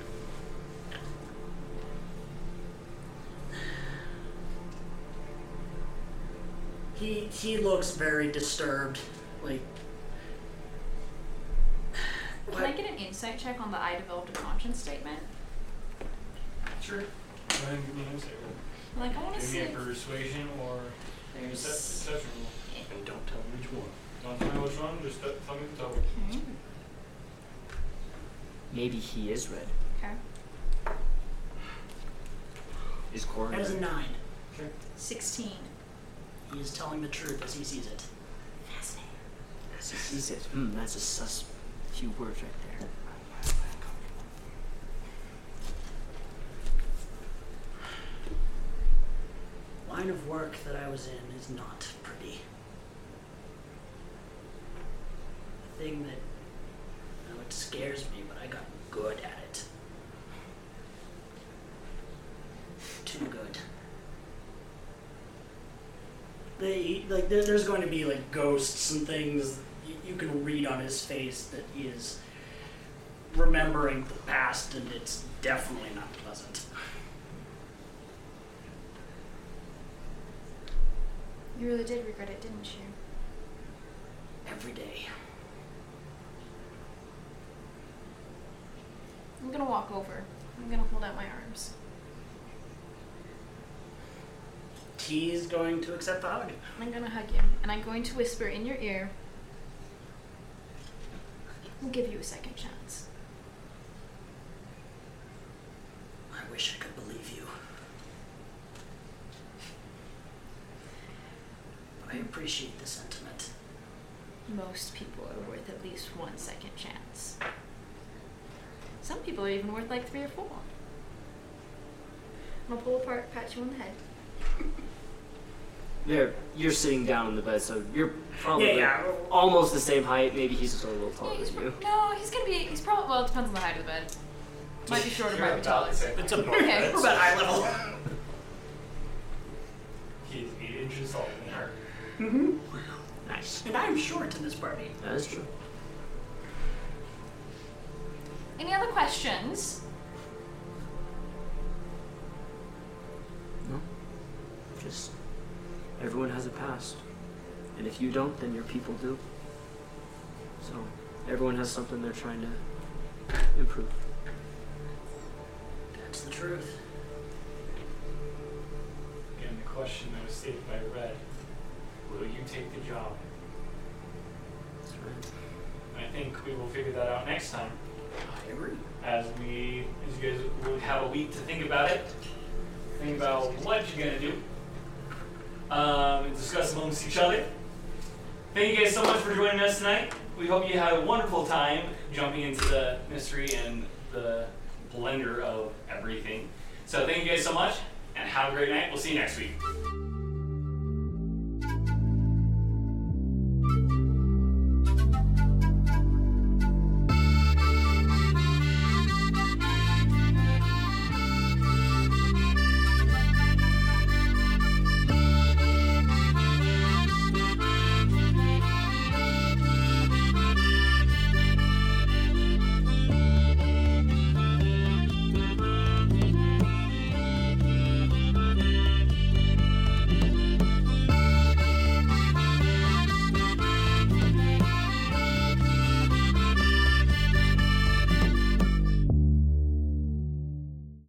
He he looks very disturbed. Like
Can I get an insight check on the I developed a conscience statement?
Sure. Go ahead and give me an insight roll.
Like, I wanna
Give
see
me a
if-
persuasion or a
There's-
percep- perception roll.
And don't tell me which one.
Don't tell me which one, just tell tell me the total.
Maybe he is red.
Okay.
Is Corin
that is a
red?
nine.
Sixteen.
He is telling the truth as he sees it. Fascinating.
As he sees it. Hmm, that's a sus few words right there.
Line of work that I was in is not pretty. The thing that you know, it scares me, but I got good at it. Too good. They like there, there's going to be like ghosts and things you, you can read on his face that he is remembering the past, and it's definitely not pleasant.
You really did regret it, didn't you?
Every day.
I'm gonna walk over. I'm gonna hold out my arms.
T is going to accept the hug.
I'm gonna hug you, and I'm going to whisper in your ear. We'll give you a second chance.
I wish I could believe you. I appreciate the sentiment.
Most people are worth at least one second chance. Some people are even worth like three or four. I'm gonna pull apart, pat you on the head.
There, you're sitting down on the bed, so you're probably
yeah.
almost the same height. Maybe he's just a little taller than Oh, you.
No, he's gonna be. He's probably. Well, it depends on the height of the bed. Might be shorter, might be taller.
It's a
Okay.
We're about eye level.
He's eight inches taller than her.
Mm-hmm. Nice. And I'm short in this party.
That is true.
Any other questions?
No. Just everyone has a past. And if you don't, then your people do. So everyone has something they're trying to improve.
That's the truth.
Again, the question that was stated by Red, will you take the job?
That's right.
And I think we will figure that out next time.
I agree.
As we, as you guys will have a week to think about it, think about what you're gonna do, um, and discuss amongst each other. Thank you guys so much for joining us tonight. We hope you had a wonderful time jumping into the mystery and the blender of everything. So thank you guys so much, and have a great night. We'll see you next week.